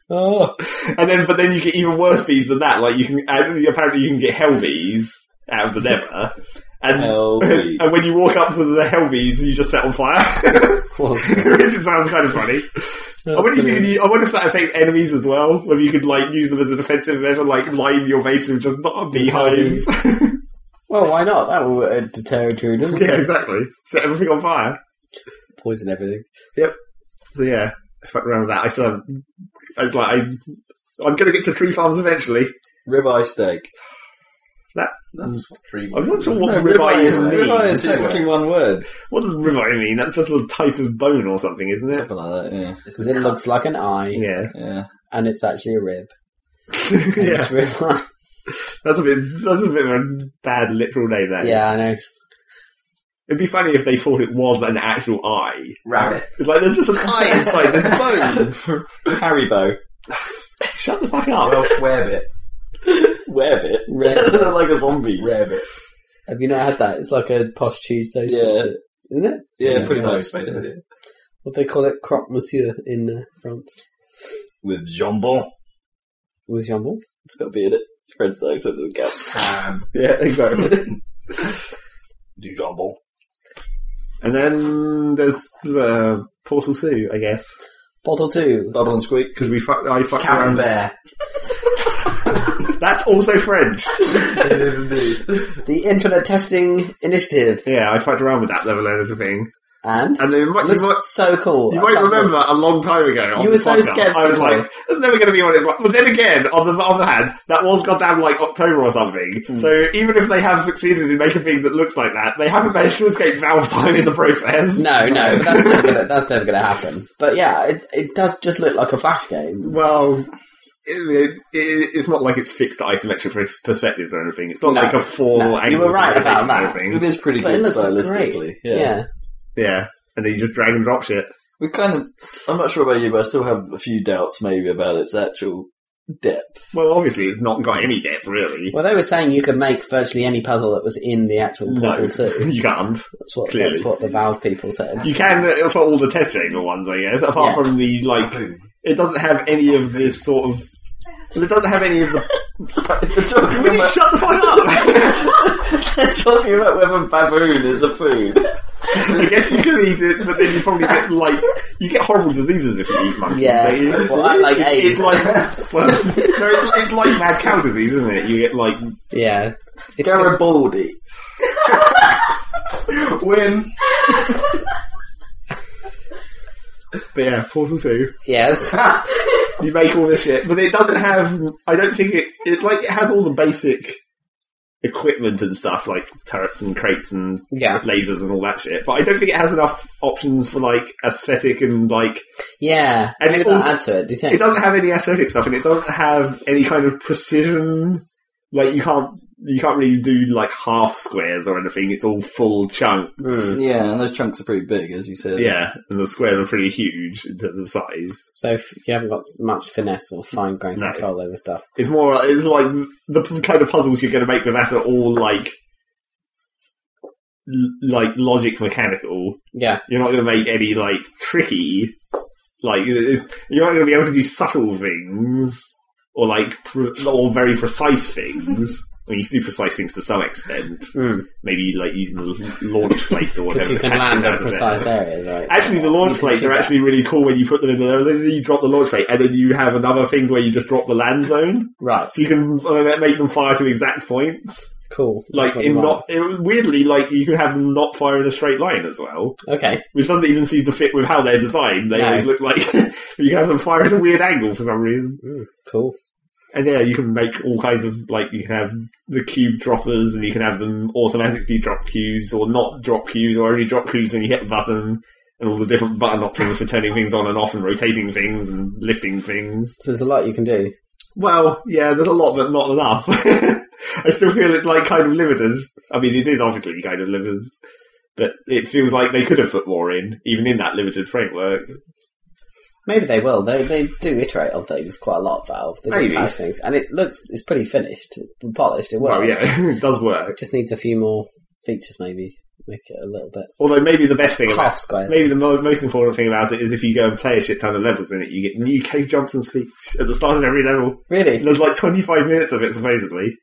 C: (laughs)
B: oh,
C: And then, but then you get even worse bees than that. Like you can and apparently you can get hell bees out of the never, and
A: Hell bees.
C: (laughs) and when you walk up to the hell bees, you just set on fire, (laughs)
B: awesome.
C: which sounds kind of funny. I wonder if
B: (laughs)
C: you, could- I wonder if that affects enemies as well. Whether you could like use them as a defensive measure, like line your base with just not beehives.
B: Well, why not? That will uh, deter intruders.
C: (laughs) (laughs) yeah, exactly. Set everything on fire.
B: Poison everything.
C: So yeah, I fucked around with that. I still, haven't- I was like, I, I'm gonna get to tree farms eventually.
A: Ribeye steak.
D: That's
C: Mm.
D: three
C: I'm not
D: words.
C: sure what
A: (laughs) No,
C: ribeye,
A: ribeye is,
C: even means.
A: ribeye is
D: Anyway.
A: literally one word.
C: (laughs) What does ribeye mean? That's just a type of bone or something, isn't it?
A: Something like that, yeah.
D: It's
B: Because
D: the
B: it
D: cut.
B: looks like an eye,
C: Yeah. (laughs)
A: Yeah.
B: and it's actually a rib. And
C: yeah.
B: it's real
C: (laughs)
B: eye.
C: That's a bit that's a bit of a bad literal name that is.
B: yeah, I know.
C: It'd be funny if they thought it was an actual eye.
D: rabbit.
C: It's like there's just an eye (laughs) inside this bone.
A: Haribo.
C: Shut the fuck up.
D: Welsh rarebit.
A: Rarebit. (laughs)
B: Rarebit.
A: like a zombie.
D: Rarebit.
B: Have you not had that? It's like a posh Tuesday.
A: Yeah.
B: sort of thing, Isn't it?
A: Yeah, pretty
D: Hello,
A: much.
D: space, isn't it?
B: What they call it? Croque Monsieur in uh, France.
A: With jambon.
B: With jambon.
A: It's got to be in it. It's French though, so it doesn't count.
D: Um,
C: (laughs) Yeah, exactly. (laughs)
A: Do jambon.
C: and then there's uh, Portal 2, I guess.
B: Bottle two.
A: Bubble and squeak.
C: Because we fuck, I fucked
D: Cat
C: around.
D: and bear.
C: That's also French.
D: it is indeed.
B: The Infinite Testing Initiative.
C: yeah, I fucked around with that level editor thing.
B: And
C: And you might, you
B: looks
C: might,
B: so cool.
C: you
B: I
C: might
B: can't
C: remember a long time ago. on
B: You were
C: the
B: so
C: podcast, I was
B: sceptical.
C: like, "There's never going to be one." It's like, but then again, on the other hand, that was goddamn like October or something.
B: Hmm.
C: So even if they have succeeded in making a thing that looks like that, they haven't managed to escape Valve time in the process.
B: (laughs) No, no, that's never gonna, that's never gonna happen. But yeah, it, it does just look like a flash game.
C: Well, it, it, it's not like it's fixed to isometric pers- perspectives or anything. It's not
B: No.
C: like a four
B: No. You
C: angle
B: were right about
C: simulation or
B: that.
C: anything.
A: It is pretty
B: But
A: good
B: it looks
A: stylistically.
B: great.
A: Yeah.
C: Yeah, and then you just drag and drop shit.
A: We kind of. I'm not sure about you, but I still have a few doubts maybe about its actual (laughs) depth.
C: Well, obviously, it's not got any depth really.
B: Well, they were saying you could make virtually any puzzle that was in the actual Portal
C: No,
B: 2.
C: (laughs) you can't.
B: That's what,
C: Clearly.
B: that's what the Valve people said.
C: You can uh, for all the test chamber ones, I guess. Apart
B: Yeah.
C: from the like,
D: Boom.
C: it doesn't have any of this sort of. Well, it doesn't have any of the.
A: They're talking,
C: Will you
A: about,
C: shut the fuck up? (laughs)
A: they're (laughs) talking about whether baboon is a food.
C: I guess you could eat it, but then you probably get like you get horrible diseases if you eat monkeys.
B: Yeah.
C: don't you?
B: Well, I like
C: it's,
B: AIDS. (laughs)
C: It's like, well, no, it's, it's like mad cow disease, isn't it? You get like
B: Yeah. It's good.
A: Garibaldi.
D: Win.
C: But yeah, Portal 2. (laughs)
B: yes.
C: You make all this shit, but it doesn't have. I don't think it. It's like it has all the basic equipment and stuff, like turrets and crates and
B: Yeah.
C: lasers and all that shit. But I don't think it has enough options for like aesthetic and like.
B: Yeah.
C: And
B: Maybe
C: it
B: that'll
C: also-
B: add to it, do you
C: It
B: think?
C: doesn't have any aesthetic stuff, and it doesn't have any kind of precision. Like you can't. You can't really do like half squares or anything. It's all full chunks.
B: Mm.
A: Yeah, and those chunks are pretty big, as you said.
C: Yeah, and the squares are pretty huge in terms of size.
B: So if you haven't got s- much finesse or fine grained
C: No.
B: control over stuff.
C: It's more. It's like the p- kind of puzzles you're going to make with that are all like, l- like logic mechanical.
B: Yeah.
C: You're not going to make any like tricky, like it's, you're not going to be able to do subtle things or like pr- or very precise things. I mean, you can do precise things to some extent.
B: Mm.
C: Maybe like using the l- launch
B: (laughs)
C: plates or
B: Because
C: whatever.
B: you
C: to
B: can
C: catch
B: land
C: it out
B: at
C: of there.
B: precise areas, right?
C: (laughs) Actually, the
B: You
C: launch
B: can
C: plates
B: do
C: are
B: that.
C: actually really cool when you put them in the. Then you drop the launch plate, and then you have another thing where you just drop the land zone.
B: Right.
C: So you can uh, make them fire to exact points.
B: Cool. That's
C: Like
B: what you
C: in
B: want.
C: not it, weirdly, like you can have them not fire in a straight line as well,
B: Okay.
C: which doesn't even seem to fit with how they're designed. They
B: No.
C: always look like (laughs) you can have them fire at a weird angle for some reason.
B: Mm, cool.
C: And yeah, you can make all kinds of like you can have the cube droppers, and you can have them automatically drop cubes or not drop cubes, or only drop cubes when you hit a button. And all the different button options for turning things on and off and rotating things and lifting things.
B: So there's a lot you can do.
C: Well, yeah, there's a lot, but not enough. (laughs) I still feel it's like kind of limited. I mean, it is obviously kind of limited, but it feels like they could have put more in, even in that limited framework.
B: Maybe they will. They they do iterate on things quite a lot. Valve. They do
C: Maybe.
B: patch things, and it looks it's pretty finished, and polished. It works.
C: Well, yeah, (laughs) it does work.
B: It just needs a few more features, maybe make it a little bit
C: Although maybe the best thing
B: half
C: about
B: square.
C: maybe the mo- most important thing about it is if you go and play a shit ton of levels in it, you get new Cave Johnson speech at the start of every level. And
B: Really
C: there's like 25 minutes of it supposedly.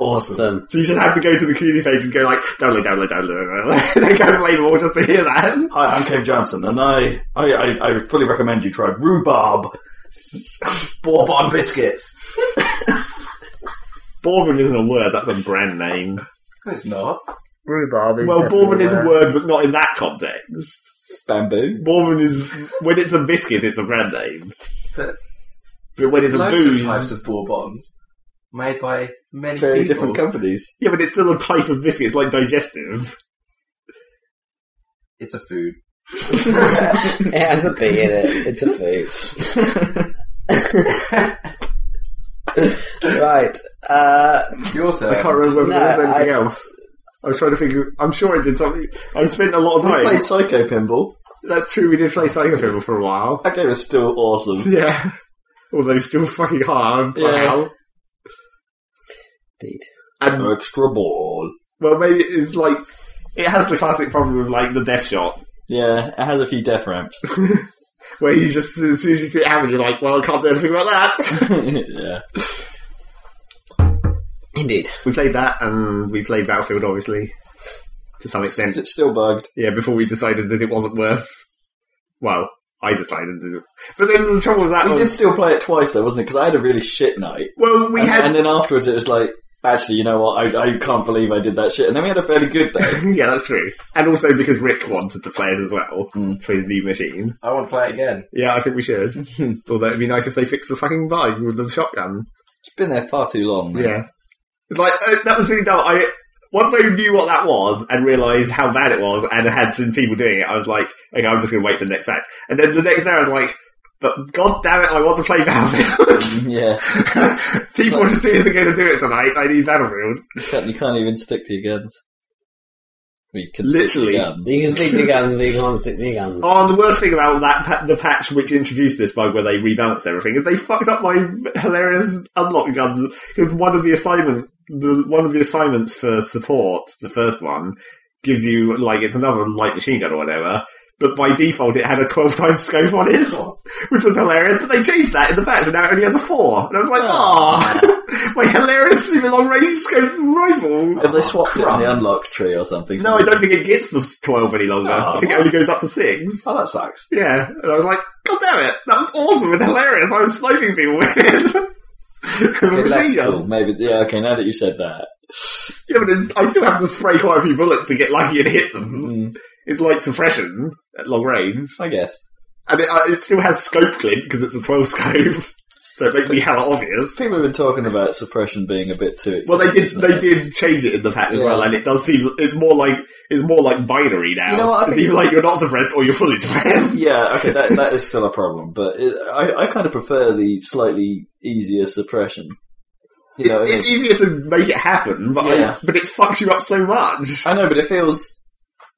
B: awesome.
C: So you just have to go to the community page and go like download, download, download, download, (laughs) and then go and play more just to hear that.
A: Hi, I'm Cave Johnson, and I, I, I, I fully recommend you try rhubarb.
D: Bourbon biscuits.
C: Bourbon isn't a word; that's a brand name.
D: No, It's not.
B: Rhubarb is
C: well, bourbon is a word, but not in that context.
A: Bamboo.
C: Bourbon is when it's a biscuit, it's a brand name.
D: But
C: But when it's a
D: loads
C: booze,
D: of types of bourbons made by many
A: Very
D: people.
A: different companies.
C: yeah, but it's still a type of biscuit. It's like digestive.
D: it's a food.
B: It has a bee in it. It's a food. right. Uh,
D: Your
C: I can't
D: turn.
C: remember if there was
B: No, I-
C: anything else. I was trying to figure. I'm sure I did something. I spent a lot of
A: We
C: time.
A: played Psycho Pinball.
C: That's true. We did play Psycho Pinball for a while.
A: That game is still (laughs) awesome.
C: Yeah. Although still fucking hard somehow.
B: indeed.
C: And
A: Extra ball.
C: well, maybe it's like it has the classic problem of like the death shot.
A: Yeah, it has a few death (laughs) ramps.
C: Where you just as soon as you see it happen, you're like, "Well, I can't do anything about that." (laughs)
A: yeah.
B: Indeed.
C: We played that, and we played Battlefield, obviously, to some extent.
A: It's still bugged.
C: Yeah, before we decided that it wasn't worth. Well, I decided to. do it. But then the trouble was that
A: We
C: was,
A: did still play it twice though, wasn't it? Because I had a really shit night,
C: well, we
A: and,
C: had
A: and then afterwards it was like, actually, you know what? I, I can't believe I did that shit. And then we had a fairly good day.
C: (laughs) yeah, that's true. And also because Rick wanted to play it as well
A: Mm.
C: for his new machine.
D: I want to play it again.
C: Yeah, I think we should. Although it'd be nice if they fixed the fucking vibe with the shotgun.
A: (laughs) it's been there far too long. man.
C: Yeah, it's like uh, that was really dumb. I once I knew what that was and realised how bad it was, and had seen people doing it. I was like, okay, I'm just going to wait for the next patch. And then the next day, I was like, but god damn it, I want to
A: (laughs)
C: play (laughs) Battlefield.
A: yeah.
C: T42 isn't going to do it tonight. I need Battlefield.
A: You can't, you can't even stick to your guns. We can
C: Literally.
A: Stick to guns.
B: You can stick to guns, but you can't stick to guns.
C: Oh, and the worst thing about that pa- the patch which introduced this bug where they rebalanced everything is they fucked up my hilarious unlock gun because one of the assignment the one of the assignments for support the first one gives you like it's another light machine gun or whatever. But by default, it had a 12 times scope on it, (laughs) which was hilarious. But they changed that in the patch, and now it only has a 4. And I was like, ah, (laughs) my hilarious super long range scope
A: (laughs)
C: rifle.
A: Have they swapped it in
D: crumbs.
A: the unlock tree or something?
C: Oh, No, I don't think it gets the 12 any longer. I
A: Oh.
C: think it only goes up to 6.
A: Oh, that sucks.
C: Yeah, and I was like, God damn it, that was awesome and hilarious. I was sniping people with it. (laughs) With a
A: Okay,
C: machine
A: that's
C: gun.
A: cool. Maybe. Yeah. Okay. Now that you said that,
C: Yeah, but it's, I still have to spray quite a few bullets to get lucky and hit them.
A: mm,
C: It's like suppression at long range,
A: I guess
C: and it, uh, it still has scope clip because it's a twelve scope, (laughs) so it makes me hella obvious.
A: people have been talking about suppression being a bit too.
C: Well, they did
A: expensive
C: they
A: now.
C: did change it in the pack as
A: Yeah.
C: well, and it does seem it's more like it's more like binary now.
A: You know what, I
C: it's
A: think-
C: either like you're not suppressed or you're fully suppressed.
A: Yeah. Okay. That that is still a problem, but it, I I kind of prefer the slightly easier suppression. You know,
C: It-
A: what I
C: it's
A: mean?
C: easier to make it happen, but
A: Yeah.
C: I, but it fucks you up so much.
A: I know, but it feels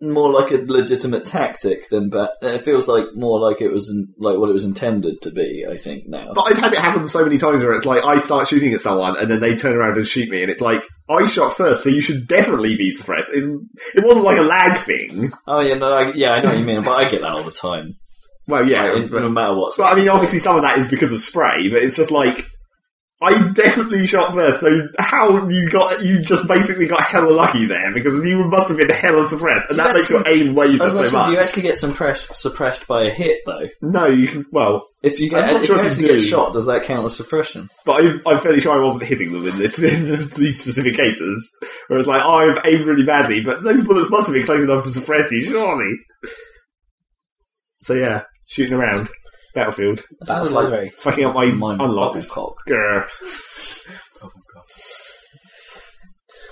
A: more like a legitimate tactic than but it feels like more like it was in, like what it was intended to be. I think now.
C: But I've had it happen so many times where it's like I start shooting at someone and then they turn around and shoot me, and it's like I shot first, so you should definitely be suppressed. It's, it wasn't like a lag thing.
A: oh yeah, no, I, yeah, I know what you mean, but I get that all the time.
C: Well, (laughs) yeah,
A: Like,
C: but,
A: no matter what.
C: so I mean, obviously some of that is because of spray, but it's just like I definitely shot first, so how you got you just basically got hella lucky there because you must have been hella suppressed, and
A: Do you
C: that makes your aim
A: I
C: waver
A: was
C: so
A: gonna say,
C: much.
A: do you actually get suppressed suppressed by a hit though?
C: no, you can, well,
A: If you
C: I'm
A: get
C: not
A: if
C: sure
A: you
C: if you
A: actually
C: do.
A: get shot, does that count as suppression?
C: But I'm, I'm fairly sure I wasn't hitting them in this (laughs) in these specific cases. Whereas, like, oh, I've aimed really badly, but those bullets must have been close enough to suppress you, surely. So yeah, shooting around battlefield,
A: That was
B: Battlefield
A: like
B: 3.
C: fucking up my
A: mine
C: unlocks.
A: bubblecock.
C: Grr.
D: Oh, God.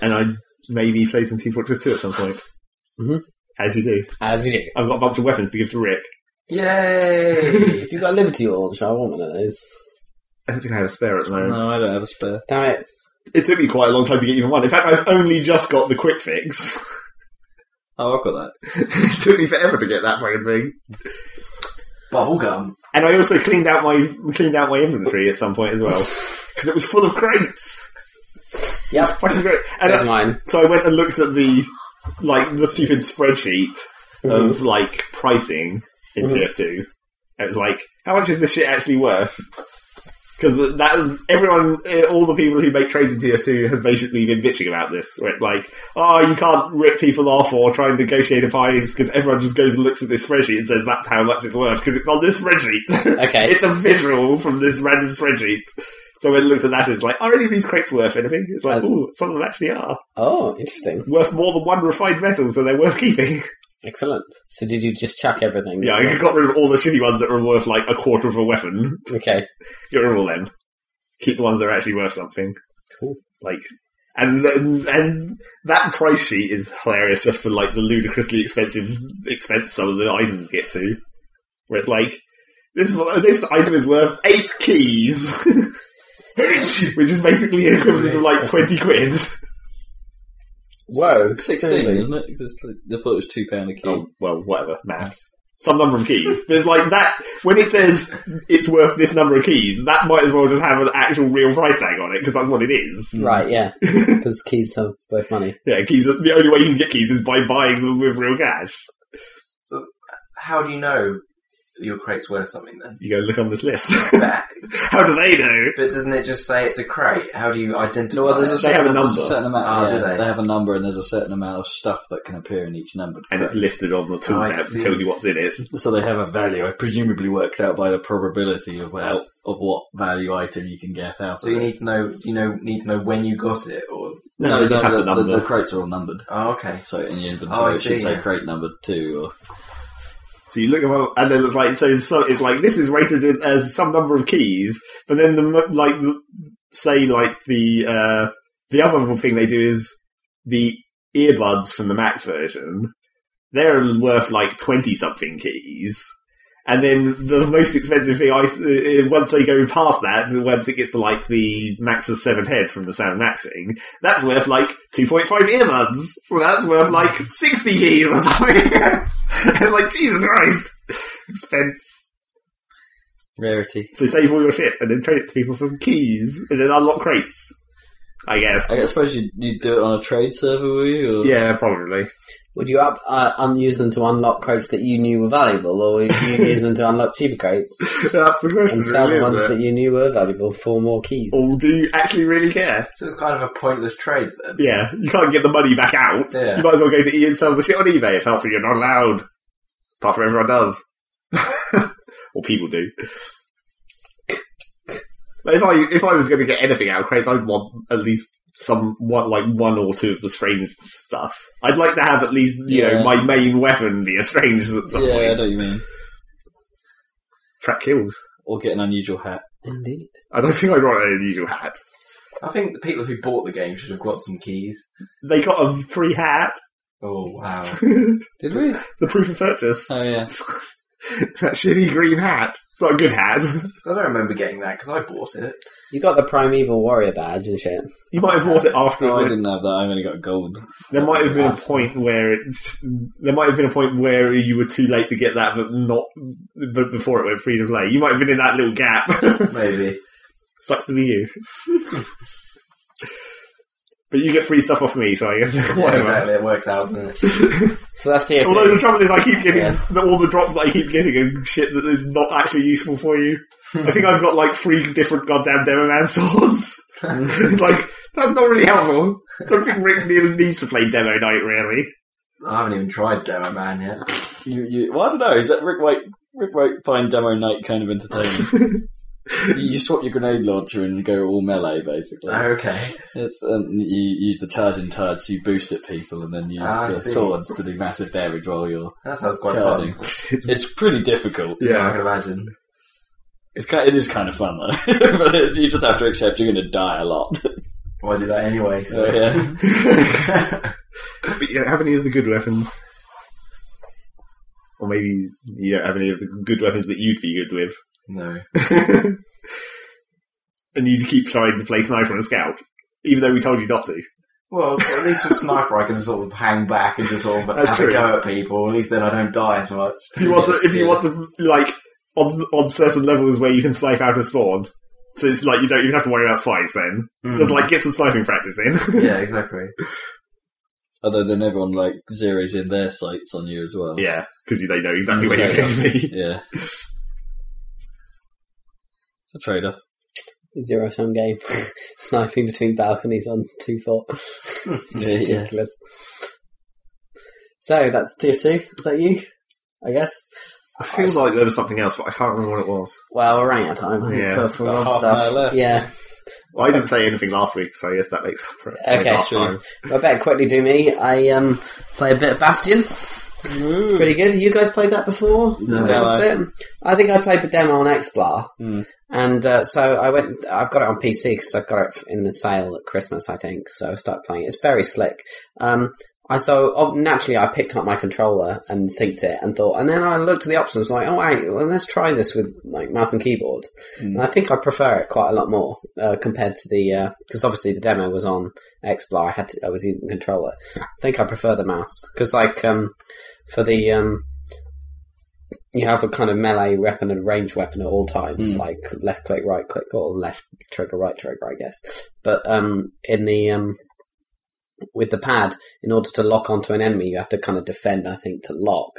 C: And I maybe played some Team Fortress 2 at some point. Mm-hmm.
B: Mhm.
C: As you do.
B: As you do.
C: I've got a bunch of weapons to give to Rick.
D: Yay!
B: If you've got a Liberty launcher, I want one of those.
C: I don't think I have a spare at the moment.
A: No, I don't have a spare.
B: Damn it.
C: It took me quite a long time to get even one. In fact, I've only just got the quick fix.
A: Oh, I've got that.
C: (laughs) it took me forever to get that fucking thing.
D: Bubblegum.
C: And I also cleaned out my cleaned out my inventory at some point as well because it was full of crates. It was
B: Yep.
C: fucking great. And uh,
B: There's
C: I,
B: mine.
C: so I went and looked at the like the stupid spreadsheet of like pricing in
B: Mhm.
C: TF2. It was like, how much is this shit actually worth? Because that is- everyone, eh, all the people who make trades in TF2 have basically been bitching about this. Where it's like, oh, you can't rip people off or try and negotiate a price because everyone just goes and looks at this spreadsheet and says that's how much it's worth because it's on this spreadsheet. (laughs)
B: Okay.
C: It's a visual from this random spreadsheet. So when I looked at that, it was like, are any of these crates worth anything? It's like,
B: Um,
C: oh, some of them actually are.
B: Oh, interesting.
C: Worth more than one refined metal, so they're worth keeping.
B: Excellent. So did you just chuck everything?
C: yeah, I got rid of all the shitty ones that were worth like a quarter of a weapon.
B: Okay.
C: Get rid of all them. Keep the ones that are actually worth something.
B: Cool.
C: Like, and and, and that price sheet is hilarious just for like the ludicrously expensive expense some of the items get to. Where it's like, this this item is worth eight keys, (laughs) which is basically equivalent to like twenty quid.
B: Whoa.
A: Sixteen,
B: seriously.
A: isn't it? 'Cause it's- I thought it was two pound a key.
C: Oh well, whatever maths. Some number of keys. But it's like that when it says it's worth this number of keys, that might as well just have an actual real price tag on it because that's what it is.
B: Right, yeah. Because keys are worth money.
C: Yeah, keys. Are, the only way you can get keys is by buying them with real cash.
D: How do you know your crate's worth something then.
C: You go look on this list. (laughs)
D: Back.
C: How do they know?
D: But doesn't it just say it's a crate? How do you identify?
A: No, well, there's a
D: it?
C: They have
A: certain,
C: a
A: there's a
C: number.
A: certain amount.
D: Ah,
A: yeah,
D: do they?
A: they? have a number, and there's a certain amount of stuff that can appear in each numbered
C: And it's
A: crate.
C: listed on the
D: Oh, I
C: tooltip
D: see.
C: and tells you what's in it.
A: So they have a value, presumably worked out by the probability of how, of what value item you can get out
D: So
A: of
D: you
A: it.
D: need to know. You know, need to know when you got it, or
C: No, they just have the, number.
A: The, crates are all numbered.
D: oh, okay.
A: So in your inventory,
D: Oh, I
A: it should
D: see,
A: say
D: yeah.
A: crate number two.
C: So you look them up, and then it's like so. so it's like this is rated in- as some number of keys, but then the mo- like the- say like the uh, the other thing they do is the earbuds from the Mac version. They're worth like twenty something keys, and then the most expensive thing. I s- uh, once they go past that, once it gets to like the Maxus Seven Head from the Sound Max thing, that's worth like two point five earbuds. So that's worth like sixty keys or something. (laughs) It's like Jesus Christ, expense.
A: Rarity.
C: So save all your shit and then trade it to people for keys and then unlock crates. I guess.
A: I suppose you you do it on a trade server, will you? Or?
C: Yeah, probably. (laughs)
B: Would you up, uh, un- use them to unlock crates that you knew were valuable, or would
A: (laughs)
B: you use them to unlock cheaper crates
C: That's the question.
B: and sell
C: Really,
B: the ones
C: isn't it?
B: that you knew were valuable for more keys?
A: Oh.
C: Or do you actually really care?
D: So it's kind of a pointless trade then.
C: Yeah, you can't get the money back out.
D: Yeah.
C: You might as well go to E and sell the shit on eBay if helpful you're not allowed. Apart from everyone does. (laughs) or people do. But if I if I was going to get anything out of crates, I'd want at least some one like one or two of the strange stuff. I'd like to have at least you know
A: Yeah.
C: my main weapon be a strange at some
A: yeah, I know
C: point.
A: what you mean.
C: Track kills.
A: Or get an unusual hat.
B: Indeed.
C: I don't think I'd want an unusual hat.
D: I think the people who bought the game should have got some keys.
C: They got a free hat. (laughs)
D: Oh (laughs) wow!
C: the
A: Did we?
C: proof of purchase.
A: Oh yeah.
C: (laughs) that shitty green hat. It's not a good hat. (laughs)
D: I don't remember getting that because I bought it.
B: You got the Primeval Warrior badge and shit.
C: You might have bought it after.
A: No, (laughs) I
C: it
A: didn't have that. I only got gold.
C: there might have been a point where it, there might have been a point where you were too late to get that, but not but before it went free to play. You might have been in that little gap. (laughs)
D: Maybe.
C: Sucks to be you. but you get free stuff off me, so I guess (laughs)
D: Yeah,
C: whatever.
D: exactly. It works out, doesn't it?
B: So that's tier
C: Although the
B: two.
C: trouble is, I keep getting
B: Yes.
C: the- all the drops that I keep getting and shit that is not actually useful for you. I think I've got like three different goddamn Demoman swords. (laughs) it's like that's not really helpful. Don't think Rick Neal needs to play Demo Knight really.
D: I haven't even tried Demo Man yet.
A: You, you, well, I don't know. Is that Rick White? Rick White find demo night kind of entertaining. you, you swap your grenade launcher and you go all melee, basically.
D: Okay.
A: It's, um, you use the charging turd, so you boost at people, and then use
D: Ah, I
A: the
D: see.
A: swords to do massive damage while you're
D: That sounds quite
A: charging.
C: (laughs)
D: fun.
A: It's, pretty difficult.
D: I can imagine.
A: It's kind, it is kind of fun though, (laughs) but it, you just have to accept you're going to die a lot.
D: Well, I do that anyway. So
A: So Oh, yeah,
C: but you don't have any of the good weapons. Or maybe you don't have any of the good weapons that you'd be good with.
D: no.
C: (laughs) and you'd keep trying to play Sniper and Scout, even though we told you not to.
D: Well, at least with Sniper, I can sort of hang back and just sort of
C: That's
D: have
C: true.
D: a go at people. At least then I don't die as much.
C: If you want, the, if you want to, like on on certain levels where you can snipe out of spawn, so it's like you don't even have to worry about spies. Then
D: Mm.
C: just like get some sniping practice in.
D: (laughs) yeah, exactly.
A: although then everyone like zeroes in their sights on you as well.
C: (laughs) yeah, because you they know exactly where you're
A: Yeah.
C: going to be.
A: yeah. It's a trade-off.
B: Zero sum game. (laughs) Sniping between balconies on 2 4. (laughs) It's
A: Yeah, yeah.
B: ridiculous. So that's tier two. Is that you? I guess.
C: I feel like there was something else, but I can't remember what it was.
B: Well, we're running out of time. I think
C: Yeah.
B: for, for
A: Got
B: Rob's
A: half an hour
B: stuff.
A: left.
B: Yeah.
C: Well, I didn't say anything last week, so I guess that makes up for it.
B: Okay,
C: last
B: sure.
C: time.
B: Well, I better quickly do me. I um play a bit of Bastion. It's pretty good. You guys played that before?
A: No.
B: A bit. I think I played the demo on XBLAR.
A: Mm.
B: And uh, so I went. I've got it on PC because I got it in the sale at Christmas, I think. So I started playing it. It's very slick. Um, I so oh, naturally I picked up my controller and synced it and thought, and then I looked at the options like, oh wait, well, let's try this with like mouse and keyboard. And I think I prefer it quite a lot more uh, compared to the because obviously the demo was on XBLAR. I had to, I was using the controller. I think I prefer the mouse because like um, for the um, you have a kind of melee weapon and range weapon at all times,
A: Hmm.
B: like left click, right click, or left trigger, right trigger, I guess. But um, in the um, with the pad, in order to lock onto an enemy, you have to kind of defend. I think to lock.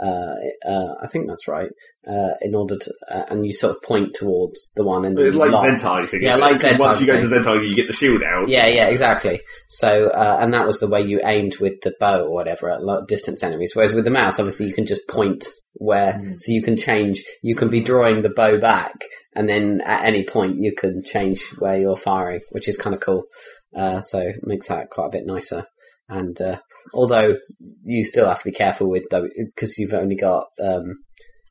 B: Uh, uh, I think that's right. Uh, in order to, uh, and you sort of point towards the one in the
C: It's like
B: lock.
C: Zentai thing.
B: Yeah,
C: isn't
B: like
C: it? 'Cause Once
B: Zentai
C: you go to Zentai, you get the shield out.
B: Yeah, yeah, exactly. So, uh, and that was the way you aimed with the bow or whatever at lo- distance enemies. Whereas with the mouse, obviously, you can just point where,
C: Hmm.
B: so you can change. You can be drawing the bow back, and then at any point you can change where you're firing, which is kind of cool. Uh, so it makes that quite a bit nicer. And uh, although you still have to be careful with W because you've only got um,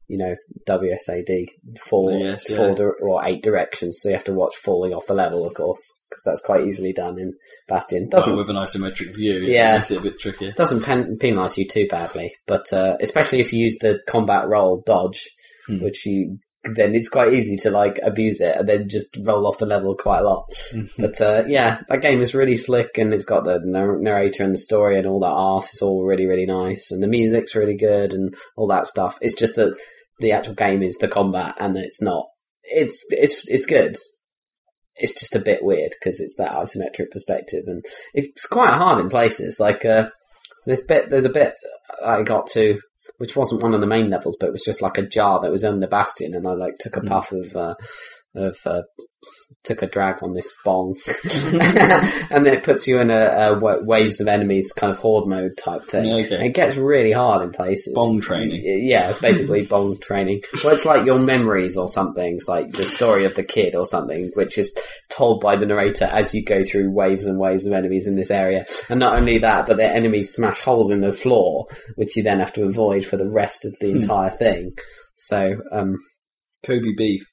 B: you know WSAD four
A: Yes,
B: four
A: yeah.
B: dir- or eight directions, so you have to watch falling off the level, of course, because that's quite easily done in Bastion. Doesn't
A: But with an isometric view, it
B: Yeah.
A: makes it a bit trickier.
B: doesn't pen- penalise you too badly, but uh, especially if you use the combat roll dodge,
A: Hmm.
B: which you then it's quite easy to like abuse it and then just roll off the level quite a lot. But uh, yeah, that game is really slick and it's got the nar- narrator and the story and all that art. It's all really really nice and the music's really good and all that stuff. It's just that the actual game is the combat and it's not. It's it's it's good. It's just a bit weird because it's that isometric perspective and it's quite hard in places. Like uh, this bit, there's a bit I got to, which wasn't one of the main levels, but it was just like a jar that was on the bastion, and I like took a
A: Mm.
B: puff of, uh, of uh, took a drag on this bong, (laughs) and then it puts you in a, a wa- waves of enemies kind of horde mode type thing.
A: Yeah, okay.
B: And it gets really hard in places.
A: Bomb training.
B: Yeah, it's
A: (laughs)
B: basically bong training. Well, it's like your memories or something. It's like the story of the kid or something, which is told by the narrator as you go through waves and waves of enemies in this area. And not only that, but the enemies smash holes in the floor, which you then have to avoid for the rest of
A: Hmm.
B: the entire thing. So,
A: (laughs)
B: um,
A: Kobe beef.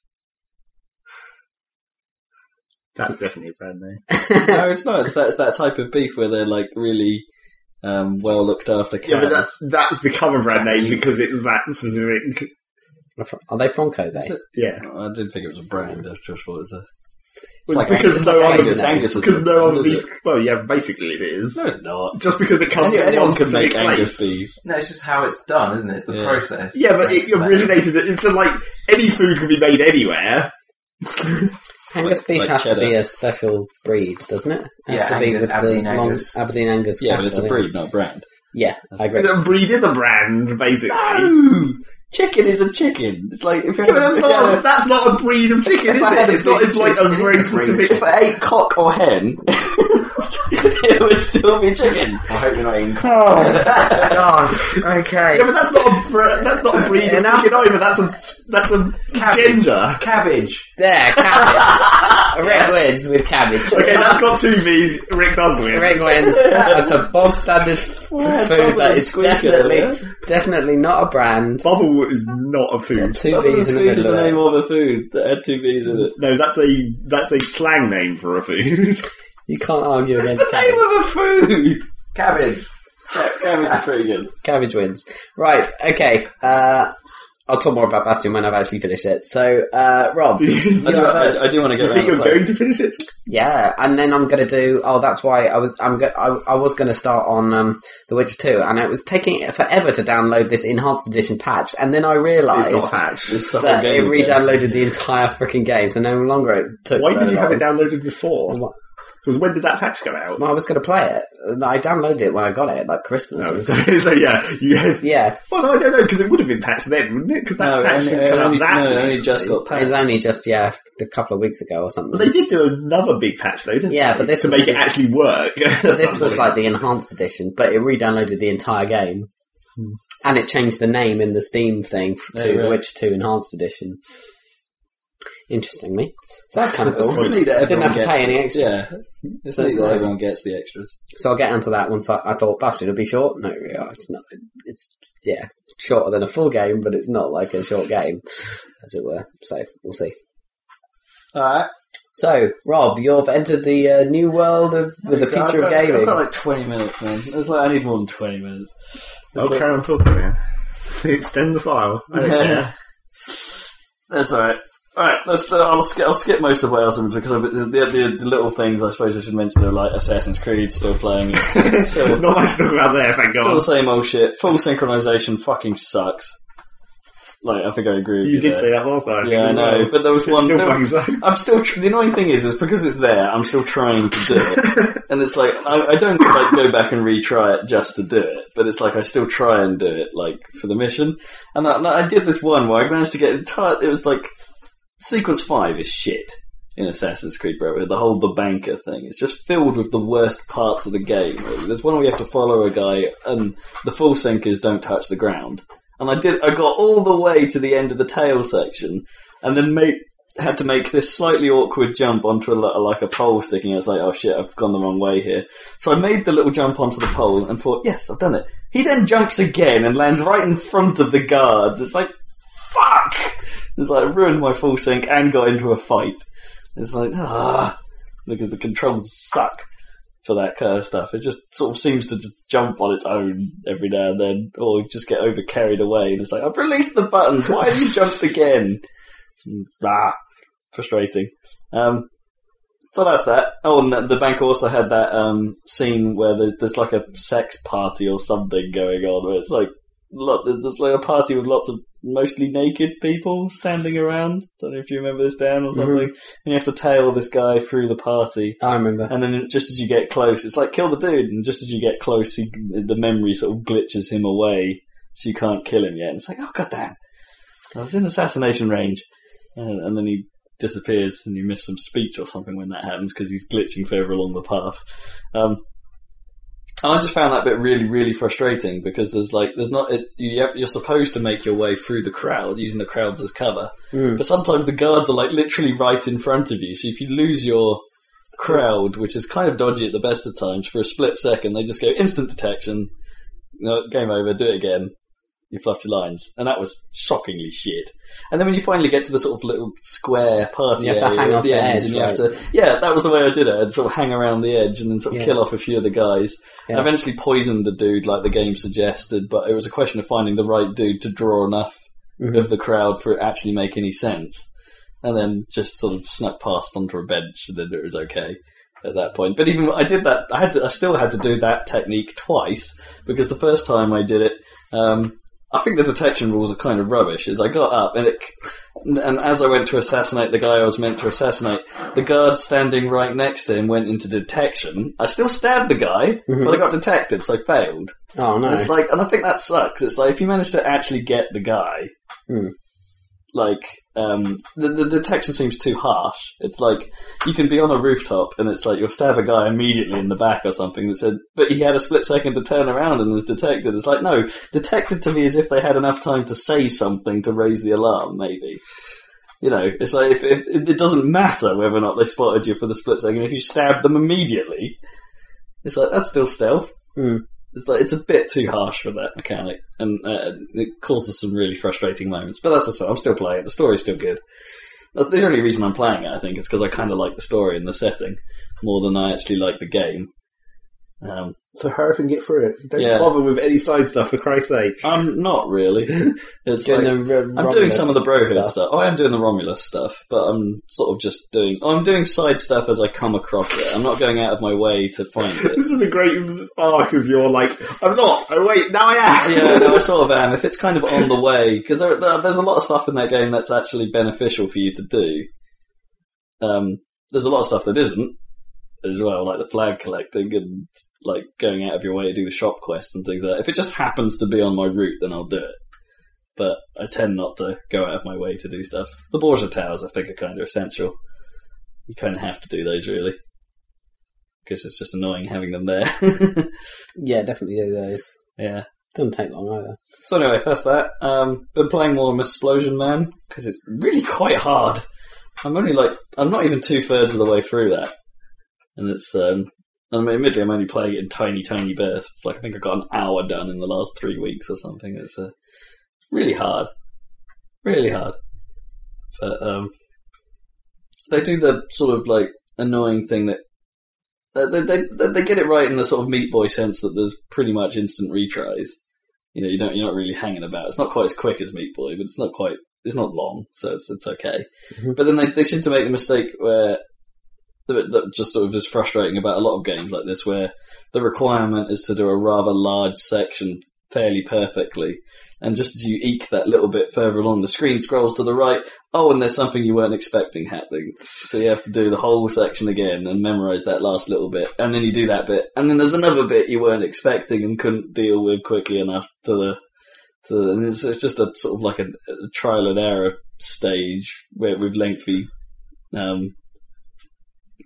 C: That's definitely a brand
A: (laughs)
C: name.
A: no, it's not. It's that, it's that type of beef where they're like really um, well looked after cows.
C: Yeah, but that's that's become a brand name
D: Japanese.
C: because it's that specific.
B: are they Bronco? They
A: Is it-
C: Yeah,
A: I didn't think it was a brand. I just thought it was a.
C: Well,
A: like
C: it's because
A: Angus-
C: no
A: like
C: other
A: Angus- Angus is
C: because
A: a
C: no
A: brand,
C: other
A: is
C: beef.
A: it?
C: Well, yeah, basically it is.
A: No, it's not.
C: Just because it
A: Any,
C: comes from one
A: anyone can
C: specific
A: make Angus
C: place.
A: beef.
D: No, it's just how it's done, isn't it? It's the
A: Yeah.
D: process.
C: Yeah, but it
D: That's that.
C: originated. It's just like any food can be made anywhere.
B: Angus
A: Like-
B: beef
A: like
B: has
A: cheddar.
B: to be a special breed, doesn't it? Has
D: Yeah,
B: to be
D: Angus-
B: with
D: Aberdeen
B: the long
D: Angus.
B: Aberdeen Angus.
A: Yeah, but
B: cat,
A: it's
B: I
A: a
B: think.
A: breed, not a brand.
B: Yeah, I
D: (laughs)
B: agree.
C: The breed is a brand, basically.
A: No, chicken is a chicken. It's like if you
C: Yeah, but
A: had a-
C: that's
A: if you had
C: not,
A: a-
C: a, that's not a breed of chicken,
A: If
C: is
A: I had
C: it?
A: a
C: It's not.
A: big
C: It's like a
D: chicken,
C: very
D: it's a breed of
C: specific.
A: if I ate cock or hen, (laughs) it would still be chicken.
D: I hope you're not eating.
B: Oh, God. Okay.
C: Yeah, but that's not a br- that's not a breed of
B: Enough.
C: chicken either. That's a that's a
D: Cabbage.
C: gender.
D: Cabbage.
B: There, cabbage. Redwoods with cabbage.
C: Okay, that's got two me's. Rick does win.
B: Redwoods. That's a bog standard f-
A: Well,
B: food that is
A: squeaker,
B: definitely,
A: yeah.
B: definitely not a brand.
C: Bubble is not a food.
B: Two
A: Bubble and
B: B's in the
A: squeak is
B: middle
A: the
B: of
A: name
B: it.
A: of a food that had two B's in it.
C: No, that's a that's a slang name for a food. (laughs)
B: You can't argue against
A: The name
B: cabbage.
A: of a food.
D: Cabbage.
A: Cabbage is pretty good.
B: Cabbage wins. Right, okay. Uh, I'll talk more about Bastion when I've actually finished it. So, uh,
C: (laughs)
B: Rob.
C: Do you,
A: (laughs) I
C: do
A: do,
C: you
A: I, I do want to get around
C: think you're
A: to play.
C: going to finish it?
B: Yeah, and then I'm gonna do. Oh, that's why I was. I'm. Go, I, I was gonna start on um, The Witcher Two, and it was taking forever to download this enhanced edition patch, and then I
C: It's
B: realised
C: not a patch.
A: This fucking
B: that it
A: game again.
B: re-downloaded the entire freaking game, so no longer it took.
C: Why
B: so
C: did you have
B: long.
C: it downloaded before?
B: What?
C: Because when did that patch come out?
B: Well, I was gonna play it. I downloaded it when I got it, like Christmas.
C: No, (laughs) so, so yeah, you had.
B: Yeah,
C: Well, no, I don't know because it would have been patched then, wouldn't it? Because that
A: No, it
C: patch
A: only,
C: didn't
A: it
C: come
A: only,
C: out that.
A: no, it only
C: recently.
A: just got
B: it was
A: patched.
B: only just yeah a couple of weeks ago or something.
C: But they did do another big patch though, didn't
B: Yeah,
C: they?
B: but this
C: to
B: was
C: make it
B: the-
C: actually work. (laughs)
B: But this was like the enhanced edition, but it re-downloaded the entire game,
C: Hmm.
B: and it changed the name in the Steam thing f- to
A: Yeah, right.
B: The Witcher Two Enhanced Edition. Interestingly, so that's kind of
A: It's
B: cool.
A: neat that everyone
B: Didn't have to
A: gets
B: pay any
A: it.
B: extra.
A: Yeah, it's
B: So
A: neat
B: it's
A: that
B: nice.
A: everyone gets the extras.
B: So I'll get onto that once I, I thought Bastard would be short. No, yeah, it's not. It's yeah, shorter than a full game, but it's not like a short game, as it were. So we'll see.
A: All right,
B: So Rob, you've entered the uh, new world of with the future of gaming.
A: I've got like twenty minutes, man. It's like I need more than twenty minutes. It's
C: I'll
A: like-
C: carry on talking, man. (laughs) Extend the file. I don't care.
A: (laughs) That's all right. All right, let's. Uh, I'll, skip, I'll skip most of what else I'm because I've, the, the, the little things I suppose I should mention are like Assassin's Creed still playing it,
C: (laughs)
A: still,
C: Not much to talk about there, thank
A: still the
C: God.
A: same old shit. Full synchronization fucking sucks. Like, I think I agree with you.
C: You did
A: there.
C: say that last time.
A: Yeah, I
C: as
A: know,
C: well.
A: but there was
C: It
A: one.
C: still
A: there-
C: fucking sucks.
A: I'm still. Tr- the annoying thing is, is because it's there, I'm still trying to do it, and it's like I, I don't like go back and retry it just to do it, but it's like I still try and do it, like for the mission. And I, and I did this one where I managed to get entire. It was like sequence five is shit in Assassin's Creed Brotherhood. The whole the banker thing. It's just filled with the worst parts of the game. Really. There's one where you have to follow a guy, and the full sinkers don't touch the ground. And I did. I got all the way to the end of the tail section, and then made had to make this slightly awkward jump onto a, li- like a pole sticking. I was like, oh shit, I've gone the wrong way here. So I made the little jump onto the pole and thought, yes, I've done it. He then jumps again and lands right in front of the guards. It's like, fuck! It's like ruined my full sync and got into a fight. It's like, ah, because the controls suck for that kind of stuff. It just sort of seems to just jump on its own every now and then, or just get over carried away. And it's like, I've released the buttons. Why have you jumped again? (laughs) Ah, frustrating. Um, so that's that. Oh, and the, the bank also had that um, scene where there's, there's like a sex party or something going on. Where it's like lot, there's like a party with lots of mostly naked people standing around. Don't know if you remember this, Dan, or something. And you have to tail this guy through the party.
B: I remember.
A: And then just as you get close, it's like kill the dude. And just as you get close, he, the memory sort of glitches him away, so you can't kill him yet. And it's like, oh goddamn, I was in assassination range, and, and then he disappears, and you miss some speech or something when that happens because he's glitching further along the path. Um, and I just found that bit really, really frustrating because there's like there's not it, you have, you're supposed to make your way through the crowd using the crowds as cover,
B: Mm.
A: but sometimes the guards are like literally right in front of you. So if you lose your crowd, which is kind of dodgy at the best of times, for a split second, they just go instant detection. No, game over. Do it again. You fluffed your lines, and that was shockingly shit. And then when you finally get to the sort of little square party
B: You have to
A: area
B: hang
A: at
B: off
A: the,
B: the
A: end,
B: edge,
A: and you have
B: right.
A: to yeah, that was the way I did it. I'd sort of hang around the edge and then sort of
B: Yeah.
A: kill off a few of the guys. I
B: Yeah.
A: eventually poisoned a dude like the game suggested, but it was a question of finding the right dude to draw enough
B: Mhm.
A: of the crowd for it actually make any sense. And then just sort of snuck past onto a bench, and then it was okay at that point. But even I did that. I had to. I still had to do that technique twice because the first time I did it, um, I think the detection rules are kind of rubbish. Is I got up and it, and as I went to assassinate the guy I was meant to assassinate, the guard standing right next to him went into detection. I still stabbed the guy, but I got detected, so I failed.
B: Oh no.
A: And it's like, and I think that sucks. It's like if you manage to actually get the guy,
B: Hmm.
A: like um, the the detection seems too harsh. It's like you can be on a rooftop and it's like you'll stab a guy immediately in the back or something. That said, but he had a split second to turn around and was detected. It's like no, detected to me as if they had enough time to say something to raise the alarm, maybe. You know, it's like if, if it doesn't matter whether or not they spotted you for the split second. If you stab them immediately, it's like that's still stealth.
B: Hmm.
A: It's like it's a bit too harsh for that mechanic, and uh, it causes some really frustrating moments. But that's aside, I'm still playing. it. The story's still good. That's the only reason I'm playing it. I think is because I kind of like the story and the setting more than I actually like the game. Um,
C: (laughs) So hurry up and get through it. Don't
A: Yeah.
C: bother with any side stuff for Christ's sake.
A: I'm not really. (laughs) It's like,
B: Doing the uh, Ro-
A: I'm doing some of the
B: Romulus
A: Brohood stuff. Oh, I am doing the Romulus stuff, but I'm sort of just doing. I'm doing side stuff as I come across it. I'm not going out of my way to find it.
C: (laughs) This was a great arc of your like. I'm not. Oh wait, now I am.
A: yeah, no, I sort of am. If it's kind of on the way, because there, there, there's a lot of stuff in that game that's actually beneficial for you to do. Um, there's a lot of stuff that isn't as well, like the flag collecting and like going out of your way to do the shop quests and things like that. If it just happens to be on my route, then I'll do it. But I tend not to go out of my way to do stuff. The Borgia Towers, I think, are kind of essential. You kind of have to do those, really. Because it's just annoying having them there. (laughs)
B: Yeah, definitely do those.
A: yeah.
B: Doesn't take long either.
A: So anyway, that's that. Um, been playing more Miss Explosion Man because it's really quite hard. I'm only like I'm not even two thirds of the way through that, and it's um, I mean, admittedly I'm only playing it in tiny, tiny bursts. Like I think I got an hour done in the last three weeks or something. It's uh, really hard, really hard. But um, they do the sort of like annoying thing that. They, they, they they get it right in the sort of Meat Boy sense that there's pretty much instant retries you know, you don't, you're not really hanging about. It's not quite as quick as Meat Boy, but it's not quite, it's not long, so it's, it's okay.
B: Mhm.
A: But then they, they seem to make the mistake where, that, that just sort of is frustrating about a lot of games like this, where the requirement is to do a rather large section fairly perfectly. And just as you eke that little bit further along, the screen scrolls to the right. Oh, and there's something you weren't expecting happening. So you have to do the whole section again and memorize that last little bit. And then you do that bit. And then there's another bit you weren't expecting and couldn't deal with quickly enough to the. To the and it's, it's just a sort of like a, a trial and error stage where, with lengthy. Um,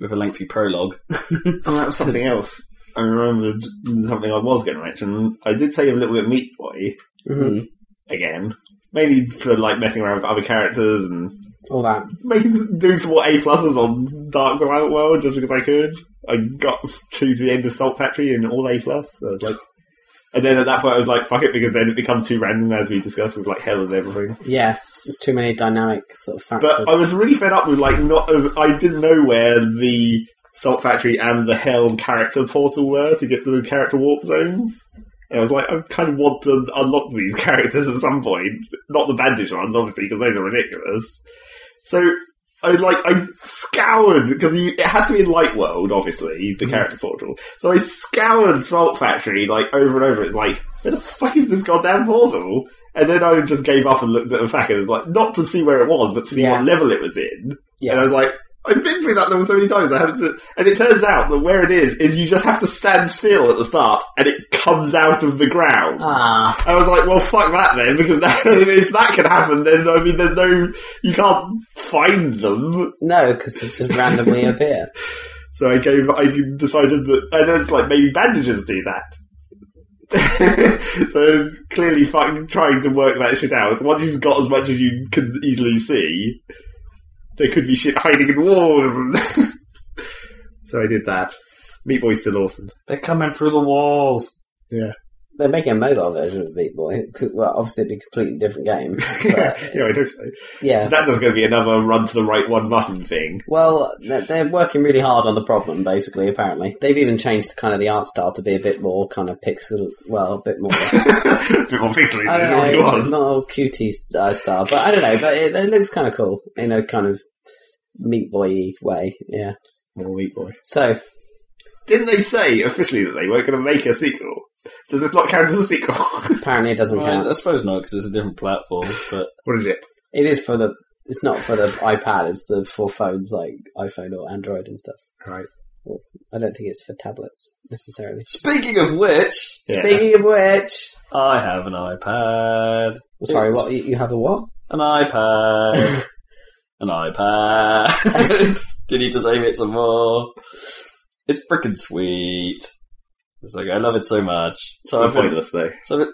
A: with a lengthy prologue.
C: (laughs) And that was something else. I remembered something I was going to mention. I did play a little bit Meat Boy
B: Mhm.
C: again, mainly for like messing around with other characters and
B: All that.
C: making doing some more A pluses on Dark Light World just because I could. I got to the end of Salt Factory and all A plus. So I was like, and then at that point I was like, fuck it, because then it becomes too random as we discussed with like hell and everything.
B: Yeah, it's too many dynamic sort of factors.
C: But I was really fed up with like not. uh, I didn't know where the Salt Factory and the Hell character portal were to get to the character warp zones. And I was like, I kind of want to unlock these (laughs) characters at some point. Not the bandage ones, obviously, because those are ridiculous. So I like I scoured because it has to be in Light World, obviously,
B: Mm-hmm.
C: the character portal. So I scoured Salt Factory like over and over. It's like, where the fuck is this goddamn portal? And then I just gave up and looked at the fact. It was like not to see where it was, but to see
B: Yeah.
C: what level it was in.
B: yeah.
C: And I was like, I've been through that level so many times. I haven't. seen- And it turns out that where it is is you just have to stand still at the start, and it comes out of the ground.
B: ah,
C: I was like, well, fuck that then, because that, (laughs) if that can happen, then I mean, there's no, you can't find them.
B: no, because they just
A: (laughs)
B: randomly appear.
C: So I gave, I decided that, and it's like maybe bandages do that. (laughs) so clearly, fucking trying to work that shit out. Once you've got as much as you can easily see, there could be shit hiding in walls. (laughs) And so I did that. Meat Boy's still
B: (laughs)
C: awesome.
A: They're coming through the walls.
B: They're making a mobile version of Beat Boy. (laughs) It could- Well, obviously, it'd be a completely different game.
C: (laughs)
B: But,
C: yeah, I hope so.
B: yeah.
C: Is that just going to be another run to the right one button thing? (laughs)
B: Well, they're- they're working really hard on the problem, basically, apparently. They've even changed kind of the art style to be a bit more kind of pixel, well, a
C: (laughs)
B: bit more.
C: bit more pixelated
B: I
C: than it already
B: don't know,
C: was.
B: not all cutie uh, style, but I don't know, but it, it looks kind of cool in a kind of Meat Boy way, yeah.
C: More Meat Boy.
B: So,
C: Didn't they say officially that they weren't going to make a sequel? Does this not count as a sequel? (laughs)
B: apparently, it doesn't
A: Well,
B: count.
A: I, I suppose not, because it's a different platform. But
C: what is it?
B: It is for the. It's not for the iPad. It's the for phones like iPhone or Android and stuff.
C: Right.
B: Well, I don't think it's for tablets necessarily.
A: speaking of which,
C: Yeah.
B: Speaking of which,
A: I have an iPad.
B: sorry,
A: It's-
B: what you, you have a what?
A: An
C: (laughs)
A: iPad. an iPad. Do you need to save it some more? It's freaking sweet. It's like I love it so much. So
C: Still
A: I find,
C: pointless though.
A: so it,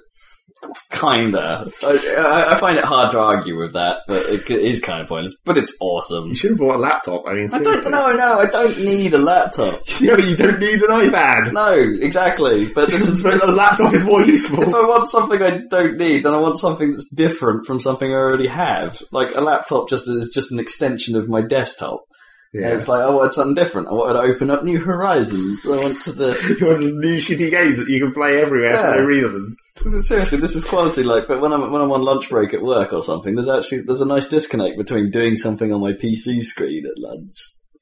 A: kinda. I, I- I find it hard to argue with that, but it is kind of pointless. But it's awesome.
C: You should have bought a laptop. I mean,
A: I don't
C: seriously.
A: know. No, I don't need a laptop.
C: Yeah, but (laughs) you don't need an iPad.
A: No, exactly. But this is
C: but a laptop is more
A: if
C: (laughs) useful.
A: I want something I don't need, then I want something that's different from something I already have. Like a laptop just is just an extension of my desktop. And
C: Yeah. (laughs)
A: it's like I wanted something different. I wanted to open up new horizons. I wanted to.
C: It was new shitty games that you can play everywhere for
A: Yeah.
C: no reason.
A: (laughs) Seriously, this is quality. Like, but when I'm when I'm on lunch break at work or something, there's actually there's a nice disconnect between doing something on my PC screen at lunch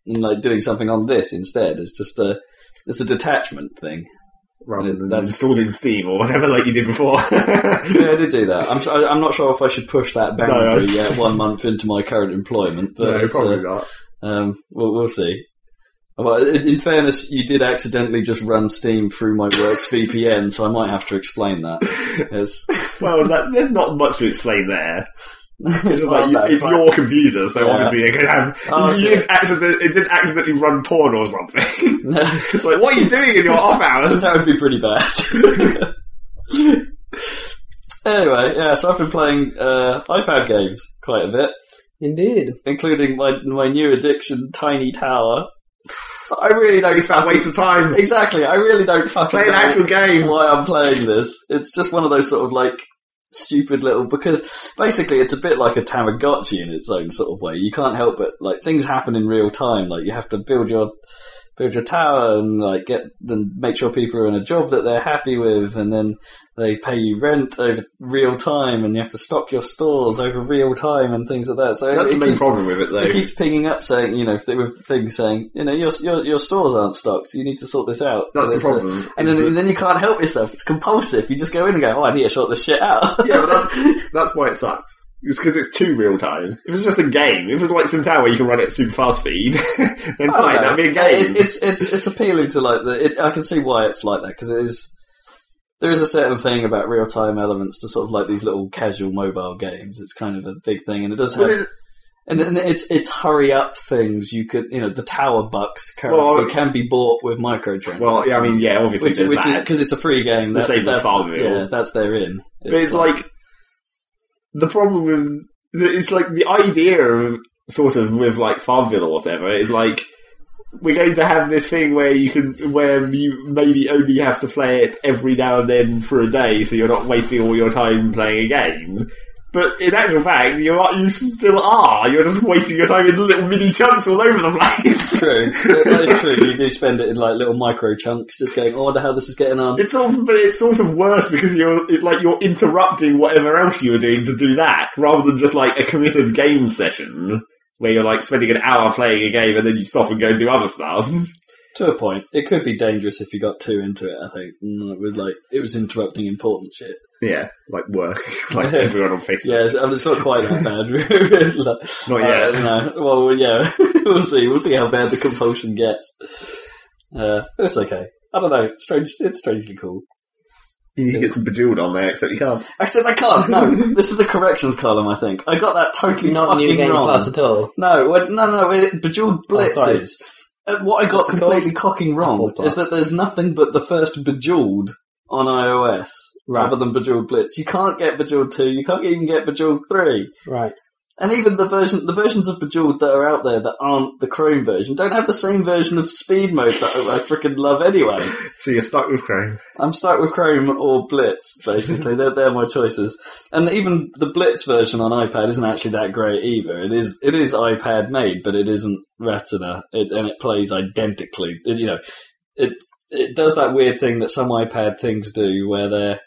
A: and like doing something on this instead. It's just a it's a detachment thing.
C: Rather than
A: That's-
C: installing Steam or whatever like you did before. (laughs)
A: Yeah, I did do that. I'm so- I'm not sure if I should push (laughs) that boundary yet. One month into my current employment, but
C: no,
A: it's, uh,
C: probably not.
A: Um, we'll, we'll see. Well, in in fairness, you did accidentally just run Steam through my work's VPN, so I might have to explain that. It's,
C: Well, that, there's not much to
A: (laughs)
C: explain there. It's just
A: Well,
C: like
A: no,
C: it's
A: but-
C: your computer, so
A: Yeah.
C: obviously it could have.
A: Oh,
C: you
A: shit.
C: didn't accident- it didn't accidentally run porn or something. (laughs)
A: No,
C: It's like, what are you doing in your
A: (laughs)
C: off
A: (laughs)
C: hours?
A: that would be pretty bad. anyway, yeah, so I've been playing uh, iPad games quite a bit,
B: Indeed.
A: including my my new addiction, Tiny Tower. I really
C: Only
A: don't.
C: found waste of time.
A: Exactly, I really don't fucking
C: Play an
A: know.
C: actual
A: (laughs)
C: game.
A: why I'm playing this. It's just one of those sort of like stupid little because basically it's a bit like a Tamagotchi in its own sort of way. You can't help but like things happen in real time. Like you have to build your build your tower and like get and make sure people are in a job that they're happy with, and then they pay you rent over real time, and you have to stock your stores over real time and things like that. So
C: That's
A: it
C: the main
A: keeps-
C: problem with it, though.
A: It keeps pinging up saying, you know, th- with things saying, you know, your, your your stores aren't stocked. You need to sort this out.
C: That's the
A: It's, uh,
C: problem.
A: and then, and then you can't help yourself. It's compulsive. You just go in and go, oh, I need to sort this shit out. (laughs)
C: (laughs) (laughs) yeah, but that's that's why it sucks. It's because it's too real time. If it's just a game, if it's like Sim Tower, you can run it at super fast speed, (laughs) then
A: I don't
C: fine,
A: know.
C: that'd be a
A: It-
C: game.
A: it- it's it's it's appealing to like the. It, I can see why it's like that because it is. There is a certain thing about real time elements to sort of like these little casual mobile games. It's kind of a big thing, and it does
C: But
A: have.
C: it's-
A: And, and it's it's hurry up things. You could you know the tower bucks currency
C: Well, I-
A: can be bought with microtransactions.
C: well, yeah, I mean, yeah, obviously
A: which
C: there's
A: which
C: that.
A: because it's a free game.
C: The
A: That's,
C: same as
A: that's,
C: Farmville.
A: Yeah, that's their in.
C: but it's like the problem with it's like the idea of sort of with like Farmville or whatever is like we're going to have this thing where you can where you maybe only have to play it every now and then for a day, so you're not wasting all your time playing a game. But in actual fact, you are you still are. You're just wasting your time in little mini chunks all over the (laughs) place.
A: true.
B: (laughs)
A: That is true. You do spend it in like little micro chunks, just going. Oh, I wonder how this is getting on.
C: It's sort of, but it's sort of worse because you're. It's like you're interrupting whatever else you were doing to do that, rather than just like a committed game session where you're like spending an hour playing a game and then you stop and go and do other stuff.
A: To a point, it could be dangerous if you got too into it. I think Mm, it was like it was interrupting important shit.
C: Yeah, like work, (laughs) like everyone on Facebook.
A: Yeah, it's, I mean, it's not quite that bad. (laughs) Like,
C: Not yet.
A: uh, no. Well, yeah, (laughs) we'll see. We'll see how bad the compulsion gets. Uh, but it's okay. I don't know. Strange. It's strangely cool.
C: You need to get some bejeweled on there, except you can't.
A: Except I can't.
B: (laughs)
A: No, this is the corrections column. I think I got that totally
B: Not
A: fucking
B: New Game
A: wrong.
B: Plus at all.
A: No, well, no, no, it, Bejeweled
B: Oh, sorry.
A: Blitzes. Uh, what I got
B: What's it
A: completely
B: called?
A: cocking
B: Apple
A: wrong
B: Plus.
A: is that there's nothing but the first Bejeweled on iOS
B: Right.
A: rather than Bejeweled Blitz. You can't get Bejeweled 2, you can't even get Bejeweled 3.
B: Right.
A: And even the version, the versions of Bejeweled that are out there that aren't the Chrome version don't have the same version of Speed Mode that I, I freaking love anyway.
C: So you're stuck with Chrome.
A: I'm stuck with Chrome or Blitz, basically. they're, they're my choices. And even the Blitz version on iPad isn't actually that great either. It is it is iPad made, but it isn't Retina, it, and it plays identically. It- you know, it it does that weird thing that some iPad things do, where they're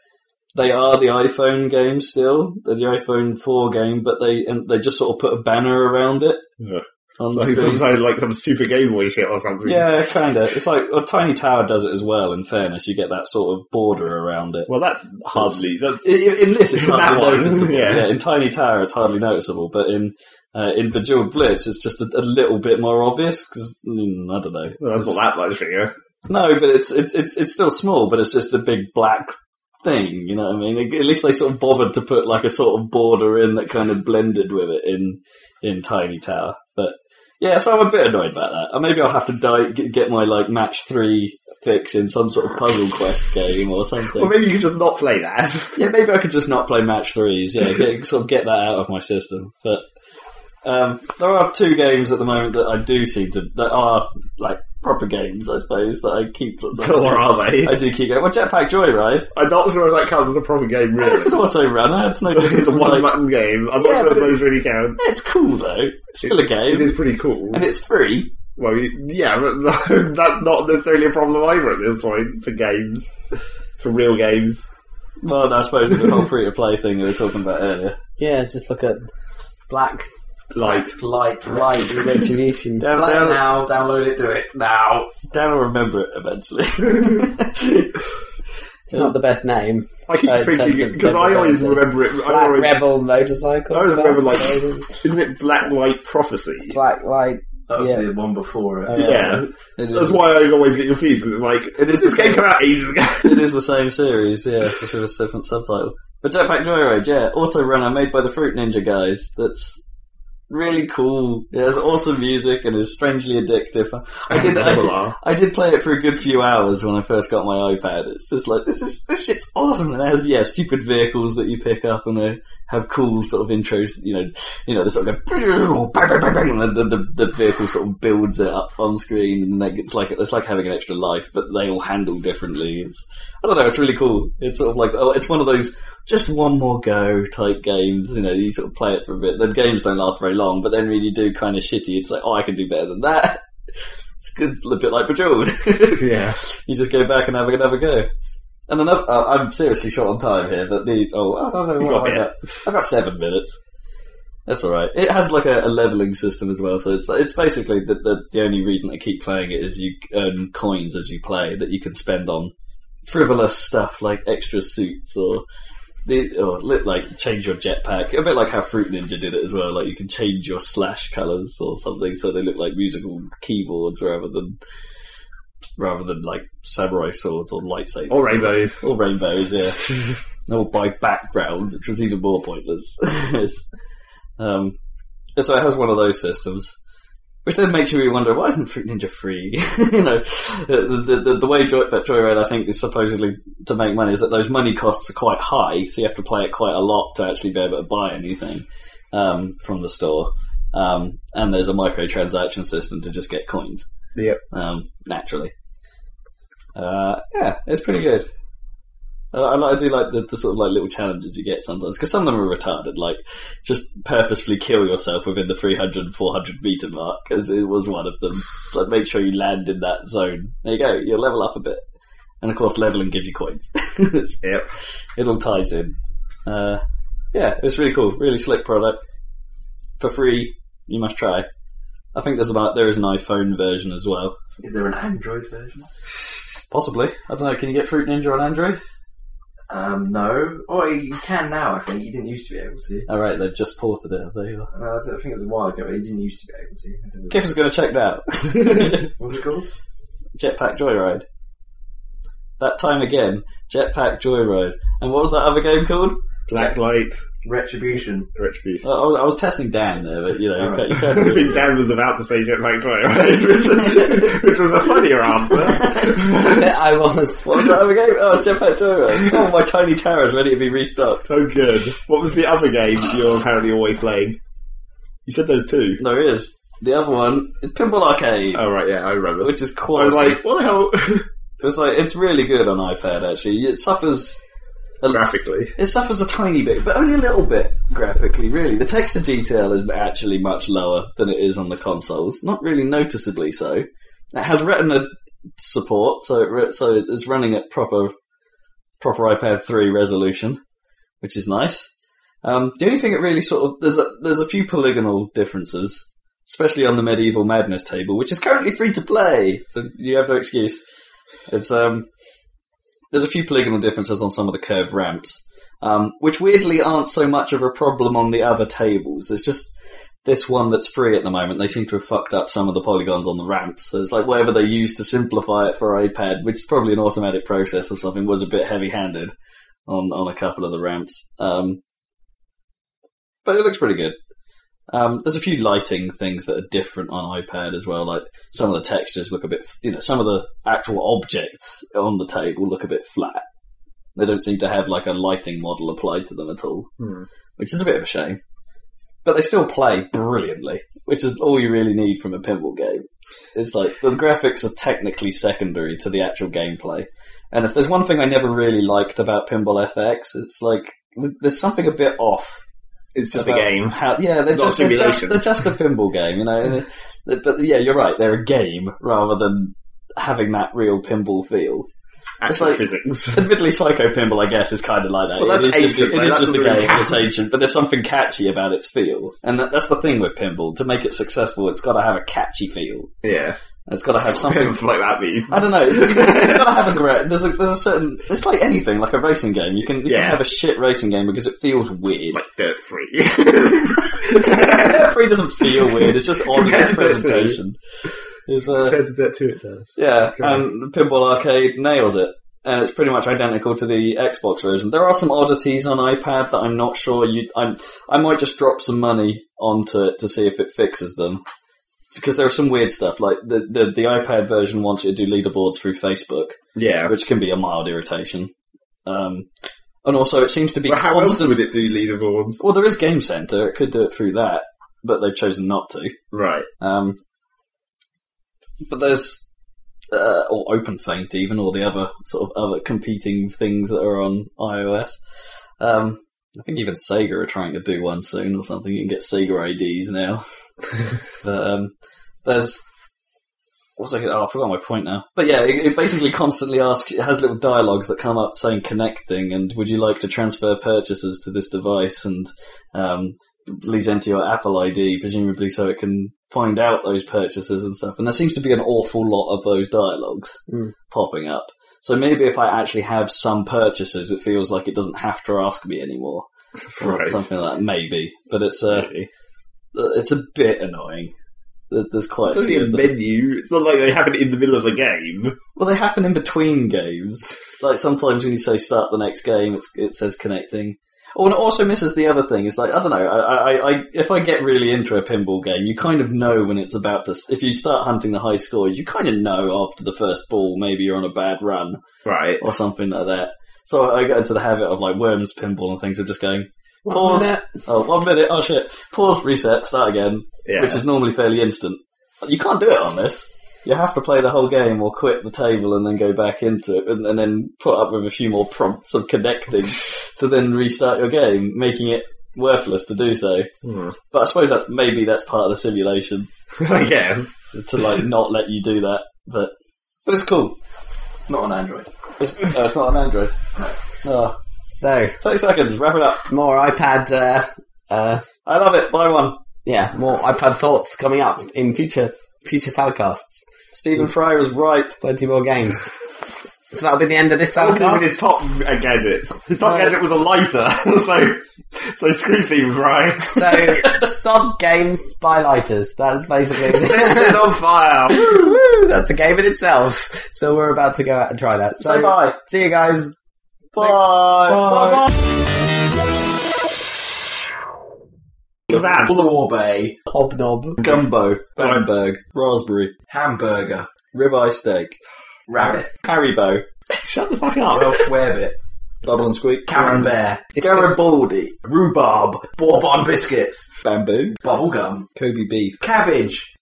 A: they are the iPhone game still, they're the iPhone four game, but they and they just sort of put a banner around it
C: Yeah.
A: on the
C: Like
A: screen.
C: some sort of, like some Super Game Boy shit or something.
A: Yeah, kind of. It's like well, Tiny Tower does it as well. In fairness, you get that sort of border around it.
C: Well, that hardly. That's
A: I- I- In this, it's
C: That
A: hardly
C: one,
A: noticeable.
C: yeah.
A: Yeah. in Tiny Tower, it's hardly noticeable, but in uh, in Bejeweled Blitz, it's just a, a little bit more obvious because I don't know.
C: well, that's not that much bigger.
A: No, but it's it's it's it's still small, but it's just a big black thing. You know what I mean? At least they sort of bothered to put like a sort of border in that kind of blended with it in in Tiny Tower. But yeah, so I'm a bit annoyed about that. Or maybe I'll have to die, get get my like match three fix in some sort of puzzle quest game or something.
C: Well, maybe you could just not play that. (laughs)
A: Yeah, maybe I could just not play match threes. Yeah, get, (laughs) sort of get that out of my system. But um, there are two games at the moment that I do seem to that are like proper games, I suppose. That I keep.
C: (laughs)
A: that I do-
C: or are
A: (laughs)
C: they?
A: I do keep going. Well, Jetpack Joyride.
C: I'm not sure if that counts as a proper game, really.
A: It's an auto runner.
C: (laughs)
A: It's no
C: So
A: different.
C: it's a
A: from,
C: one
A: like-
C: button game. I'm not
A: Yeah,
C: sure if
A: but it's-
C: those really count.
A: it's cool though. It's still a
C: It
A: game,
C: is pretty cool.
A: and it's free.
C: well, you- yeah, but (laughs) that's not necessarily a problem either at this point for games, for real games.
A: Well, I suppose the whole free to play thing we were talking about earlier.
B: Yeah, just look at Black
C: Light.
D: Like,
B: Light Retribution.
A: Down,
D: like
A: down,
D: now, download it, do it now.
A: down will remember it
C: (laughs)
A: eventually. (laughs)
B: It's not the best name.
C: I keep
B: Uh, in terms
C: thinking
B: of
C: because I
B: Red
C: always
B: Rebel.
C: remember it. I
B: Black
C: always,
B: Rebel Motorcycle.
C: I always remember,
B: Black
C: like-
B: Rebel- (laughs)
C: isn't it Black Light Prophecy?
B: Black Light.
D: That was
B: Yeah.
D: the one before it.
B: Oh,
C: yeah,
A: It
C: that's
A: is,
C: why I always get confused because it's like
A: It is
C: this
A: the
C: game
A: same.
C: came out ages ago.
A: it is the same series, yeah, just with a different subtitle. But Jetpack Joyride, yeah, Auto Runner made by the Fruit Ninja guys. That's really cool. It has awesome music and is strangely addictive. (laughs) I did, I did, I did play it for a good few hours when I first got my iPad. It's just like this is this shit's awesome. And it has yeah, stupid vehicles that you pick up and they have cool sort of intros. You know, you know, they sort of go bang bang bang bang, and the, the the vehicle sort of builds it up on screen, and then it's like it's like having an extra life, but they all handle differently. It's I don't know, it's really cool. It's sort of like oh, it's one of those just one more go type games. You know, you sort of play it for a bit. The games don't last very long, but then when you do kind of shitty, it's like oh, I can do better than that. (laughs) It's good, it's a bit like Bejeweled. (laughs)
C: (laughs) Yeah.
A: you just go back and have another go. And another, uh, I'm seriously short on time here, but the oh, I don't know
C: You've
A: what
C: got
A: I
C: a bit.
A: got. I've got seven minutes. That's all right. It has like a, a leveling system as well, so it's it's basically the, the the only reason I keep playing it is you earn coins as you play that you can spend on frivolous stuff like extra suits or the or li- like change your jetpack. A bit like how Fruit Ninja did it as well. Like you can change your slash colors or something, so they look like musical keyboards rather than rather than like samurai swords or lightsabers
C: Or rainbows.
A: or rainbows. Yeah, or by backgrounds, which was even more pointless. (laughs) Yes. um, and so it has one of those systems. Which then makes you wonder, why isn't Fruit Ninja free? (laughs) you know, the, the, the, the way Joy, that Joyride, I think, is supposedly to make money is that those money costs are quite high, so you have to play it quite a lot to actually be able to buy anything um, from the store. Um, and there's a microtransaction system to just get coins.
C: Yep.
A: Um, naturally. Uh, yeah, it's pretty good. I, I, like- Uh, I do like the, the sort of like little challenges you get sometimes because some of them are retarded. Like just purposefully kill yourself within the 300, 400 meter mark, as it was one of them. It's like make sure you land in that zone. There you go. You'll level up a bit, and of course, leveling gives you coins. (laughs) It's-
C: Yep.
A: it all ties in. Uh, yeah, it's really cool, really slick product for free. You must try. I think there's about there is an iPhone version as well,
D: Is there an Android version?
A: possibly. I don't know. Can you get Fruit Ninja on Android?
D: Um, no. Oh, you can now. I think you didn't used to be able to.
A: All right, they've just ported it. There you are.
D: Uh, I don't- I think it was a while ago, but you didn't used to be able to. I don't know.
A: Kipper's going to check it
C: (laughs)
A: out.
D: What was it called?
A: Jetpack Joyride. That time again, Jetpack Joyride. And what was that other game called?
C: Black light.
D: Retribution.
C: Retribution. (laughs)
A: I I was, I was testing Dan there, but you know, you can't, you can't
C: I
A: do
C: think
A: it.
C: Dan was about to say Jetpack Joyride, (laughs) which was a funnier
A: (laughs)
C: answer.
B: I
C: (laughs)
B: was.
A: What was that other game? Oh, it's Jetpack Joyride. Oh, my tiny tower is ready to be restocked.
C: so good. What was the other game that you're apparently always playing? You said those two.
A: No, it is. The other one is Pinball Arcade,
C: Oh, right, yeah, I remember.
A: which is
C: I
A: quite.
C: was like, what the hell?
A: (laughs) it's like it's really good on iPad. Actually, it suffers.
C: Graphically.
A: It suffers a tiny bit, but only a little bit graphically, really. The texture detail isn't actually much lower than it is on the consoles. Not really noticeably so. It has Retina support, so it re- so it's running at proper proper iPad 3 resolution, which is nice. Um, the only thing it really sort of there's a, there's a few polygonal differences, especially on the medieval madness table, which is currently free to play, so you have no excuse. It's um there's a few polygonal differences on some of the curved ramps, um, which weirdly aren't so much of a problem on the other tables. There's just this one that's free at the moment. They seem to have fucked up some of the polygons on the ramps. So it's like whatever they used to simplify it for iPad, which is probably an automatic process or something, was a bit heavy-handed on on a couple of the ramps. Um, but it looks pretty good. Um, there's a few lighting things that are different on iPad as well. Like some of the textures look a bit, you know, some of the actual objects on the table look a bit flat. They don't seem to have like a lighting model applied to them at all,
C: Hmm.
A: which is a bit of a shame. But they still play brilliantly, which is all you really need from a pinball game. It's like the graphics are technically secondary to the actual gameplay. And if there's one thing I never really liked about Pinball FX, it's like th- there's something a bit off
C: It's just
A: about
C: a game.
A: how- yeah, they're
C: It's not
A: just,
C: a
A: they're, just,
C: simulation.
A: they're just a pinball game, you
C: (laughs)
A: know. They- but yeah, you're right. They're a game rather than having that real pinball feel.
C: Actual
A: like- (laughs)
C: physics.
A: Admittedly, Psycho Pinball, I guess, is kind of like that.
C: Well, that's
A: it is just,
C: ancient,
A: it
C: though.
A: is
C: That
A: just a
C: doesn't
A: game.
C: really count.
A: It's ancient, but there's something catchy about its feel, and that, that's the thing with pinball. To make it successful, it's got to have a catchy feel.
C: yeah.
A: It's got to have
C: (laughs)
A: something
C: like that means.
A: I don't know. It's got to have a great. There's a there's a certain. It's like anything, like a racing game. You can you
C: Yeah.
A: can have a shit racing game because it feels weird. (laughs)
C: Like dirt free.
A: Dirt Free doesn't feel weird. It's
C: (laughs)
A: just odd in its
C: Compared to-
A: presentation. Is uh,
C: to dirt two, it does.
A: yeah, um,
C: Okay.
A: and Pinball Arcade nails it, and it's pretty much identical to the Xbox version. There are some oddities on iPad that I'm not sure you. I'm I might just drop some money onto it to see if it fixes them. Because there are some weird stuff, like the, the, the iPad version wants you to do leaderboards through Facebook,
C: Yeah.
A: which can be a mild irritation. Um, and also, it seems to be
C: But how else
A: constant.
C: would it do leaderboards?
A: Well, there is Game Center; it could do it through that, but they've chosen not to.
C: Right.
A: Um, but there's uh, or OpenFaint even, or the other sort of other competing things that are on iOS. Um, I think even Sega are trying to do one soon or something. You can get Sega IDs now. but um, there's What was I? Oh, I forgot my point now. But yeah, it, it basically constantly asks. It has little dialogues that come up saying "connecting" and "Would you like to transfer purchases to this device?" and um, "Please enter your Apple ID," presumably so it can find out those purchases and stuff. And there seems to be an awful lot of those dialogues
B: Mm.
A: popping up. So maybe if I actually have some purchases, it feels like it doesn't have to ask me anymore, (laughs) or
C: Right.
A: something like that. Maybe, but it's uh, a
C: Really.
A: Uh, it's a bit annoying. There- There's quite
C: It's
A: a
C: only
A: few
C: a
A: of them.
C: menu. It's not like they have it in the middle of the game.
A: Well, they happen in between games. Like sometimes when you say start the next game, it's, it says connecting. Oh, and it also misses the other thing. It's like I don't know. I, I, I, if I get really into a pinball game, you kind of know when it's about to. s- If you start hunting the high scores, you kind of know after the first ball, maybe you're on a bad run
C: Right.
A: or something like that. So I got into the habit of like worms pinball and things of just going, Pause. oh, one minute, oh shit, pause, reset, start again,
C: Yeah.
A: which is normally fairly instant. You can't do it on this. You have to play the whole game or quit the table and then go back into it and, and then put up with a few more prompts of (laughs) connecting to then restart your game, making it worthless to do so.
C: Hmm. (laughs)
A: But I suppose that's maybe that's part of the simulation
C: I guess.
A: to (laughs) like not let you do that. But but it's cool.
D: It's not on Android.
A: It's, oh, it's not on Android. Oh,
B: So
A: 30 seconds, wrap it up.
B: more iPad. Uh, uh,
A: I love it. Buy one.
B: yeah, more iPad thoughts coming up in future future Salcasts.
A: Stephen Fry was right.
B: Plenty more games. So that'll be the end of this
C: That was even his
B: Salcast.
C: top uh, gadget. His top
B: Right.
C: gadget was a lighter. (laughs) so, so screw Steve right?
B: So sub games by lighters. That's
C: (laughs)
B: basically.
C: Tension's on fire.
B: Woo, that's a game in itself. So we're about to go out and try that. So
A: Say bye.
B: See you guys.
A: Bye. Bye.
C: Kebabs.
D: Sorbet,
B: Hobnob.
A: Gumbo, Bamberg, raspberry,
D: hamburger,
A: ribeye steak,
D: rabbit,
A: Haribo,
C: Shut the fuck up.
D: Welsh rarebit,
A: bubble and squeak,
D: Karen Bear,
A: Garibaldi,
D: rhubarb, Bourbon biscuits,
A: bamboo,
D: bubblegum,
A: Kobe beef.
D: cabbage,